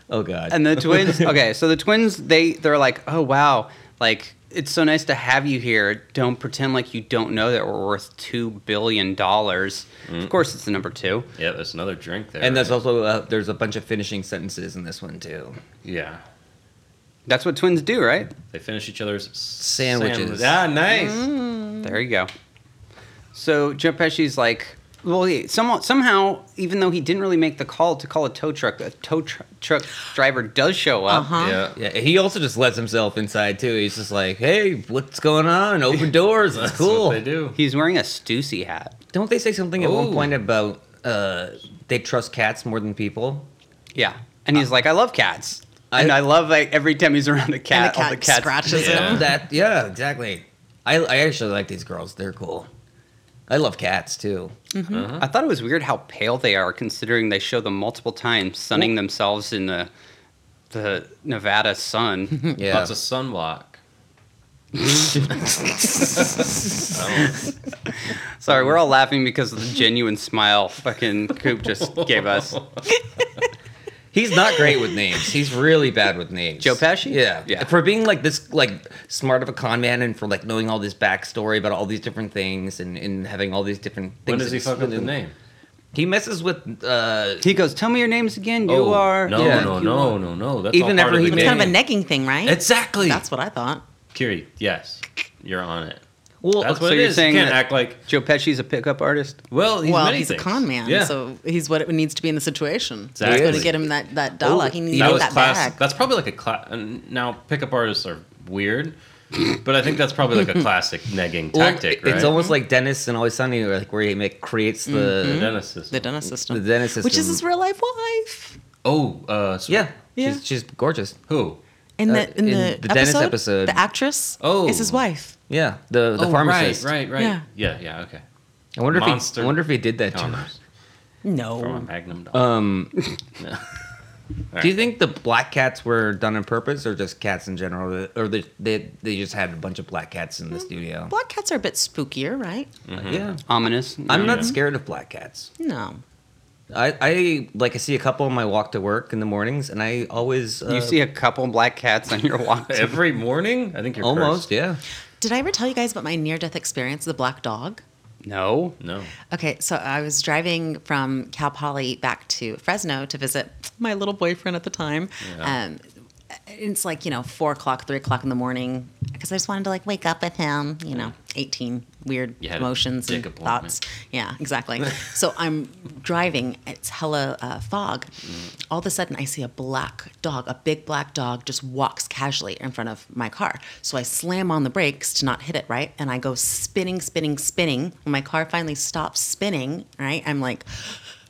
[SPEAKER 3] Oh god.
[SPEAKER 2] and
[SPEAKER 8] [laughs]
[SPEAKER 2] the twins. Okay, so the twins they they're like, oh wow, like it's so nice to have you here. Don't pretend like you don't know that we're worth two billion dollars.
[SPEAKER 8] Mm.
[SPEAKER 2] Of course, it's the number two.
[SPEAKER 1] Yeah, that's another drink there.
[SPEAKER 3] And there's also uh, there's a bunch of finishing sentences in this one too.
[SPEAKER 1] Yeah.
[SPEAKER 2] That's what twins do, right?
[SPEAKER 1] They finish each other's
[SPEAKER 3] Sandwiches.
[SPEAKER 1] sandwich- Ah, nice.
[SPEAKER 2] Mm-hmm.
[SPEAKER 8] Mm.
[SPEAKER 2] There you go. So Joe Pesci's like, well, he, some, somehow, even though he didn't really make the call to call a tow truck, a tow tr- truck driver does show up.
[SPEAKER 3] Yeah. Yeah. He also just lets himself inside too. He's just like, hey, what's going on?
[SPEAKER 1] [laughs]
[SPEAKER 3] Open doors. It's cool.
[SPEAKER 1] they do.
[SPEAKER 2] He's wearing a Stussy hat.
[SPEAKER 3] Don't they say something at one
[SPEAKER 2] Ooh.
[SPEAKER 3] point about uh, they trust cats more than people?
[SPEAKER 2] Yeah. And he's like, I love cats. and I love like every time he's around a cat, all the cats
[SPEAKER 3] yeah. That yeah, exactly. I, I actually like these girls. They're cool. I love cats too.
[SPEAKER 2] Mhm.
[SPEAKER 1] Uh-huh.
[SPEAKER 2] I thought it was weird how pale they are, considering they show them multiple times sunning themselves in the the Nevada [laughs] sun.
[SPEAKER 1] Yeah. Lots of sunblock.
[SPEAKER 2] Sorry, we're all laughing because of the genuine smile fucking Coop just gave us.
[SPEAKER 3] He's not great with names. He's really bad with names. Joe Pesci. Yeah, yeah. For being like this, like smart of a con man, and for like knowing all this backstory about all these different things, and, and having all these different things.
[SPEAKER 1] When does he fuck up the
[SPEAKER 3] explained.
[SPEAKER 1] name?
[SPEAKER 3] He messes with. uh
[SPEAKER 2] He goes, "Tell me your names again.
[SPEAKER 1] Oh, No, no, no, no, no. That's all part of the
[SPEAKER 8] it's
[SPEAKER 1] game.
[SPEAKER 8] kind of a necking thing, right?
[SPEAKER 1] Exactly.
[SPEAKER 8] That's what I thought.
[SPEAKER 1] Kiri, yes, you're on it.
[SPEAKER 2] Well,
[SPEAKER 1] That's
[SPEAKER 2] so
[SPEAKER 1] what it
[SPEAKER 2] you're
[SPEAKER 1] is. You
[SPEAKER 2] saying
[SPEAKER 1] can't
[SPEAKER 2] that
[SPEAKER 1] act like
[SPEAKER 2] Joe Pesci's a pickup artist.
[SPEAKER 1] Well,
[SPEAKER 8] well, he's a con man, so he's what it needs to be in the situation. That's going
[SPEAKER 1] Exactly.
[SPEAKER 8] to get him that that dollar. he needs
[SPEAKER 1] that
[SPEAKER 8] that,
[SPEAKER 1] was class.
[SPEAKER 8] bag.
[SPEAKER 1] That's probably like a class. Now pickup artists are weird, but I think that's probably [laughs] like a classic negging
[SPEAKER 3] Well,
[SPEAKER 1] tactic.
[SPEAKER 3] it-
[SPEAKER 1] right?
[SPEAKER 3] It's almost like Dennis and Always Sunny, where, like where he make, creates the,
[SPEAKER 1] The Dennis system.
[SPEAKER 8] The Dennis system.
[SPEAKER 3] The Dennis system,
[SPEAKER 8] Which is his real life wife.
[SPEAKER 1] oh uh, yeah,
[SPEAKER 8] Yeah.
[SPEAKER 3] She's, she's gorgeous.
[SPEAKER 1] Who?
[SPEAKER 8] In the in, the,
[SPEAKER 3] the Dennis episode,
[SPEAKER 8] the actress
[SPEAKER 3] Oh.
[SPEAKER 8] is his wife.
[SPEAKER 3] yeah, the the
[SPEAKER 1] Oh,
[SPEAKER 3] pharmacist.
[SPEAKER 1] Right, right, right.
[SPEAKER 8] Yeah.
[SPEAKER 1] Yeah, yeah, okay.
[SPEAKER 3] I wonder if
[SPEAKER 1] Monster
[SPEAKER 3] he, I wonder if he did that to her.
[SPEAKER 1] condoms from a
[SPEAKER 8] No,
[SPEAKER 1] Magnum. Dog.
[SPEAKER 3] Um,
[SPEAKER 1] All
[SPEAKER 3] Do you
[SPEAKER 1] right.
[SPEAKER 3] think the black cats were done on purpose, or just cats in general, or they they, they just had a bunch of black cats in the studio?
[SPEAKER 8] black cats are a bit spookier, right?
[SPEAKER 3] Yeah,
[SPEAKER 2] Ominous.
[SPEAKER 3] I'm
[SPEAKER 2] Mm-hmm. Yeah.
[SPEAKER 3] not scared of black cats.
[SPEAKER 8] No,
[SPEAKER 3] I, I like I see a couple on my walk to work in the mornings, and I always uh,
[SPEAKER 2] You see a couple black cats on your [laughs] walk. to-
[SPEAKER 1] Every morning, I think you're
[SPEAKER 3] almost
[SPEAKER 1] cursed.
[SPEAKER 3] yeah.
[SPEAKER 8] Did I ever tell you guys about my near death experience, the black dog?
[SPEAKER 2] no.
[SPEAKER 1] No,
[SPEAKER 8] Okay, so I was driving from Cal Poly back to Fresno to visit my little boyfriend at the time.
[SPEAKER 1] Yeah.
[SPEAKER 8] Um, it's like, you know, four o'clock, three o'clock in the morning, because I just wanted to like wake up with him, you know, 18 weird
[SPEAKER 1] You had a
[SPEAKER 8] emotions and
[SPEAKER 1] dick appointment.
[SPEAKER 8] thoughts. Yeah, exactly. so I'm driving, it's hella uh, fog. All of a sudden, I see a black dog, a big black dog, just walks casually in front of my car. So I slam on the brakes to not hit it, right? And I go spinning, spinning, spinning. When my car finally stops spinning, right? I'm like,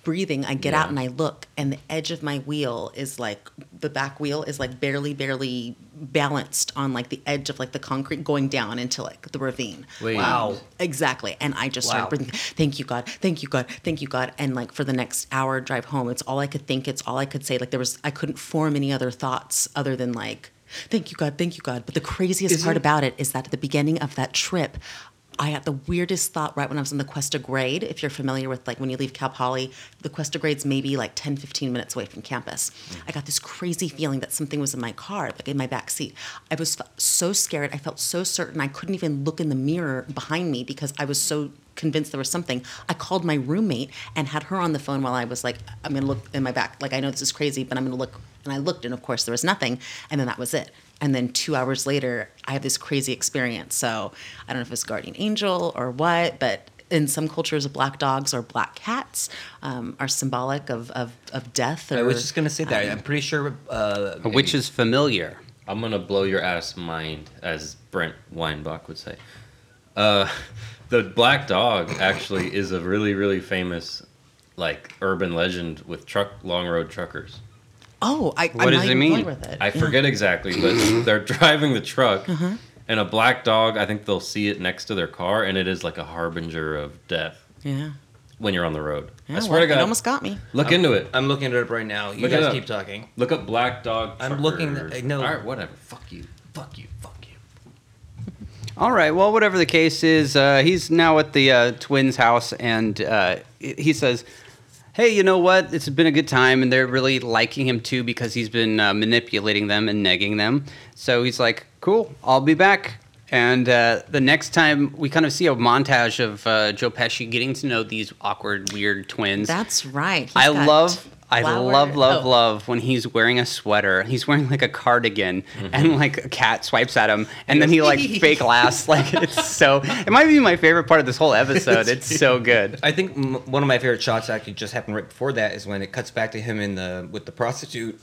[SPEAKER 8] breathing i get out and i look and the edge of my wheel is like the back wheel is like barely barely balanced on like the edge of like the concrete going down into like the ravine
[SPEAKER 1] Wait.
[SPEAKER 3] Wow.
[SPEAKER 8] exactly and i just started
[SPEAKER 3] Wow.
[SPEAKER 8] breathing thank you god thank you god thank you god and like for the next hour drive home it's all i could think it's all i could say like there was i couldn't form any other thoughts other than like thank you god thank you god but the craziest part about it is that at the beginning of that trip I had the weirdest thought right when I was in the Cuesta Grade. If you're familiar with like when you leave Cal Poly, the Cuesta Grade's maybe like 10, 15 minutes away from campus. I got this crazy feeling that something was in my car, like in my back seat. I was f- so scared. I felt so certain. I couldn't even look in the mirror behind me because I was so convinced there was something. I called my roommate and had her on the phone while I was like, I'm gonna look in my back. Like I know this is crazy, but I'm gonna look. And I looked, and of course there was nothing. And then that was it. And then two hours later, I have this crazy experience. So I don't know if it's guardian angel or what, but in some cultures, black dogs or black cats um, are symbolic of, of, of death. Or,
[SPEAKER 3] I was just gonna say that. I'm pretty sure. Uh,
[SPEAKER 2] A witch is familiar.
[SPEAKER 1] I'm gonna blow your ass mind, as Brent Weinbach would say. Uh, [laughs] the black dog actually is a really, really famous, like urban legend with truck long road truckers.
[SPEAKER 8] oh, I,
[SPEAKER 2] What
[SPEAKER 8] I'm
[SPEAKER 2] does
[SPEAKER 8] not
[SPEAKER 2] it
[SPEAKER 8] even
[SPEAKER 2] mean?
[SPEAKER 8] familiar with it. Uh-huh.
[SPEAKER 1] I
[SPEAKER 8] Yeah.
[SPEAKER 1] forget exactly,
[SPEAKER 3] [laughs]
[SPEAKER 1] but they're driving the truck, and a black dog. I think they'll see it next to their car, and it is like a harbinger of death
[SPEAKER 8] Yeah.
[SPEAKER 1] when you're on the road.
[SPEAKER 8] Yeah,
[SPEAKER 1] I swear to
[SPEAKER 8] well,
[SPEAKER 1] God,
[SPEAKER 8] It almost got me.
[SPEAKER 1] look into it.
[SPEAKER 3] I'm looking it up right now. You
[SPEAKER 1] Look it
[SPEAKER 3] guys
[SPEAKER 1] up.
[SPEAKER 3] keep talking.
[SPEAKER 1] Look up black dog.
[SPEAKER 3] I'm looking-
[SPEAKER 1] truckers.
[SPEAKER 3] no.
[SPEAKER 1] All right, whatever. Fuck you. Fuck you. Fuck you.
[SPEAKER 2] All right. Well, whatever the case is, uh, he's now at the uh, twins' house, and uh, he says, "Hey, you know what? It's been a good time, and they're really liking him too because he's been uh, manipulating them and negging them." So he's like, "Cool, I'll be back." And uh, the next time, we kind of see a montage of uh, Joe Pesci getting to know these awkward, weird twins.
[SPEAKER 8] That's right. He's
[SPEAKER 2] I
[SPEAKER 8] got
[SPEAKER 2] love, I
[SPEAKER 8] flower-
[SPEAKER 2] love, love,
[SPEAKER 8] oh,
[SPEAKER 2] love when he's wearing a sweater. He's wearing like a cardigan, and like a cat swipes at him, and then he
[SPEAKER 8] [laughs]
[SPEAKER 2] like fake laughs. Like it's so. It might be my favorite part of this whole episode. It's so good.
[SPEAKER 3] I think m- one of my favorite shots actually just happened right before that is when it cuts back to him in the with the prostitute,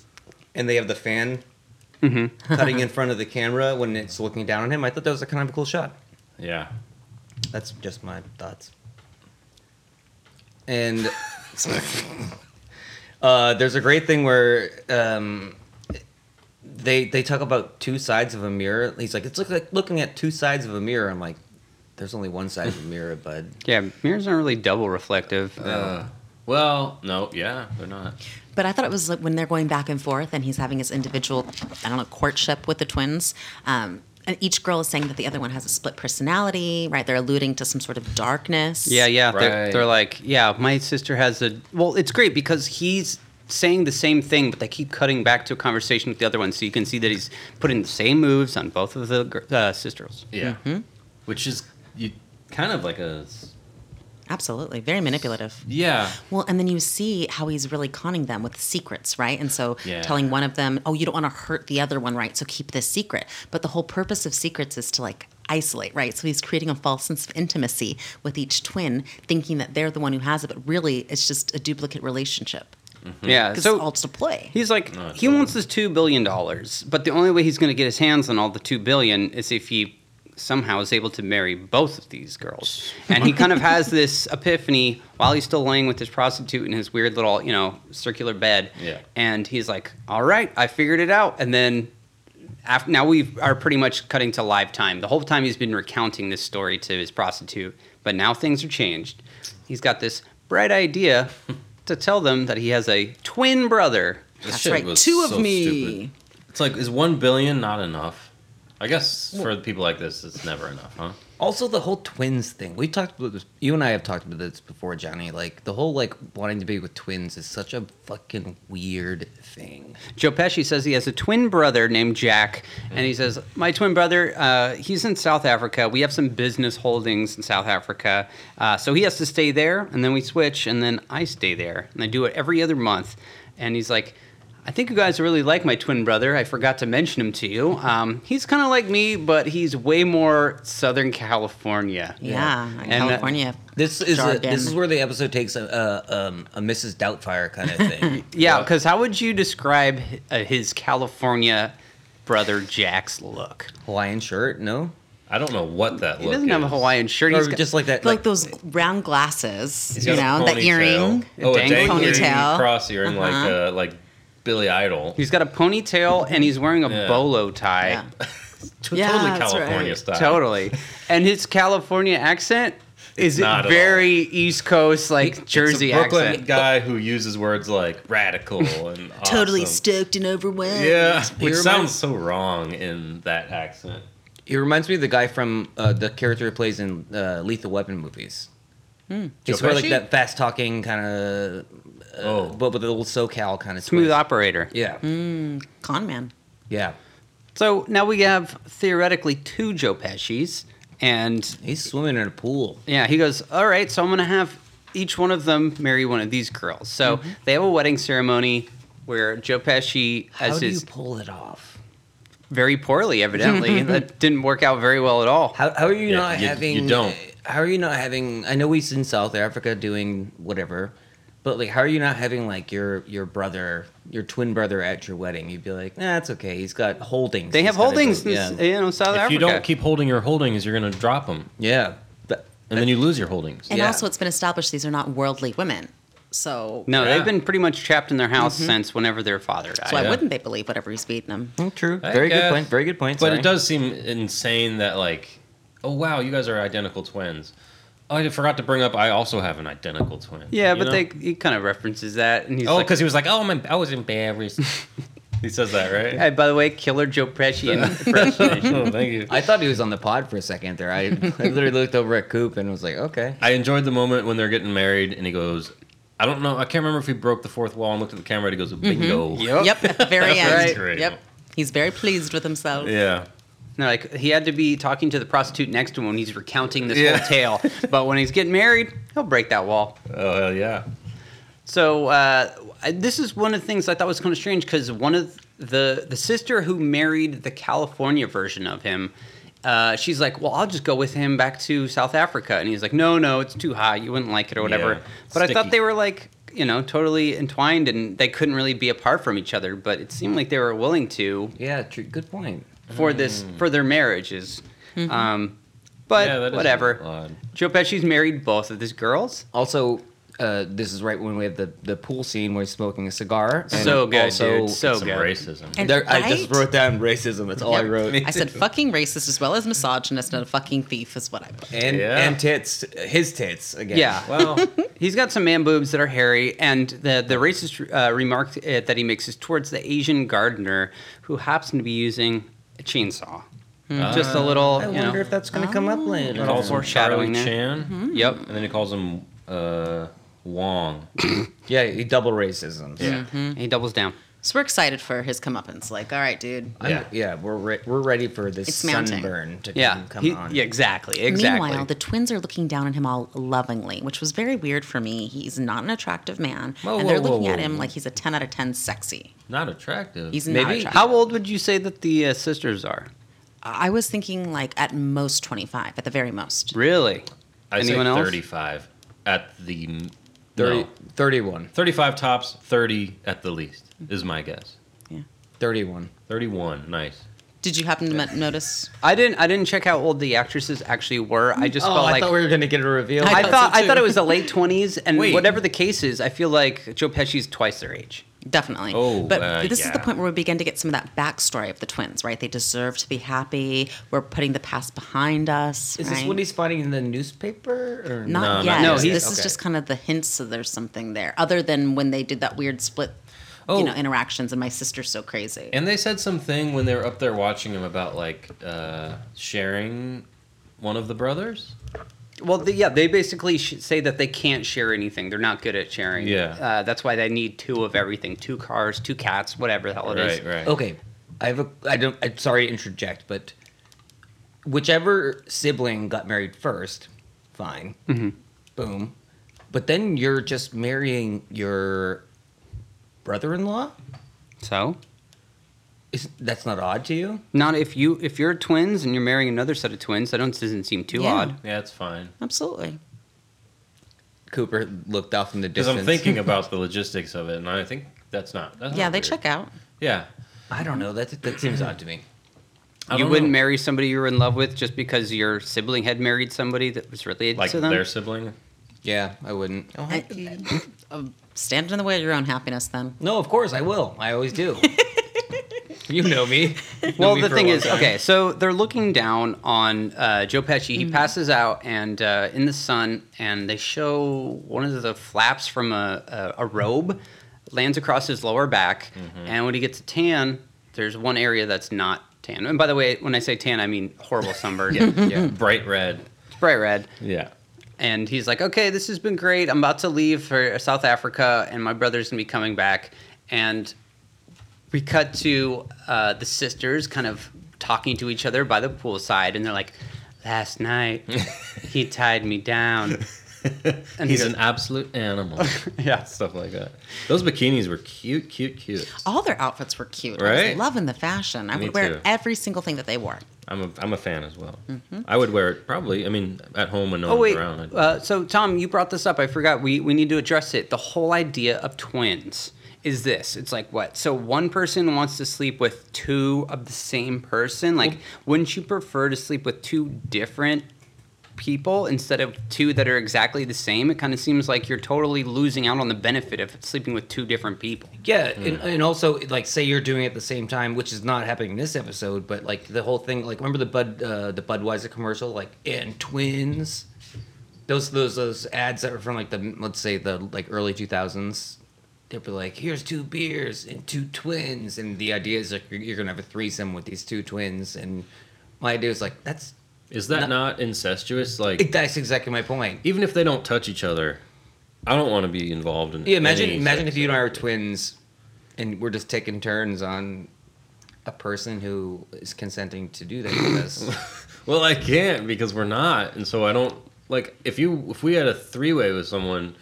[SPEAKER 3] and they have the fan [laughs] cutting in front of the camera when it's looking down on him. I thought that was a kind of a cool shot.
[SPEAKER 1] Yeah.
[SPEAKER 3] That's just my thoughts. And uh, there's a great thing where um, they they talk about two sides of a mirror. He's like, it's look like looking at two sides of a mirror. I'm like, there's only one side of a mirror, bud.
[SPEAKER 2] [laughs] Yeah, mirrors aren't really double reflective.
[SPEAKER 1] Uh, well, no, yeah, they're not.
[SPEAKER 8] But I thought it was like when they're going back and forth and he's having his individual, I don't know, courtship with the twins. Um, and each girl is saying that the other one has a split personality, right? They're alluding to some sort of darkness.
[SPEAKER 2] Yeah, yeah. They're,
[SPEAKER 1] Right.
[SPEAKER 2] they're like, yeah, my sister has a. Well, it's great because he's saying the same thing, but they keep cutting back to a conversation with the other one, so you can see that he's putting the same moves on both of the gir- uh, sisters.
[SPEAKER 1] Yeah.
[SPEAKER 8] Mm-hmm.
[SPEAKER 1] Which is you kind of like a s-
[SPEAKER 8] Absolutely. Very manipulative.
[SPEAKER 1] yeah.
[SPEAKER 8] Well, and then you see how he's really conning them with secrets, right? And so
[SPEAKER 1] Yeah.
[SPEAKER 8] telling one of them, oh, you don't want to hurt the other one, right? So keep this secret. But the whole purpose of secrets is to like isolate, right? So he's creating a false sense of intimacy with each twin, thinking that they're the one who has it, but really it's just a duplicate relationship.
[SPEAKER 2] Yeah,
[SPEAKER 8] 'Cause
[SPEAKER 2] so-
[SPEAKER 8] it's all just a play.
[SPEAKER 2] He's like, he wants his two billion dollars, but the only way he's going to get his hands on all the two billion is if he somehow is able to marry both of these girls. And he kind of has this epiphany while he's still laying with his prostitute in his weird little, you know, circular bed.
[SPEAKER 1] Yeah.
[SPEAKER 2] And he's like, "All right, I figured it out." And then. After, now we are pretty much cutting to live time. The whole time he's been recounting this story to his prostitute, but now things are changed. He's got this bright idea to tell them that he has a twin brother.
[SPEAKER 1] This shit was so stupid. It's like, is one billion not enough? I guess for people like this, it's never enough, huh?
[SPEAKER 3] Also, the whole twins thing. We talked about this. You and I have talked about this before, Johnny. Like the whole like wanting to be with twins is such a fucking weird thing.
[SPEAKER 2] Joe Pesci says he has a twin brother named Jack, and he says, "My twin brother, uh, he's in South Africa. We have some business holdings in South Africa, uh, so he has to stay there, and then we switch, and then I stay there, and I do it every other month." And he's like. I think you guys really like my twin brother. I forgot to mention him to you. Um, he's kind of like me, but he's way more Southern California.
[SPEAKER 8] Yeah,
[SPEAKER 2] And, uh,
[SPEAKER 8] California.
[SPEAKER 3] This is a,
[SPEAKER 8] jargon.
[SPEAKER 3] this is where the episode takes a a, um, a Mrs. Doubtfire kind of [laughs] thing.
[SPEAKER 2] Yeah, because how would you describe h- uh, his California brother Jack's look?
[SPEAKER 3] Hawaiian shirt? No,
[SPEAKER 1] I don't know what that.
[SPEAKER 2] He doesn't have a Hawaiian shirt.
[SPEAKER 8] Or
[SPEAKER 2] He's got-
[SPEAKER 3] just like that,
[SPEAKER 8] like, those round glasses,
[SPEAKER 1] He's
[SPEAKER 8] you
[SPEAKER 1] got
[SPEAKER 8] know,
[SPEAKER 1] a
[SPEAKER 8] the
[SPEAKER 1] ponytail.
[SPEAKER 8] earring,
[SPEAKER 1] Oh, a dangling
[SPEAKER 8] ponytail,
[SPEAKER 1] cross earring like
[SPEAKER 8] Uh-huh.
[SPEAKER 1] uh, like Billy Idol.
[SPEAKER 2] He's got a ponytail and he's wearing a bolo tie.
[SPEAKER 1] T- totally California style.
[SPEAKER 2] Totally. And his California accent is
[SPEAKER 1] not at
[SPEAKER 2] very East Coast, like Jersey
[SPEAKER 1] it's a Brooklyn
[SPEAKER 2] accent.
[SPEAKER 1] guy who uses words like radical and
[SPEAKER 8] totally
[SPEAKER 1] awesome.
[SPEAKER 8] stoked and overwhelmed.
[SPEAKER 1] Yeah, which
[SPEAKER 3] reminds-
[SPEAKER 1] sounds so wrong in that accent.
[SPEAKER 3] He reminds me of the guy from uh, the character he plays in uh, Lethal Weapon movies.
[SPEAKER 1] Joe
[SPEAKER 3] It's where like
[SPEAKER 1] Pesci?
[SPEAKER 3] that fast talking kind of, uh,
[SPEAKER 1] Oh.
[SPEAKER 3] but with a little SoCal kind of
[SPEAKER 2] Smooth operator.
[SPEAKER 3] Yeah,
[SPEAKER 8] Mm, con man.
[SPEAKER 3] yeah.
[SPEAKER 2] So now we have theoretically two Joe Pesci's, and
[SPEAKER 3] he's swimming in a pool.
[SPEAKER 2] Yeah, he goes, All right, so I'm going to have each one of them marry one of these girls. So they have a wedding ceremony where Joe Pesci
[SPEAKER 3] How
[SPEAKER 2] as
[SPEAKER 3] do you
[SPEAKER 2] his
[SPEAKER 3] pull it off?
[SPEAKER 2] very poorly, evidently. that didn't work out very well at all.
[SPEAKER 3] How, how are you
[SPEAKER 2] Yeah,
[SPEAKER 3] not
[SPEAKER 2] you- you
[SPEAKER 3] having?
[SPEAKER 2] don't.
[SPEAKER 3] How are you not having? I know he's in South Africa doing whatever, but like, how are you not having like your your brother, your twin brother at your wedding? You'd be like, nah, it's okay. He's got holdings.
[SPEAKER 2] They have
[SPEAKER 3] He's gotta
[SPEAKER 2] holdings
[SPEAKER 3] go."
[SPEAKER 2] in,
[SPEAKER 3] Yeah.
[SPEAKER 2] you know,
[SPEAKER 1] if
[SPEAKER 2] South Africa.
[SPEAKER 1] you don't keep holding your holdings, you're going to drop them.
[SPEAKER 3] Yeah.
[SPEAKER 1] and then you lose your holdings.
[SPEAKER 8] And also, it's been established these are not worldly women. So
[SPEAKER 2] no, they've been pretty much trapped in their house
[SPEAKER 1] Mm-hmm.
[SPEAKER 8] Mhm.
[SPEAKER 2] since whenever their father died.
[SPEAKER 8] So why wouldn't they believe whatever he's feeding them?
[SPEAKER 3] mm, True.
[SPEAKER 1] I
[SPEAKER 3] Very good
[SPEAKER 1] guess.
[SPEAKER 3] point, very good point,
[SPEAKER 1] But
[SPEAKER 3] sorry.
[SPEAKER 1] it does seem insane that like, oh wow, you guys are identical twins. Oh, I forgot to bring up. I also have an identical twin.
[SPEAKER 2] Yeah,
[SPEAKER 1] you
[SPEAKER 2] but
[SPEAKER 1] know?
[SPEAKER 2] they he kind of references that, and he's
[SPEAKER 1] Oh,
[SPEAKER 2] like,
[SPEAKER 1] because he was like, oh, I'm, I was
[SPEAKER 2] [laughs]
[SPEAKER 1] embarrassed. he says that, right?
[SPEAKER 2] Hey, by the way, Killer Joe Pesci
[SPEAKER 1] [laughs]
[SPEAKER 2] and
[SPEAKER 1] Thank you.
[SPEAKER 3] I thought he was on the pod for a second there. [laughs] I, I literally looked over at Coop and was like, okay.
[SPEAKER 1] I enjoyed the moment when they're getting married, and he goes, "I don't know. I can't remember if he broke the fourth wall and looked at the camera. and He
[SPEAKER 2] Mm-hmm.
[SPEAKER 1] goes, bingo.
[SPEAKER 8] Yep, at the very
[SPEAKER 1] Oh. That's
[SPEAKER 8] end.
[SPEAKER 1] right. Great.
[SPEAKER 8] Yep. He's very pleased with himself.
[SPEAKER 1] Yeah.
[SPEAKER 2] No, like he had to be talking to the prostitute next to him when he's recounting this
[SPEAKER 1] Yeah.
[SPEAKER 2] whole
[SPEAKER 1] [laughs]
[SPEAKER 2] tale. but when he's getting married, he'll break that wall.
[SPEAKER 1] Oh hell yeah!
[SPEAKER 2] So uh, I- this is one of the things I thought was kind of strange because one of the the sister who married the California version of him. Uh, she's like, well, I'll just go with him back to South Africa, and he's like, no, no, it's too high. You wouldn't like it or whatever.
[SPEAKER 1] Yeah.
[SPEAKER 2] But I
[SPEAKER 1] Sticky.
[SPEAKER 2] thought they were like, you know, totally entwined, and they couldn't really be apart from each other. But it seemed like they were willing to
[SPEAKER 3] Yeah, true. good point.
[SPEAKER 2] for this for their marriages.
[SPEAKER 3] Mhm.
[SPEAKER 2] Um, but
[SPEAKER 3] Yeah, that is
[SPEAKER 2] whatever. Joe Pesci's married both of these girls.
[SPEAKER 3] Also, uh, this is right when we have the, the pool scene where he's smoking a cigar. and
[SPEAKER 2] So good,
[SPEAKER 3] also-
[SPEAKER 2] dude. So Some good.
[SPEAKER 1] racism.
[SPEAKER 8] And
[SPEAKER 3] There- I
[SPEAKER 8] right?
[SPEAKER 3] just wrote down racism. That's all I
[SPEAKER 8] Yep.
[SPEAKER 3] wrote.
[SPEAKER 8] I said fucking racist as well as misogynist and a fucking thief is what I put.
[SPEAKER 3] [laughs] and and tits, his tits again.
[SPEAKER 2] Yeah. [laughs] Well, he's got some man boobs that are hairy, and the the racist uh, remark uh, that he makes is towards the Asian gardener who happens to be using a chainsaw.
[SPEAKER 3] Hmm.
[SPEAKER 2] Just a little.
[SPEAKER 3] I
[SPEAKER 2] you
[SPEAKER 3] wonder
[SPEAKER 2] know,
[SPEAKER 3] if that's going to come up
[SPEAKER 8] Oh.
[SPEAKER 3] later.
[SPEAKER 1] He calls him Charlie
[SPEAKER 2] foreshadowing there. Mm-hmm.
[SPEAKER 1] Chan.
[SPEAKER 2] Yep.
[SPEAKER 1] And then he calls him uh, Wong.
[SPEAKER 3] yeah, he double racism.
[SPEAKER 1] Yeah.
[SPEAKER 3] Hmm.
[SPEAKER 2] He doubles down.
[SPEAKER 8] So we're excited for his comeuppance. Like, all right, dude.
[SPEAKER 3] I'm- yeah, we're re- we're ready for this
[SPEAKER 8] It's mounting.
[SPEAKER 3] sunburn to come, come
[SPEAKER 2] he-
[SPEAKER 3] on.
[SPEAKER 2] Yeah. Exactly. Exactly.
[SPEAKER 8] Meanwhile, the twins are looking down on him all lovingly, which was very weird for me. He's not an attractive man,
[SPEAKER 1] Whoa,
[SPEAKER 8] and
[SPEAKER 1] whoa,
[SPEAKER 8] they're
[SPEAKER 1] whoa,
[SPEAKER 8] looking
[SPEAKER 1] whoa,
[SPEAKER 8] at him
[SPEAKER 1] whoa.
[SPEAKER 8] like he's a ten out of ten sexy.
[SPEAKER 1] Not attractive.
[SPEAKER 8] He's not
[SPEAKER 2] Maybe.
[SPEAKER 8] attractive.
[SPEAKER 2] How old would you say that the uh, sisters are?
[SPEAKER 8] I was thinking like at most 25, at the very most.
[SPEAKER 2] Really?
[SPEAKER 1] I
[SPEAKER 2] Anyone
[SPEAKER 1] say
[SPEAKER 2] else?
[SPEAKER 1] 35 at the m-
[SPEAKER 3] Thirty-
[SPEAKER 1] no.
[SPEAKER 3] 31.
[SPEAKER 1] 35 tops, 30 at the least is my guess.
[SPEAKER 8] Yeah.
[SPEAKER 3] 31.
[SPEAKER 1] 31. Nice.
[SPEAKER 8] Did you happen to mo- notice?
[SPEAKER 2] I didn't. I didn't check how old the actresses actually were. I just
[SPEAKER 3] Oh,
[SPEAKER 2] felt
[SPEAKER 3] I
[SPEAKER 2] like
[SPEAKER 3] thought we were gonna get a reveal.
[SPEAKER 2] I
[SPEAKER 3] I
[SPEAKER 2] thought
[SPEAKER 3] thought so
[SPEAKER 2] I thought
[SPEAKER 3] too.
[SPEAKER 2] it was the late twenties, and
[SPEAKER 3] Wait.
[SPEAKER 2] whatever the case is, I feel like Joe Pesci's twice their age.
[SPEAKER 8] Definitely.
[SPEAKER 2] Oh,
[SPEAKER 8] But
[SPEAKER 1] uh,
[SPEAKER 8] this is the point where we begin to get some of that backstory of the twins, right? They deserve to be happy. We're putting the past behind us.
[SPEAKER 3] Is this
[SPEAKER 8] right?
[SPEAKER 3] what he's finding in the newspaper? Or
[SPEAKER 8] Not yet. this is just kind of the hints that there's something there, other than when they did that weird split,
[SPEAKER 1] Oh.
[SPEAKER 8] you know, interactions. And my sister's so crazy.
[SPEAKER 1] And they said something when they were up there watching him about like uh, sharing one of the brothers.
[SPEAKER 2] Well, the, yeah, they basically sh- say that they can't share anything. They're not good at sharing.
[SPEAKER 1] Yeah.
[SPEAKER 2] uh, that's why they need two of everything: two cars, two cats, whatever the hell it is.
[SPEAKER 3] Okay, I have a. I don't. I'm sorry to interject, but whichever sibling got married first, fine.
[SPEAKER 2] Mhm.
[SPEAKER 3] Boom. But then you're just marrying your brother-in-law.
[SPEAKER 2] So
[SPEAKER 3] Is that's not odd to you?
[SPEAKER 2] Not if you if you're twins and you're marrying another set of twins. That don't, doesn't seem too
[SPEAKER 3] Yeah.
[SPEAKER 2] odd.
[SPEAKER 1] Yeah, it's fine.
[SPEAKER 8] Absolutely.
[SPEAKER 3] Cooper looked off in the
[SPEAKER 1] Because
[SPEAKER 3] distance.
[SPEAKER 1] I'm [laughs] thinking about the logistics of it, and I think that's not. That's
[SPEAKER 8] yeah,
[SPEAKER 1] not
[SPEAKER 8] they
[SPEAKER 1] Oh, weird.
[SPEAKER 8] check out.
[SPEAKER 1] Yeah.
[SPEAKER 3] I don't know. That that seems odd to me. I
[SPEAKER 2] You
[SPEAKER 3] don't
[SPEAKER 2] wouldn't
[SPEAKER 3] know.
[SPEAKER 2] marry somebody you were in love with just because your sibling had married somebody that was related
[SPEAKER 1] Like
[SPEAKER 2] to them.
[SPEAKER 1] their sibling.
[SPEAKER 3] Yeah, I wouldn't.
[SPEAKER 8] [laughs] Uh, Stand in the way of your own happiness, then.
[SPEAKER 3] No, of course I will. I always do. you know me. Know
[SPEAKER 2] Well,
[SPEAKER 3] me
[SPEAKER 2] the
[SPEAKER 3] for a
[SPEAKER 2] thing
[SPEAKER 3] long
[SPEAKER 2] is,
[SPEAKER 3] time.
[SPEAKER 2] okay, so they're looking down on uh, Joe Pesci. He passes out and uh, in the sun, and they show one of the flaps from a, a, a robe lands across his lower back. And when he gets a tan, there's one area that's not tan. And by the way, when I say tan, I mean horrible sunburn.
[SPEAKER 1] Yeah, yeah. Bright red.
[SPEAKER 2] It's bright red.
[SPEAKER 1] Yeah.
[SPEAKER 2] And he's like, okay, this has been great. I'm about to leave for South Africa, and my brother's gonna be coming back. And we cut to uh, the sisters kind of talking to each other by the poolside, and they're like, last [laughs] night he tied me down. [laughs] And he
[SPEAKER 1] He's
[SPEAKER 2] goes-
[SPEAKER 1] an absolute animal.
[SPEAKER 2] yeah,
[SPEAKER 1] stuff like that. Those bikinis were cute, cute, cute.
[SPEAKER 8] All their outfits were cute. I
[SPEAKER 1] Right?
[SPEAKER 8] was loving the fashion. I
[SPEAKER 1] Me
[SPEAKER 8] would wear
[SPEAKER 1] too.
[SPEAKER 8] every single thing that they wore.
[SPEAKER 1] I'm a, I'm a fan as well.
[SPEAKER 8] Mhm.
[SPEAKER 1] I would wear it probably. I mean, at home when no
[SPEAKER 2] oh
[SPEAKER 1] one's
[SPEAKER 2] wait,
[SPEAKER 1] around. I'd-
[SPEAKER 2] uh, so Tom, you brought this up. I forgot. We we need to address it. The whole idea of twins is this. It's like what? So one person wants to sleep with two of the same person. Like, wouldn't you prefer to sleep with two different? people instead of two that are exactly the same it kind of seems like you're totally losing out on the benefit of sleeping with two different people
[SPEAKER 3] Yeah, and, and also like say you're doing it at the same time, which is not happening this episode, but like the whole thing, like remember the Bud uh, the Budweiser commercial, like and twins, those those those ads that were from like the let's say the like early two thousands. They'd be like, here's two beers and two twins, and the idea is like you're, you're gonna have a threesome with these two twins, and my idea is like that's
[SPEAKER 1] Is that not incestuous? Like
[SPEAKER 3] that's exactly my point.
[SPEAKER 1] Even if they don't touch each other, I don't want to be involved in.
[SPEAKER 3] Yeah, imagine
[SPEAKER 1] any
[SPEAKER 3] imagine
[SPEAKER 1] sex.
[SPEAKER 3] if you and I are twins, and we're just taking turns on a person who is consenting to do that
[SPEAKER 1] [coughs]
[SPEAKER 3] with us.
[SPEAKER 1] Well, I can't because we're not, and so I don't like. If you if we had a three way with someone,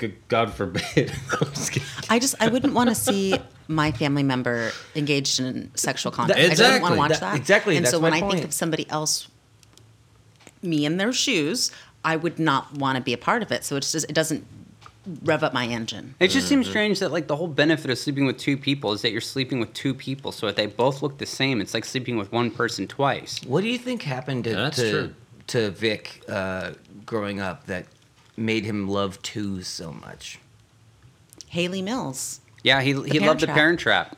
[SPEAKER 1] g- God forbid. [laughs] I'm just kidding.
[SPEAKER 8] I just, I wouldn't want to see my family member engaged in sexual contact. I don't want
[SPEAKER 1] Exactly.
[SPEAKER 8] to watch
[SPEAKER 1] That-
[SPEAKER 8] that.
[SPEAKER 1] exactly,
[SPEAKER 8] And
[SPEAKER 1] that's
[SPEAKER 8] so
[SPEAKER 1] my
[SPEAKER 8] when I
[SPEAKER 1] point.
[SPEAKER 8] think of somebody else, me in their shoes, I would not want to be a part of it. So it's just, it doesn't rev up my engine.
[SPEAKER 2] It just
[SPEAKER 1] Mm-hmm.
[SPEAKER 2] seems strange that like the whole benefit of sleeping with two people is that you're sleeping with two people. So if they both look the same, it's like sleeping with one person twice.
[SPEAKER 3] what do you think happened to
[SPEAKER 2] That's
[SPEAKER 3] to,
[SPEAKER 2] true.
[SPEAKER 3] to Vic uh, growing up that made him love two so much?
[SPEAKER 8] Haley Mills.
[SPEAKER 2] Yeah, he he
[SPEAKER 8] Parent
[SPEAKER 2] loved the
[SPEAKER 8] Trap.
[SPEAKER 2] Parent Trap.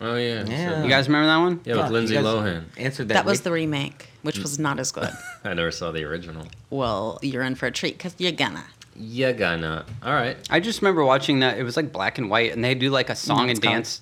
[SPEAKER 1] Oh yeah,
[SPEAKER 2] You guys remember that one?
[SPEAKER 1] Yeah, with Lindsay Lohan.
[SPEAKER 3] Answered
[SPEAKER 8] That, was the remake, which was not as
[SPEAKER 2] [laughs]
[SPEAKER 8] good.
[SPEAKER 1] I never saw the original.
[SPEAKER 8] well, you're in for a treat because you're gonna.
[SPEAKER 1] Yeah, guy not. All right.
[SPEAKER 2] I just remember watching that. It was like black and white, and they do like a song
[SPEAKER 8] it's
[SPEAKER 2] and
[SPEAKER 8] called-
[SPEAKER 2] dance.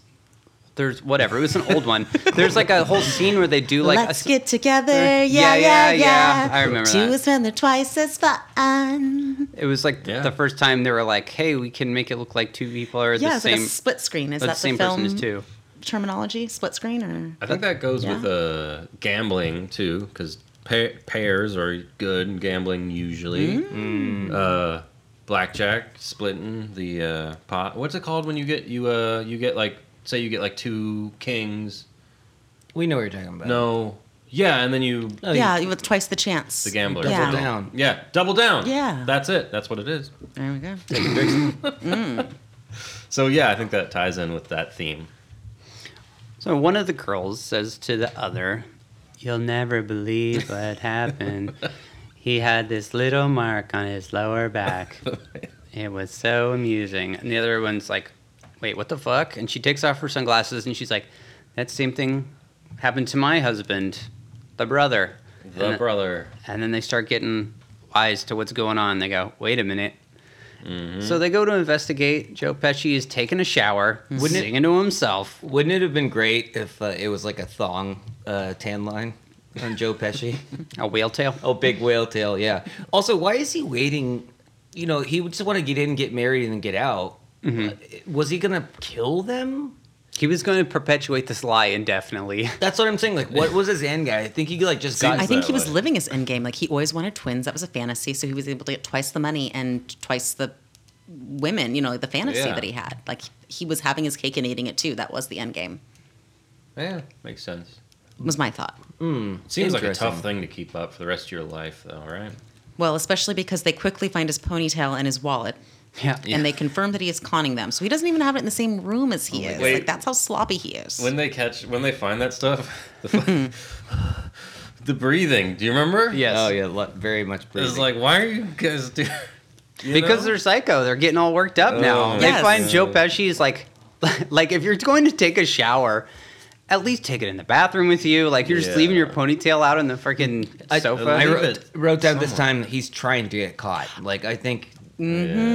[SPEAKER 2] There's whatever. It was an old
[SPEAKER 8] [laughs]
[SPEAKER 2] one. There's like a whole scene where they do like a
[SPEAKER 8] Let's get together. Yeah,
[SPEAKER 2] Yeah,
[SPEAKER 8] yeah,
[SPEAKER 2] yeah,
[SPEAKER 8] yeah.
[SPEAKER 2] yeah. I remember
[SPEAKER 8] Two
[SPEAKER 2] that.
[SPEAKER 8] is when they're twice as fun.
[SPEAKER 2] It was like the first time they were like, "Hey, we can make it look like two people are
[SPEAKER 8] yeah,
[SPEAKER 2] the
[SPEAKER 8] it's
[SPEAKER 2] same."
[SPEAKER 8] like a split screen. Is
[SPEAKER 2] are
[SPEAKER 8] that the,
[SPEAKER 2] the same
[SPEAKER 8] film
[SPEAKER 2] person as two?
[SPEAKER 8] terminology? Split screen or?
[SPEAKER 1] I think that goes with uh, gambling too, because pa- pairs are good in gambling usually. Uh, blackjack, splitting the uh, pot. What's it called when you get you uh you get like say you get like two kings?
[SPEAKER 3] We know what you're talking about.
[SPEAKER 1] No, Yeah, and then Uh, Oh, you.
[SPEAKER 8] yeah, with twice the chance.
[SPEAKER 1] The gambler.
[SPEAKER 8] Yeah.
[SPEAKER 1] Yeah, double down.
[SPEAKER 8] Yeah.
[SPEAKER 1] That's it. That's what it is.
[SPEAKER 8] There we go. Mm.
[SPEAKER 1] [laughs] So yeah, I think that ties in with that theme.
[SPEAKER 2] So one of the girls says to the other, You'll never believe what happened. he had this little mark on his lower back. it was so amusing. And the other one's like, Wait, what the fuck? And she takes off her sunglasses and she's like, That same thing happened to my husband, the brother.
[SPEAKER 1] The
[SPEAKER 2] And-
[SPEAKER 1] brother.
[SPEAKER 2] And then they start getting wise to what's going on. They go, Wait a minute.
[SPEAKER 3] Mhm.
[SPEAKER 2] So they go to investigate. Joe Pesci is taking a shower,
[SPEAKER 3] Wouldn't it-
[SPEAKER 2] singing to himself.
[SPEAKER 3] Wouldn't it have been great if uh, it was like a thong uh, tan line on
[SPEAKER 1] [laughs]
[SPEAKER 3] Joe Pesci?
[SPEAKER 2] a whale tail?
[SPEAKER 3] Oh, big whale tail, yeah. Also, why is he waiting? You know, he would just want to get in, get married, and then get out.
[SPEAKER 2] Mhm.
[SPEAKER 1] Mm-hmm.
[SPEAKER 3] Uh, was he going to kill them?
[SPEAKER 2] He was going to perpetuate this lie indefinitely.
[SPEAKER 3] That's what I'm saying. Like, what was his end guy? I think he like just got.
[SPEAKER 8] I think he was living his end game. Like he always wanted twins. That was a fantasy. So he was able to get twice the money and twice the women. You know, the fantasy
[SPEAKER 1] Yeah.
[SPEAKER 8] that he had. Like he was having his cake and eating it too. That was the end game.
[SPEAKER 1] Yeah, makes sense.
[SPEAKER 8] Was my thought.
[SPEAKER 1] Seems like a
[SPEAKER 8] Interesting.
[SPEAKER 1] tough thing to keep up for the rest of your life, though, right?
[SPEAKER 8] Well, especially because they quickly find his ponytail and his wallet.
[SPEAKER 2] Yeah.
[SPEAKER 8] And they confirm that he is conning them. So he doesn't even have it in the same room as he
[SPEAKER 1] my
[SPEAKER 8] is.
[SPEAKER 1] God.
[SPEAKER 8] Like that's how sloppy he is.
[SPEAKER 1] Oh, When they catch, when they find that stuff, the,
[SPEAKER 2] [laughs]
[SPEAKER 1] fu- the breathing. Do you remember?
[SPEAKER 2] Yes. Oh,
[SPEAKER 3] yeah, very much.
[SPEAKER 1] It's like, why are you guys doing? you
[SPEAKER 2] because
[SPEAKER 1] know?
[SPEAKER 2] they're psycho. They're getting all worked up now.
[SPEAKER 1] Oh,
[SPEAKER 2] They
[SPEAKER 1] Yes.
[SPEAKER 2] find
[SPEAKER 1] yeah.
[SPEAKER 2] Joe Pesci is like, [laughs] like if you're going to take a shower, at least take it in the bathroom with you. Like you're just
[SPEAKER 3] Yeah.
[SPEAKER 2] leaving your ponytail out on the freaking sofa.
[SPEAKER 3] I wrote, wrote down this time he's trying to get caught. Like, I think.
[SPEAKER 8] hmm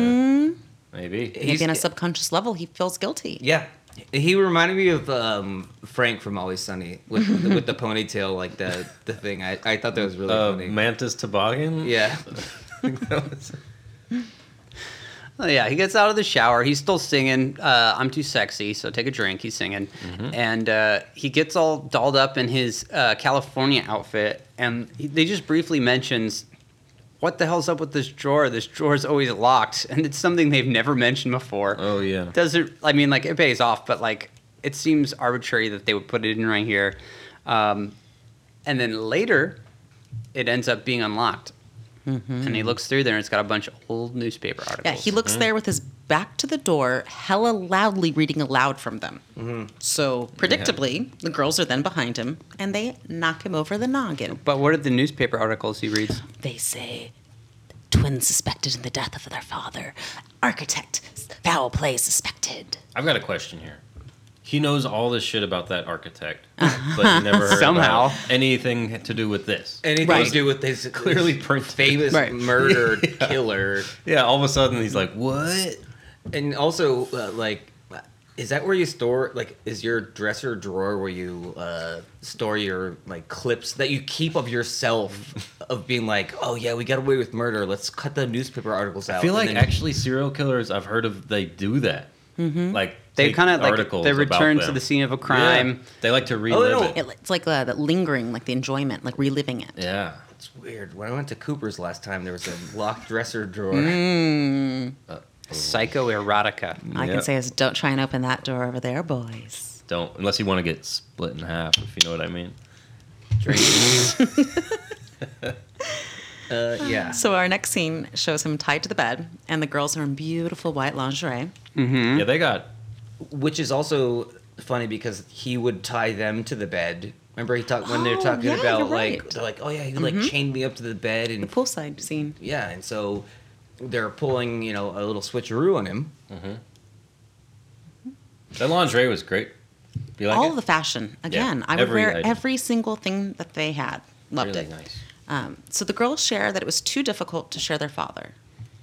[SPEAKER 1] Maybe.
[SPEAKER 8] Maybe on a subconscious level, he feels guilty.
[SPEAKER 3] Yeah, he reminded me of um, Frank from Always Sunny with the, with the ponytail, like the the thing. I, I thought that was really
[SPEAKER 1] Uh,
[SPEAKER 3] funny.
[SPEAKER 1] Mantis toboggan.
[SPEAKER 3] Yeah.
[SPEAKER 2] Oh, yeah, he gets out of the shower. He's still singing, uh, I'm Too Sexy, so take a drink. He's singing.
[SPEAKER 1] Mm-hmm.
[SPEAKER 2] And uh, he gets all dolled up in his uh, California outfit. And he, they just briefly mentions, what the hell's up with this drawer? This drawer's always locked. And it's something they've never mentioned before.
[SPEAKER 1] Oh, yeah.
[SPEAKER 2] Doesn't, I mean, like, it pays off, but, like, it seems arbitrary that they would put it in right here. Um, and then later, it ends up being unlocked. And he looks through there, and it's got a bunch of old newspaper articles.
[SPEAKER 8] Mm-hmm. Yeah, he looks there with his back to the door, hella loudly reading aloud from them. So, predictably, the girls are then behind him and they knock him over the noggin.
[SPEAKER 2] But what are the newspaper articles he reads?
[SPEAKER 8] They say, twins suspected in the death of their father, architect, foul play suspected.
[SPEAKER 1] [laughs] I've got a question here. He knows all this shit about that
[SPEAKER 2] [laughs]
[SPEAKER 1] architect, but never heard
[SPEAKER 2] Somehow.
[SPEAKER 1] about anything to do with this.
[SPEAKER 3] Anything to do with his
[SPEAKER 1] Clearly
[SPEAKER 3] clearly famous
[SPEAKER 1] Right.
[SPEAKER 3] murdered killer.
[SPEAKER 1] [laughs] Yeah, all of a sudden he's like, what?
[SPEAKER 3] And also, uh, like, is that where you store? Like, is your dresser drawer where you uh, store your like clips that you keep
[SPEAKER 1] [laughs]
[SPEAKER 3] of yourself of being like, oh yeah, we got away with murder. Let's cut the newspaper articles out.
[SPEAKER 1] I feel
[SPEAKER 3] and
[SPEAKER 1] like
[SPEAKER 3] then-
[SPEAKER 1] actually serial killers. I've heard of they do that. Like
[SPEAKER 2] Mm-hmm. They
[SPEAKER 1] take
[SPEAKER 2] kinda, like,
[SPEAKER 1] articles
[SPEAKER 2] they
[SPEAKER 1] about
[SPEAKER 2] return to
[SPEAKER 1] them.
[SPEAKER 2] the scene of a crime.
[SPEAKER 1] Yeah. They like to relive it.
[SPEAKER 8] It- it's like uh, that lingering, like the enjoyment, like reliving it.
[SPEAKER 1] Yeah.
[SPEAKER 3] It's weird. When I went to Cooper's last time, there was a locked dresser drawer.
[SPEAKER 8] Mm.
[SPEAKER 2] Psychoerotica.
[SPEAKER 8] I can say is don't try and open that door over there, boys.
[SPEAKER 1] Don't unless you want to get split in half, if you know what I mean.
[SPEAKER 3] uh, yeah.
[SPEAKER 8] So our next scene shows him tied to the bed, and the girls are in beautiful white lingerie.
[SPEAKER 2] Hmm?
[SPEAKER 3] Mm-hmm.
[SPEAKER 1] Yeah, they got.
[SPEAKER 3] Which is also funny because he would tie them to the bed. Remember he talked when they're
[SPEAKER 8] Oh,
[SPEAKER 3] talking
[SPEAKER 8] yeah,
[SPEAKER 3] about
[SPEAKER 8] you're
[SPEAKER 3] like
[SPEAKER 8] right.
[SPEAKER 3] they're like, oh yeah, he like
[SPEAKER 8] Mhm.
[SPEAKER 3] chained me up to the bed and
[SPEAKER 8] poolside scene.
[SPEAKER 3] Yeah, and so they're pulling you know a little switcheroo on him.
[SPEAKER 1] That lingerie was great. You like
[SPEAKER 8] All
[SPEAKER 1] it?
[SPEAKER 8] the fashion. Again, I would
[SPEAKER 1] every
[SPEAKER 8] wear
[SPEAKER 1] item.
[SPEAKER 8] every single thing that they had. Loved
[SPEAKER 1] Really
[SPEAKER 8] it.
[SPEAKER 1] nice.
[SPEAKER 8] Um, so the girls share that it was too difficult to share their father.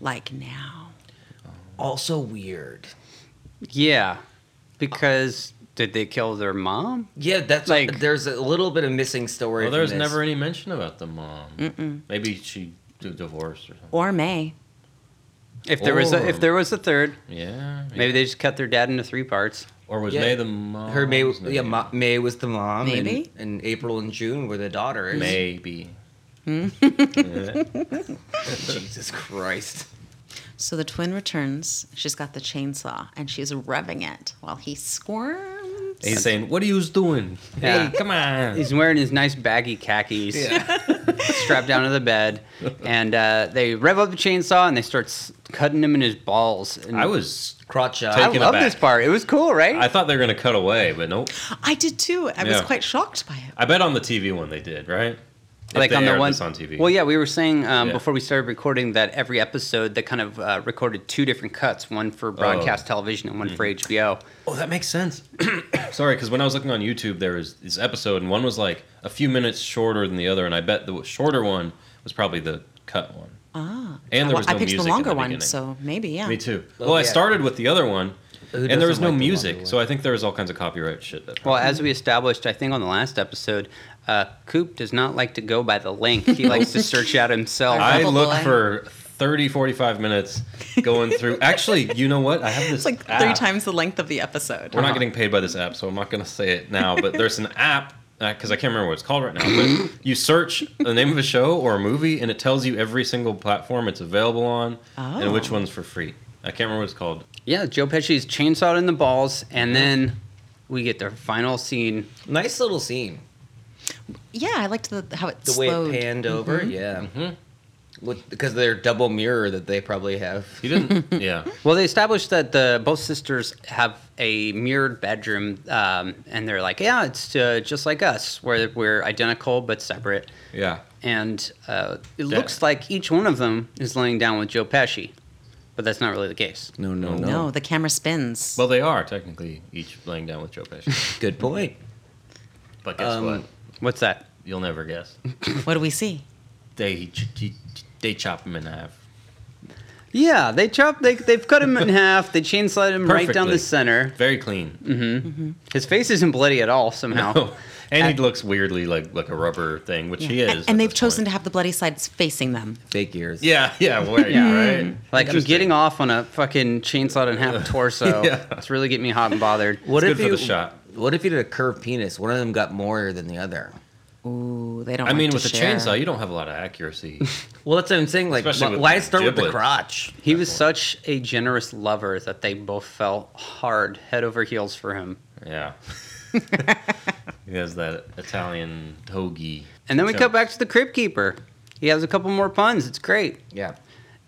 [SPEAKER 8] Like now.
[SPEAKER 3] Also weird.
[SPEAKER 2] Yeah, because did they kill their mom?
[SPEAKER 3] Yeah, that's like there's a little bit of missing story.
[SPEAKER 1] Well,
[SPEAKER 3] from
[SPEAKER 1] there's
[SPEAKER 3] this.
[SPEAKER 1] never any mention about the mom.
[SPEAKER 8] Mm-mm.
[SPEAKER 1] Maybe she d- divorced or something.
[SPEAKER 8] Or May.
[SPEAKER 2] If there was a, if
[SPEAKER 1] Or-
[SPEAKER 2] there was a third,
[SPEAKER 1] yeah,
[SPEAKER 2] maybe they just cut their dad into three parts.
[SPEAKER 1] Or was
[SPEAKER 3] Yeah.
[SPEAKER 1] May the mom?
[SPEAKER 3] Her May, yeah, Ma- May was the mom. and-
[SPEAKER 1] Maybe?
[SPEAKER 3] And, April and June were the daughters.
[SPEAKER 1] Maybe.
[SPEAKER 3] [laughs] Jesus Christ.
[SPEAKER 8] So the twin returns. She's got the chainsaw and she's revving it while he squirms
[SPEAKER 1] He's saying, "What are you doing? Hey, come on."
[SPEAKER 2] He's wearing his nice baggy khakis, [laughs] strapped down to the bed, and uh, they rev up the chainsaw and they start s- cutting him in his balls. And
[SPEAKER 1] I was
[SPEAKER 2] crotch. I
[SPEAKER 1] taken
[SPEAKER 2] love
[SPEAKER 1] aback.
[SPEAKER 2] this part. It was cool, right?
[SPEAKER 1] I thought they were going to cut away, but nope.
[SPEAKER 8] I did too. I was
[SPEAKER 1] Yeah.
[SPEAKER 8] quite shocked by it.
[SPEAKER 1] I bet on the TV one they did, right? If
[SPEAKER 2] like
[SPEAKER 1] they
[SPEAKER 2] on the
[SPEAKER 1] aired
[SPEAKER 2] one
[SPEAKER 1] this on TV.
[SPEAKER 2] Well, yeah, we were saying um,
[SPEAKER 1] Yeah.
[SPEAKER 2] before we started recording that every episode they kind of uh, recorded two different cuts, one for broadcast television and one for HBO.
[SPEAKER 1] Oh, that makes sense. [coughs] Sorry, because when I was looking on YouTube, there was this episode, and one was like a few minutes shorter than the other, and I bet the shorter one was probably the cut one.
[SPEAKER 8] Ah,
[SPEAKER 1] And there
[SPEAKER 8] Well,
[SPEAKER 1] was
[SPEAKER 8] I
[SPEAKER 1] no
[SPEAKER 8] picked
[SPEAKER 1] music
[SPEAKER 8] the
[SPEAKER 1] in
[SPEAKER 8] longer
[SPEAKER 1] the
[SPEAKER 8] one,
[SPEAKER 1] beginning.
[SPEAKER 8] so maybe yeah.
[SPEAKER 1] Me too.
[SPEAKER 2] Oh,
[SPEAKER 1] well, I
[SPEAKER 2] yeah.
[SPEAKER 1] started with the other one, and there was
[SPEAKER 2] doesn't
[SPEAKER 1] no
[SPEAKER 2] like the
[SPEAKER 1] music, so I think there was all kinds of copyright shit. That
[SPEAKER 2] Well, as we established, I think on the last episode, uh, Coop does not like to go by the link.
[SPEAKER 1] [laughs]
[SPEAKER 2] He likes to search out himself.
[SPEAKER 1] I look for 30, 45 minutes going
[SPEAKER 8] [laughs]
[SPEAKER 1] through. Actually, you know what? I have this.
[SPEAKER 8] It's like
[SPEAKER 1] app.
[SPEAKER 8] three times the length of the episode.
[SPEAKER 1] Ah. We're not getting paid by this app, so I'm not going to say it now. But there's
[SPEAKER 8] [laughs]
[SPEAKER 1] an app because I can't remember what it's called right now. But you search the name of a show or a movie, and it tells you every single platform it's available on and which
[SPEAKER 2] Oh.
[SPEAKER 1] one's for free. I can't remember what it's called.
[SPEAKER 2] Yeah, Joe Pesci's chainsawed in the balls, and then we get their final scene.
[SPEAKER 3] Nice little scene.
[SPEAKER 8] Yeah, I liked the how it
[SPEAKER 3] The
[SPEAKER 8] slowed.
[SPEAKER 3] way it panned over,
[SPEAKER 8] Mhm.
[SPEAKER 3] yeah. mm-hmm. With, because they're double mirror that they probably have.
[SPEAKER 1] You
[SPEAKER 8] [laughs]
[SPEAKER 1] didn't, yeah.
[SPEAKER 2] Well, they established that the both sisters have a mirrored bedroom, um, and they're like, yeah, it's uh, just like us, where we're identical but separate.
[SPEAKER 1] Yeah.
[SPEAKER 2] And uh, it
[SPEAKER 1] Yeah.
[SPEAKER 2] looks like each one of them is laying down with Joe Pesci, but that's not really the case.
[SPEAKER 1] No,
[SPEAKER 8] No, the camera spins.
[SPEAKER 1] Well, they are technically each laying down with Joe Pesci.
[SPEAKER 3] Good point.
[SPEAKER 1] But guess
[SPEAKER 3] Um,
[SPEAKER 1] what?
[SPEAKER 2] What's that?
[SPEAKER 1] You'll never guess.
[SPEAKER 8] what do we see?
[SPEAKER 1] They they- they chop him in half.
[SPEAKER 2] Yeah, they chop. They they've cut [laughs] him in half. They chainsawed him right down
[SPEAKER 1] Perfectly.
[SPEAKER 2] the center.
[SPEAKER 1] Very clean. [laughs]
[SPEAKER 2] Mm-hmm. His face isn't bloody at all somehow.
[SPEAKER 1] No. And he looks weirdly like like a rubber thing, which he
[SPEAKER 8] Oh. Uh,
[SPEAKER 1] is.
[SPEAKER 8] Yeah. And, and they've chosen to have the bloody sides facing them.
[SPEAKER 3] Fake ears.
[SPEAKER 1] Yeah, yeah, right,
[SPEAKER 8] Hmm.
[SPEAKER 1] right.
[SPEAKER 2] [laughs] Like I'm
[SPEAKER 1] Interesting.
[SPEAKER 2] getting off on a fucking chainsawed in [laughs] half torso.
[SPEAKER 3] Yeah.
[SPEAKER 2] It's really getting me hot and bothered.
[SPEAKER 3] What if you, What if you did a curved penis? One of them got more than the other.
[SPEAKER 8] Ooh, they
[SPEAKER 1] I mean, with a chainsaw, you don't have a lot of accuracy.
[SPEAKER 3] Well, that's what I'm saying. Like,
[SPEAKER 1] Especially
[SPEAKER 3] wh-
[SPEAKER 1] with
[SPEAKER 3] why start with the
[SPEAKER 1] giblets.
[SPEAKER 3] crotch?
[SPEAKER 2] He was such a generous lover that they both fell hard head over heels for him.
[SPEAKER 1] yeah. he has that Italian togi.
[SPEAKER 2] And then we
[SPEAKER 1] So-
[SPEAKER 2] cut back to the Crypt Keeper. He has a couple more puns. It's great.
[SPEAKER 3] Yeah.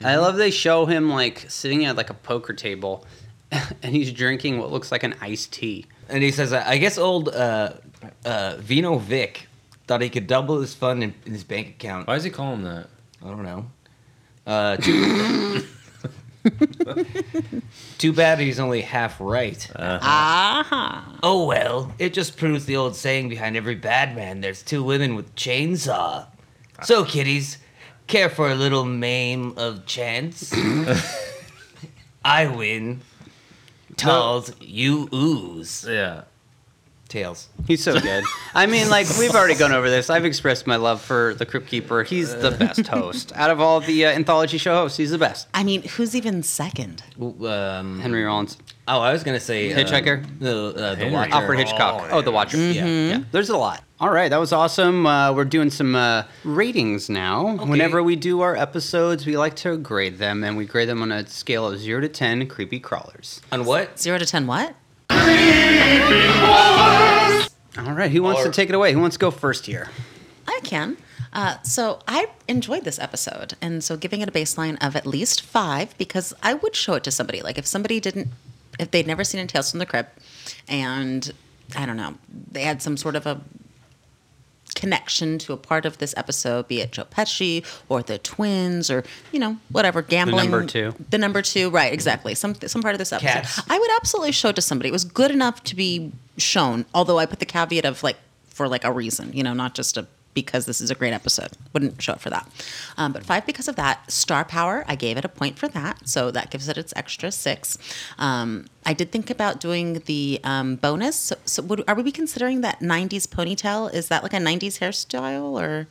[SPEAKER 2] I love they show him like sitting at like a poker table [laughs] and he's drinking what looks like an iced tea.
[SPEAKER 3] And he says, I guess old uh, uh, Vino Vic thought he could double his fund in, in his bank account.
[SPEAKER 1] Why is he calling that?
[SPEAKER 3] I don't know. Uh, too, too bad he's only half right.
[SPEAKER 2] Uh-huh.
[SPEAKER 8] Ah.
[SPEAKER 3] Oh well, it just proves the old saying behind every bad man there's two women with chainsaw. So, kiddies, care for a little maim
[SPEAKER 2] [coughs]
[SPEAKER 3] of chance? I win. Talls, you ooze.
[SPEAKER 1] Yeah.
[SPEAKER 3] Tails.
[SPEAKER 2] He's so good. [laughs] I mean, like we've already gone over this. I've expressed my love for the Crypt Keeper. He's the best host out of all the uh, anthology show hosts. He's the best.
[SPEAKER 8] I mean, who's even second?
[SPEAKER 3] Um,
[SPEAKER 2] Henry Rollins,
[SPEAKER 3] Oh, I was gonna say uh,
[SPEAKER 2] Hitchhiker,
[SPEAKER 3] the uh, the
[SPEAKER 2] Henry
[SPEAKER 3] Watcher.
[SPEAKER 2] Alfred Hitchcock. Oh, the Watcher. Yeah, yeah. There's a lot. All right, that was awesome. Uh, we're doing some uh, ratings now. Whenever we do our episodes, we like to grade them, and we grade them on a scale of zero to ten. Creepy crawlers.
[SPEAKER 3] On what?
[SPEAKER 8] Zero to ten. What?
[SPEAKER 2] All right, who wants to take it away? Who wants to go first here?
[SPEAKER 8] I can. Uh, so I enjoyed this episode, and so giving it a baseline of at least five because I would show it to somebody. Like if somebody didn't, if they'd never seen a Tales from the Crypt, and I don't know, they had some sort of a connection to a part of this episode, be it Joe Pesci or the twins or you know whatever gambling.
[SPEAKER 2] number two.
[SPEAKER 8] The number two, right? Exactly. Some some part of this episode.
[SPEAKER 2] Cats.
[SPEAKER 8] I would absolutely show it to somebody. It was good enough to be shown, although I put the caveat of like for like a reason, you know, not just a because this is a great episode. Wouldn't show it for that. Um, but five because of that. Star Power, I gave it a point for that. So that gives it its extra six. Um, I did think about doing the um, bonus. So, so would, are we considering that 90s ponytail? Is that like a 90s hairstyle or?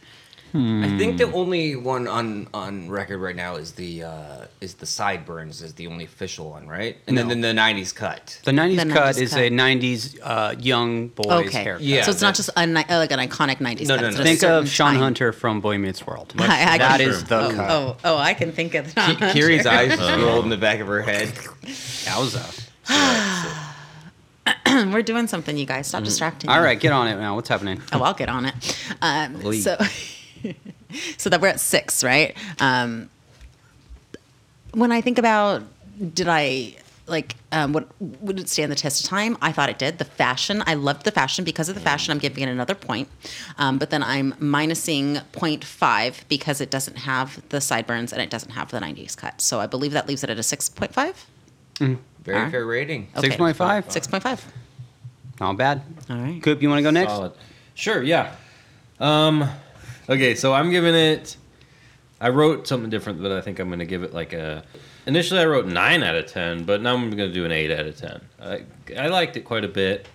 [SPEAKER 3] I think the only one on on record right now is the uh, is the sideburns is the only official one, right? And then,
[SPEAKER 2] No.
[SPEAKER 3] then the '90s [laughs] cut.
[SPEAKER 2] The 90s,
[SPEAKER 8] The
[SPEAKER 2] cut
[SPEAKER 8] 90s
[SPEAKER 2] is
[SPEAKER 8] cut.
[SPEAKER 2] a 90s uh, young boy's
[SPEAKER 8] okay.
[SPEAKER 2] haircut.
[SPEAKER 8] so it's not just a, ni- like an iconic 90s. cut. It's a
[SPEAKER 2] Think
[SPEAKER 8] certain
[SPEAKER 2] of Sean
[SPEAKER 8] time.
[SPEAKER 2] Hunter from Boy Meets World.
[SPEAKER 8] I- [laughs] I
[SPEAKER 2] That
[SPEAKER 8] can-
[SPEAKER 2] is the
[SPEAKER 8] oh,
[SPEAKER 2] cut.
[SPEAKER 8] Oh, oh, I can think [laughs] of that.
[SPEAKER 3] [laughs] Kiri's eyes just rolled in the back of her head.
[SPEAKER 2] Yowza.
[SPEAKER 8] We're doing something, you guys. Stop distracting.
[SPEAKER 2] All
[SPEAKER 8] me.
[SPEAKER 2] right, get on it now. What's happening?
[SPEAKER 8] Oh, I'll get on it. Um,
[SPEAKER 2] Oy.
[SPEAKER 8] so, [laughs] so that we're at six, right? Um, when I think about, did I like um, what would it stand the test of time? I thought it did. The fashion, I loved the fashion because of the fashion. I'm giving it another point, um, but then I'm minusing 0.5 because it doesn't have the sideburns and it doesn't have the 90s cut. So I believe that leaves it at a 6.5.
[SPEAKER 3] Very
[SPEAKER 8] Alright.
[SPEAKER 3] fair rating.
[SPEAKER 8] Okay.
[SPEAKER 2] 6.5?
[SPEAKER 8] 6.5.
[SPEAKER 2] Not bad.
[SPEAKER 8] All right.
[SPEAKER 2] Coop, you want to go next?
[SPEAKER 1] Solid. Sure, yeah. Um, okay, so I'm giving it. I wrote something different, but I think I'm going to give it like a. Initially, I wrote nine out of ten, but now I'm going to do an eight out of ten. I, I liked it quite a bit.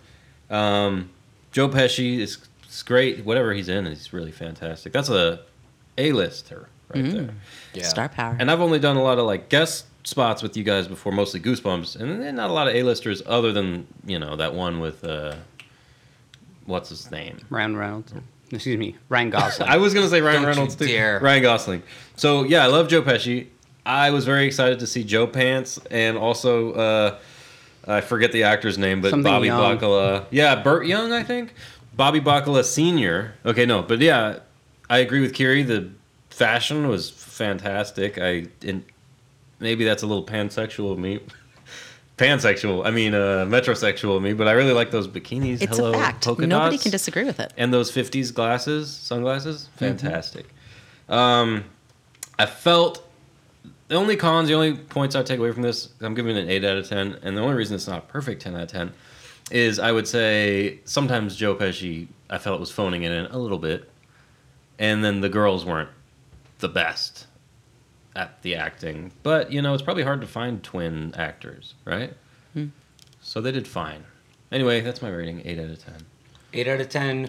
[SPEAKER 1] Um, Joe Pesci is is great. Whatever he's in, he's really fantastic. That's a A-lister right
[SPEAKER 8] Mm.
[SPEAKER 1] there.
[SPEAKER 8] Star power.
[SPEAKER 1] And I've only done a lot of like guest spots with you guys before, mostly Goosebumps, and then not a lot of A-listers other than you know that one with uh, what's his name?
[SPEAKER 2] Ryan Reynolds. Excuse me, Ryan Gosling.
[SPEAKER 1] I was gonna say Ryan
[SPEAKER 2] Don't you
[SPEAKER 1] Reynolds too.
[SPEAKER 2] dare.
[SPEAKER 1] Ryan Gosling. So yeah, I love Joe Pesci. I was very excited to see Joe Pants and also uh, I forget the actor's name, but
[SPEAKER 2] Something
[SPEAKER 1] Bobby
[SPEAKER 2] Young.
[SPEAKER 1] Bacala. Yeah, Burt Young, I think. Bobby Bacala Senior. Okay, no, but yeah, I agree with Kiri. The fashion was fantastic. I and maybe that's a little pansexual of me. [laughs] Pansexual, I mean uh, metrosexual of me, but I really like those bikinis.
[SPEAKER 8] It's
[SPEAKER 1] Hello,
[SPEAKER 8] a fact.
[SPEAKER 1] polka
[SPEAKER 8] Nobody
[SPEAKER 1] dots.
[SPEAKER 8] can disagree with it.
[SPEAKER 1] And those 50s glasses, sunglasses, fantastic. Um, I felt the only cons, the only points I take away from this, I'm giving it an 8 out of 10. And the only reason it's not a perfect 10 out of 10 is I would say sometimes Joe Pesci, I felt was phoning it in a little bit. And then the girls weren't the best at the acting. But, you know, it's probably hard to find twin actors, right?
[SPEAKER 8] Hmm.
[SPEAKER 1] So they did fine. Anyway, that's my rating 8 out of 10.
[SPEAKER 3] 8 out of 10.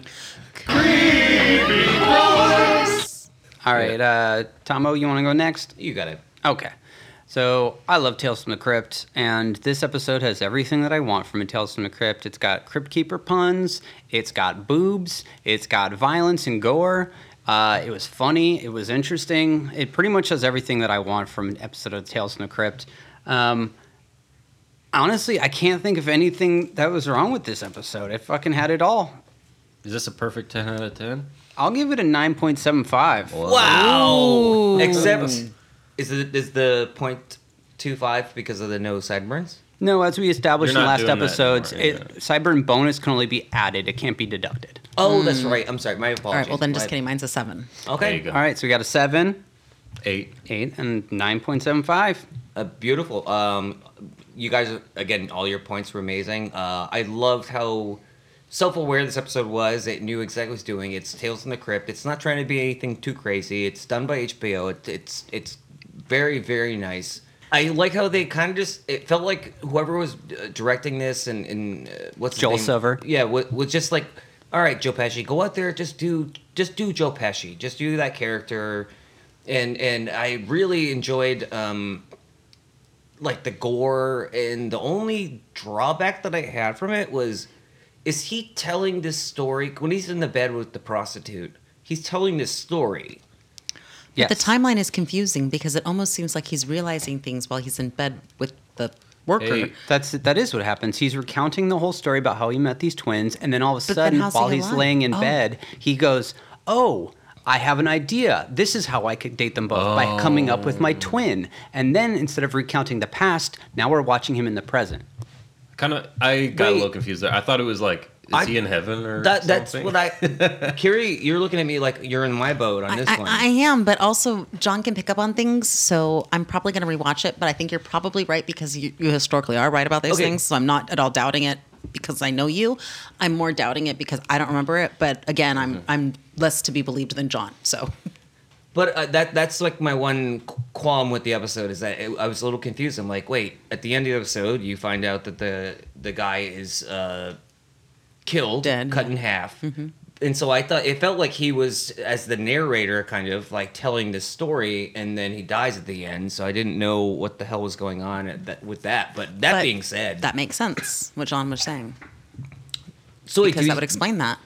[SPEAKER 2] All right, uh, Tomo, you want to go next?
[SPEAKER 3] You got it.
[SPEAKER 2] Okay. So I love Tales from the Crypt, and this episode has everything that I want from a Tales from the Crypt. It's got Crypt Keeper puns, it's got boobs, it's got violence and gore. Uh, it was funny, it was interesting. It pretty much has everything that I want from an episode of Tales from the Crypt. Um, honestly, I can't think of anything that was wrong with this episode. It fucking had it all.
[SPEAKER 1] Is this a perfect 10 out of 10?
[SPEAKER 2] I'll give it a 9.75.
[SPEAKER 3] Wow. Except, is, it, is the point two five because of the no sideburns?
[SPEAKER 2] No, as we established in
[SPEAKER 3] You're
[SPEAKER 2] the
[SPEAKER 3] not
[SPEAKER 2] last
[SPEAKER 3] doing that
[SPEAKER 2] episodes,
[SPEAKER 3] anymore,
[SPEAKER 2] it, sideburn bonus can only be added. It can't be deducted.
[SPEAKER 3] Oh, that's right. I'm sorry. My apologies.
[SPEAKER 8] All right, well, then just
[SPEAKER 3] My-
[SPEAKER 8] kidding. Mine's a seven.
[SPEAKER 3] Okay.
[SPEAKER 2] All right, so we got a seven,
[SPEAKER 1] eight,
[SPEAKER 2] eight, and nine point seven five.
[SPEAKER 3] Uh, beautiful. Um, you guys, again, all your points were amazing. Uh, I loved how self-aware this episode was. It knew exactly what it was doing. It's Tales from the Crypt. It's not trying to be anything too crazy. It's done by HBO. It, it's it's very very nice. I like how they kind of just. It felt like whoever was uh, directing this and and uh, what's his
[SPEAKER 2] Joel
[SPEAKER 3] name?
[SPEAKER 2] Silver.
[SPEAKER 3] Yeah, wa- was just like, all right, Joe Pesci, go out there, just do, just do Joe Pesci, just do that character, and and I really enjoyed um, like the gore and the only drawback that I had from it was is he telling this story when he's in the bed with the prostitute he's telling this story
[SPEAKER 8] But the timeline is confusing because it almost seems like he's realizing things while he's in bed with the worker.
[SPEAKER 2] Hey, that's that is what happens. He's recounting the whole story about how he met these twins, and then all of a
[SPEAKER 8] But then
[SPEAKER 2] sudden,
[SPEAKER 8] how's he
[SPEAKER 2] while he's
[SPEAKER 8] alive?
[SPEAKER 2] laying in
[SPEAKER 8] Oh.
[SPEAKER 2] bed, he goes, "Oh." I have an idea. This is how I could date them both by coming up with
[SPEAKER 3] Oh.
[SPEAKER 2] my twin. And then instead of recounting the past, now we're watching him in the present.
[SPEAKER 1] Kind of, I got a
[SPEAKER 3] Wait.
[SPEAKER 1] little confused there. I thought it was like, is
[SPEAKER 3] I-
[SPEAKER 1] he in heaven or
[SPEAKER 3] that that's
[SPEAKER 1] something?
[SPEAKER 3] what I
[SPEAKER 8] [laughs]
[SPEAKER 3] Kiri you're looking at me like you're in my boat on this
[SPEAKER 8] I,
[SPEAKER 3] one
[SPEAKER 8] I am, but also John can pick up on things, so I'm probably going to rewatch it. But I think you're probably right because you, you historically are right about these
[SPEAKER 3] Okay.
[SPEAKER 8] things. So I'm not at all doubting it because I know you. I'm more doubting it because I don't remember it. But again, I'm I'm less to be believed than John. So
[SPEAKER 3] But uh, that that's like my one qu- qualm with the episode is that it, I was a little confused. I'm like, wait, at the end of the episode, you find out that the the guy is uh, killed, cut in half.
[SPEAKER 8] Mm-hmm.
[SPEAKER 3] And so I thought it felt like he was as the narrator, kind of like telling this story, and then he dies at the end. So I didn't know what the hell was going on at that, with that. But that
[SPEAKER 8] But
[SPEAKER 3] being said,
[SPEAKER 8] that makes sense what John was saying
[SPEAKER 3] so wait,
[SPEAKER 8] because
[SPEAKER 3] do
[SPEAKER 8] that
[SPEAKER 3] you-
[SPEAKER 8] would explain that.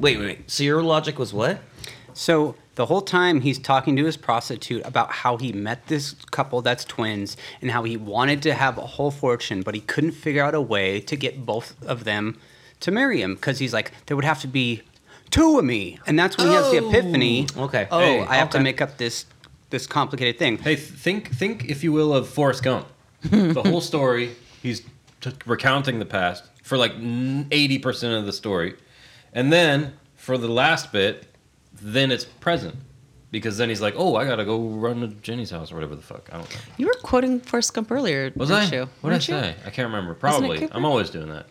[SPEAKER 3] wait, wait, wait. So your logic was what?
[SPEAKER 2] So the whole time he's talking to his prostitute about how he met this couple that's twins and how he wanted to have a whole fortune, but he couldn't figure out a way to get both of them to marry him because he's like, there would have to be two of me, and that's when he has the
[SPEAKER 1] Oh.
[SPEAKER 2] epiphany.
[SPEAKER 1] Okay.
[SPEAKER 2] Oh,
[SPEAKER 1] Hey,
[SPEAKER 2] I have to
[SPEAKER 1] okay.
[SPEAKER 2] make up this this complicated thing.
[SPEAKER 1] Hey, think think if you will of Forrest
[SPEAKER 3] [laughs]
[SPEAKER 1] Gump. the whole story, he's t- recounting the past for like eighty percent of the story, and then for the last bit, then it's present because then he's like, "Oh, I gotta go run to Jenny's house or whatever the fuck." I don't know.
[SPEAKER 8] You were quoting Forrest Gump earlier,
[SPEAKER 1] Was
[SPEAKER 8] weren't
[SPEAKER 1] I?
[SPEAKER 8] you?
[SPEAKER 1] What did I
[SPEAKER 8] Weren't you?
[SPEAKER 1] say? I can't remember.
[SPEAKER 8] Wasn't it
[SPEAKER 1] Probably.
[SPEAKER 8] Cooper?
[SPEAKER 1] I'm always doing that.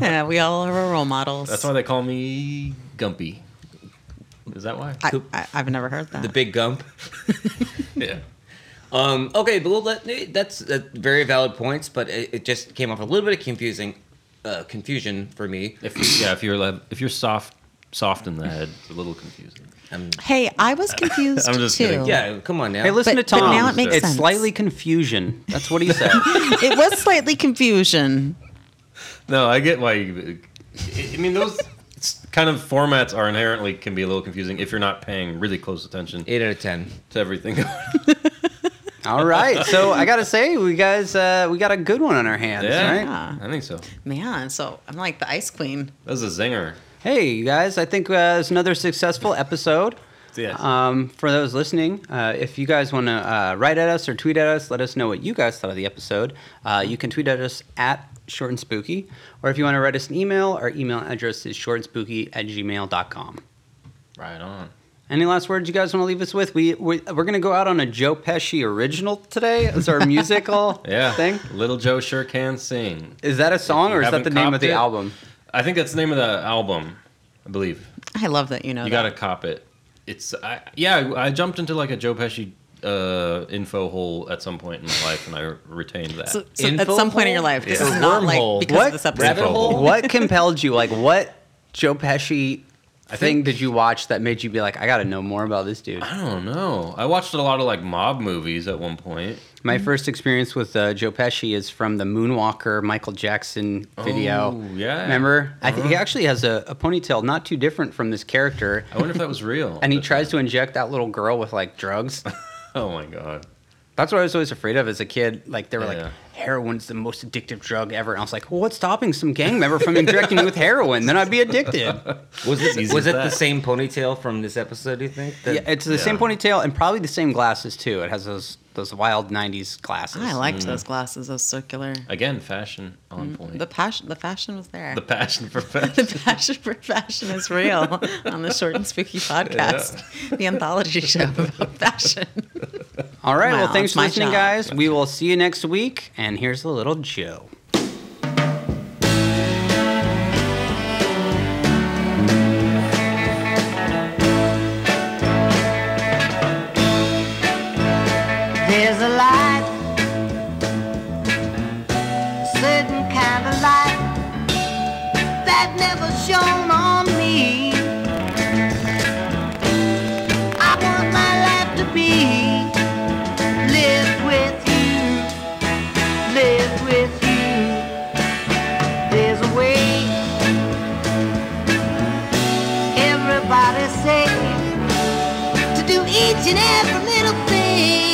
[SPEAKER 8] yeah, we all are role models.
[SPEAKER 1] That's why they call me Gumpy. Is that why?
[SPEAKER 8] I, I, I've never heard that.
[SPEAKER 3] The big gump. [laughs]
[SPEAKER 1] yeah.
[SPEAKER 3] Um, okay, but well, that, that's uh, very valid points, but it, it just came off a little bit of confusing uh, confusion for me.
[SPEAKER 1] If yeah, if you're le- if you're soft soft in the head, it's a little confusing.
[SPEAKER 8] hey, I was
[SPEAKER 1] [laughs]
[SPEAKER 8] confused
[SPEAKER 1] I'm just
[SPEAKER 8] too.
[SPEAKER 1] kidding.
[SPEAKER 3] Yeah, come on now.
[SPEAKER 2] Hey, listen
[SPEAKER 8] But-
[SPEAKER 2] to Tom.
[SPEAKER 8] but now it makes
[SPEAKER 2] it's
[SPEAKER 8] sense.
[SPEAKER 2] slightly confusion. That's what
[SPEAKER 1] [laughs]
[SPEAKER 2] he said.
[SPEAKER 8] it was slightly confusion.
[SPEAKER 1] No, I get why. You, I mean, those s- kind of formats are inherently can be a little confusing if you're not paying really close attention.
[SPEAKER 3] Eight out of ten
[SPEAKER 1] to everything.
[SPEAKER 2] All right, so I gotta say, we guys, uh, we got a good one on our hands,
[SPEAKER 1] [laughs] Yeah.
[SPEAKER 2] right?
[SPEAKER 1] I think so.
[SPEAKER 8] Man, so I'm like the ice queen.
[SPEAKER 1] That was a zinger.
[SPEAKER 2] Hey, you guys, I think uh, it's another successful episode.
[SPEAKER 1] Yeah.
[SPEAKER 2] Um, for those listening, uh, if you guys want to uh, write at us or tweet at us, let us know what you guys thought of the episode.
[SPEAKER 1] Uh-huh.
[SPEAKER 2] Uh, you can tweet at us at short and spooky, or if you want to write us an email, our email address is shortandspooky at gmail.com.
[SPEAKER 1] Right on.
[SPEAKER 2] Any last words you guys want to leave us with? We, we we're gonna go out on a Joe Pesci original today.
[SPEAKER 1] [laughs]
[SPEAKER 2] It's our musical
[SPEAKER 1] Yeah.
[SPEAKER 2] thing.
[SPEAKER 1] Little Joe sure can sing.
[SPEAKER 2] Is that a song
[SPEAKER 1] If you
[SPEAKER 2] or is that
[SPEAKER 1] haven't
[SPEAKER 2] the name of
[SPEAKER 1] copped
[SPEAKER 2] the
[SPEAKER 1] it,
[SPEAKER 2] album?
[SPEAKER 1] I think that's the name of the album. I believe
[SPEAKER 8] I love that you know.
[SPEAKER 1] you
[SPEAKER 8] that.
[SPEAKER 1] gotta cop it. It's I, yeah. I jumped into like a Joe Pesci uh, info hole at some point in my life, and I retained that.
[SPEAKER 8] So- so at some point in your life, this is not like because
[SPEAKER 2] what
[SPEAKER 8] of this episode. [laughs]
[SPEAKER 2] What compelled you? Like what Joe Pesci thing did you watch that made you be like, I gotta know more about this dude?
[SPEAKER 1] I don't know. I watched a lot of like mob movies at one point.
[SPEAKER 2] My first experience with uh, Joe Pesci is from the Moonwalker Michael Jackson video.
[SPEAKER 1] Oh, yeah.
[SPEAKER 2] Remember? I think he
[SPEAKER 1] Uh-huh.
[SPEAKER 2] actually has a, a ponytail not too different from this character.
[SPEAKER 1] I wonder if that was real.
[SPEAKER 2] [laughs] and he tries to inject that little girl with like drugs.
[SPEAKER 1] [laughs] oh my god.
[SPEAKER 2] That's what I was always afraid of as a kid. Like they were
[SPEAKER 1] Yeah.
[SPEAKER 2] like, heroin's the most addictive drug ever. And I was like, well, what's stopping some gang member from injecting me with heroin? Then I'd be addicted.
[SPEAKER 3] Was
[SPEAKER 2] It's
[SPEAKER 3] it
[SPEAKER 2] easy
[SPEAKER 3] was
[SPEAKER 2] as
[SPEAKER 3] it the
[SPEAKER 2] that.
[SPEAKER 3] same ponytail from this episode? Do you think? That-
[SPEAKER 2] yeah, it's the same
[SPEAKER 3] Yeah.
[SPEAKER 2] ponytail and probably the same glasses too. It has those those wild '90s glasses.
[SPEAKER 8] I
[SPEAKER 1] Mm.
[SPEAKER 8] liked those glasses, those circular.
[SPEAKER 1] Again, fashion on point.
[SPEAKER 8] The passion, the fashion was
[SPEAKER 1] [laughs]
[SPEAKER 8] there.
[SPEAKER 1] The passion for fashion.
[SPEAKER 8] The passion for fashion is real on the Short and Spooky podcast, the anthology show about fashion.
[SPEAKER 2] All right.
[SPEAKER 8] Wow,
[SPEAKER 2] well, thanks
[SPEAKER 8] it's
[SPEAKER 2] for
[SPEAKER 8] my
[SPEAKER 2] listening,
[SPEAKER 8] job.
[SPEAKER 2] guys. We will see you next week. And here's a little Joe.
[SPEAKER 13] There's a light, a certain kind of light that never shone on me. I want my life to be lived with you, lived with you. There's a way. Everybody say to do each and every little thing.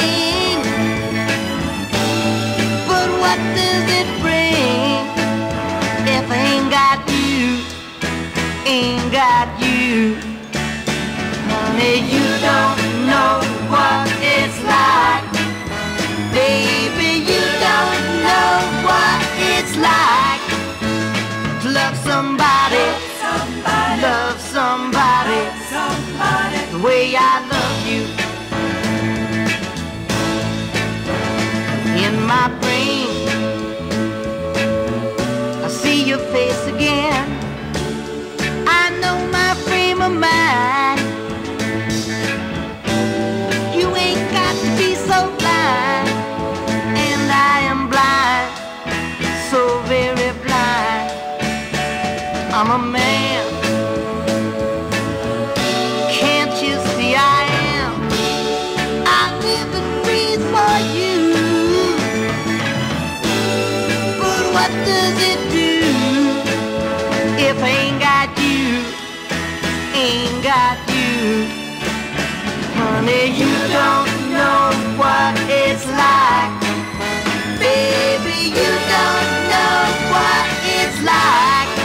[SPEAKER 13] But what does it bring if I ain't got you? Ain't got you. Honey, you don't know what it's like. Baby, you don't know what it's like to love somebody. Love somebody. The way I love you. In my brain, I see your face again. I know my frame of mind. done got you. Honey, you don't know what it's like. Baby, you don't know what it's like.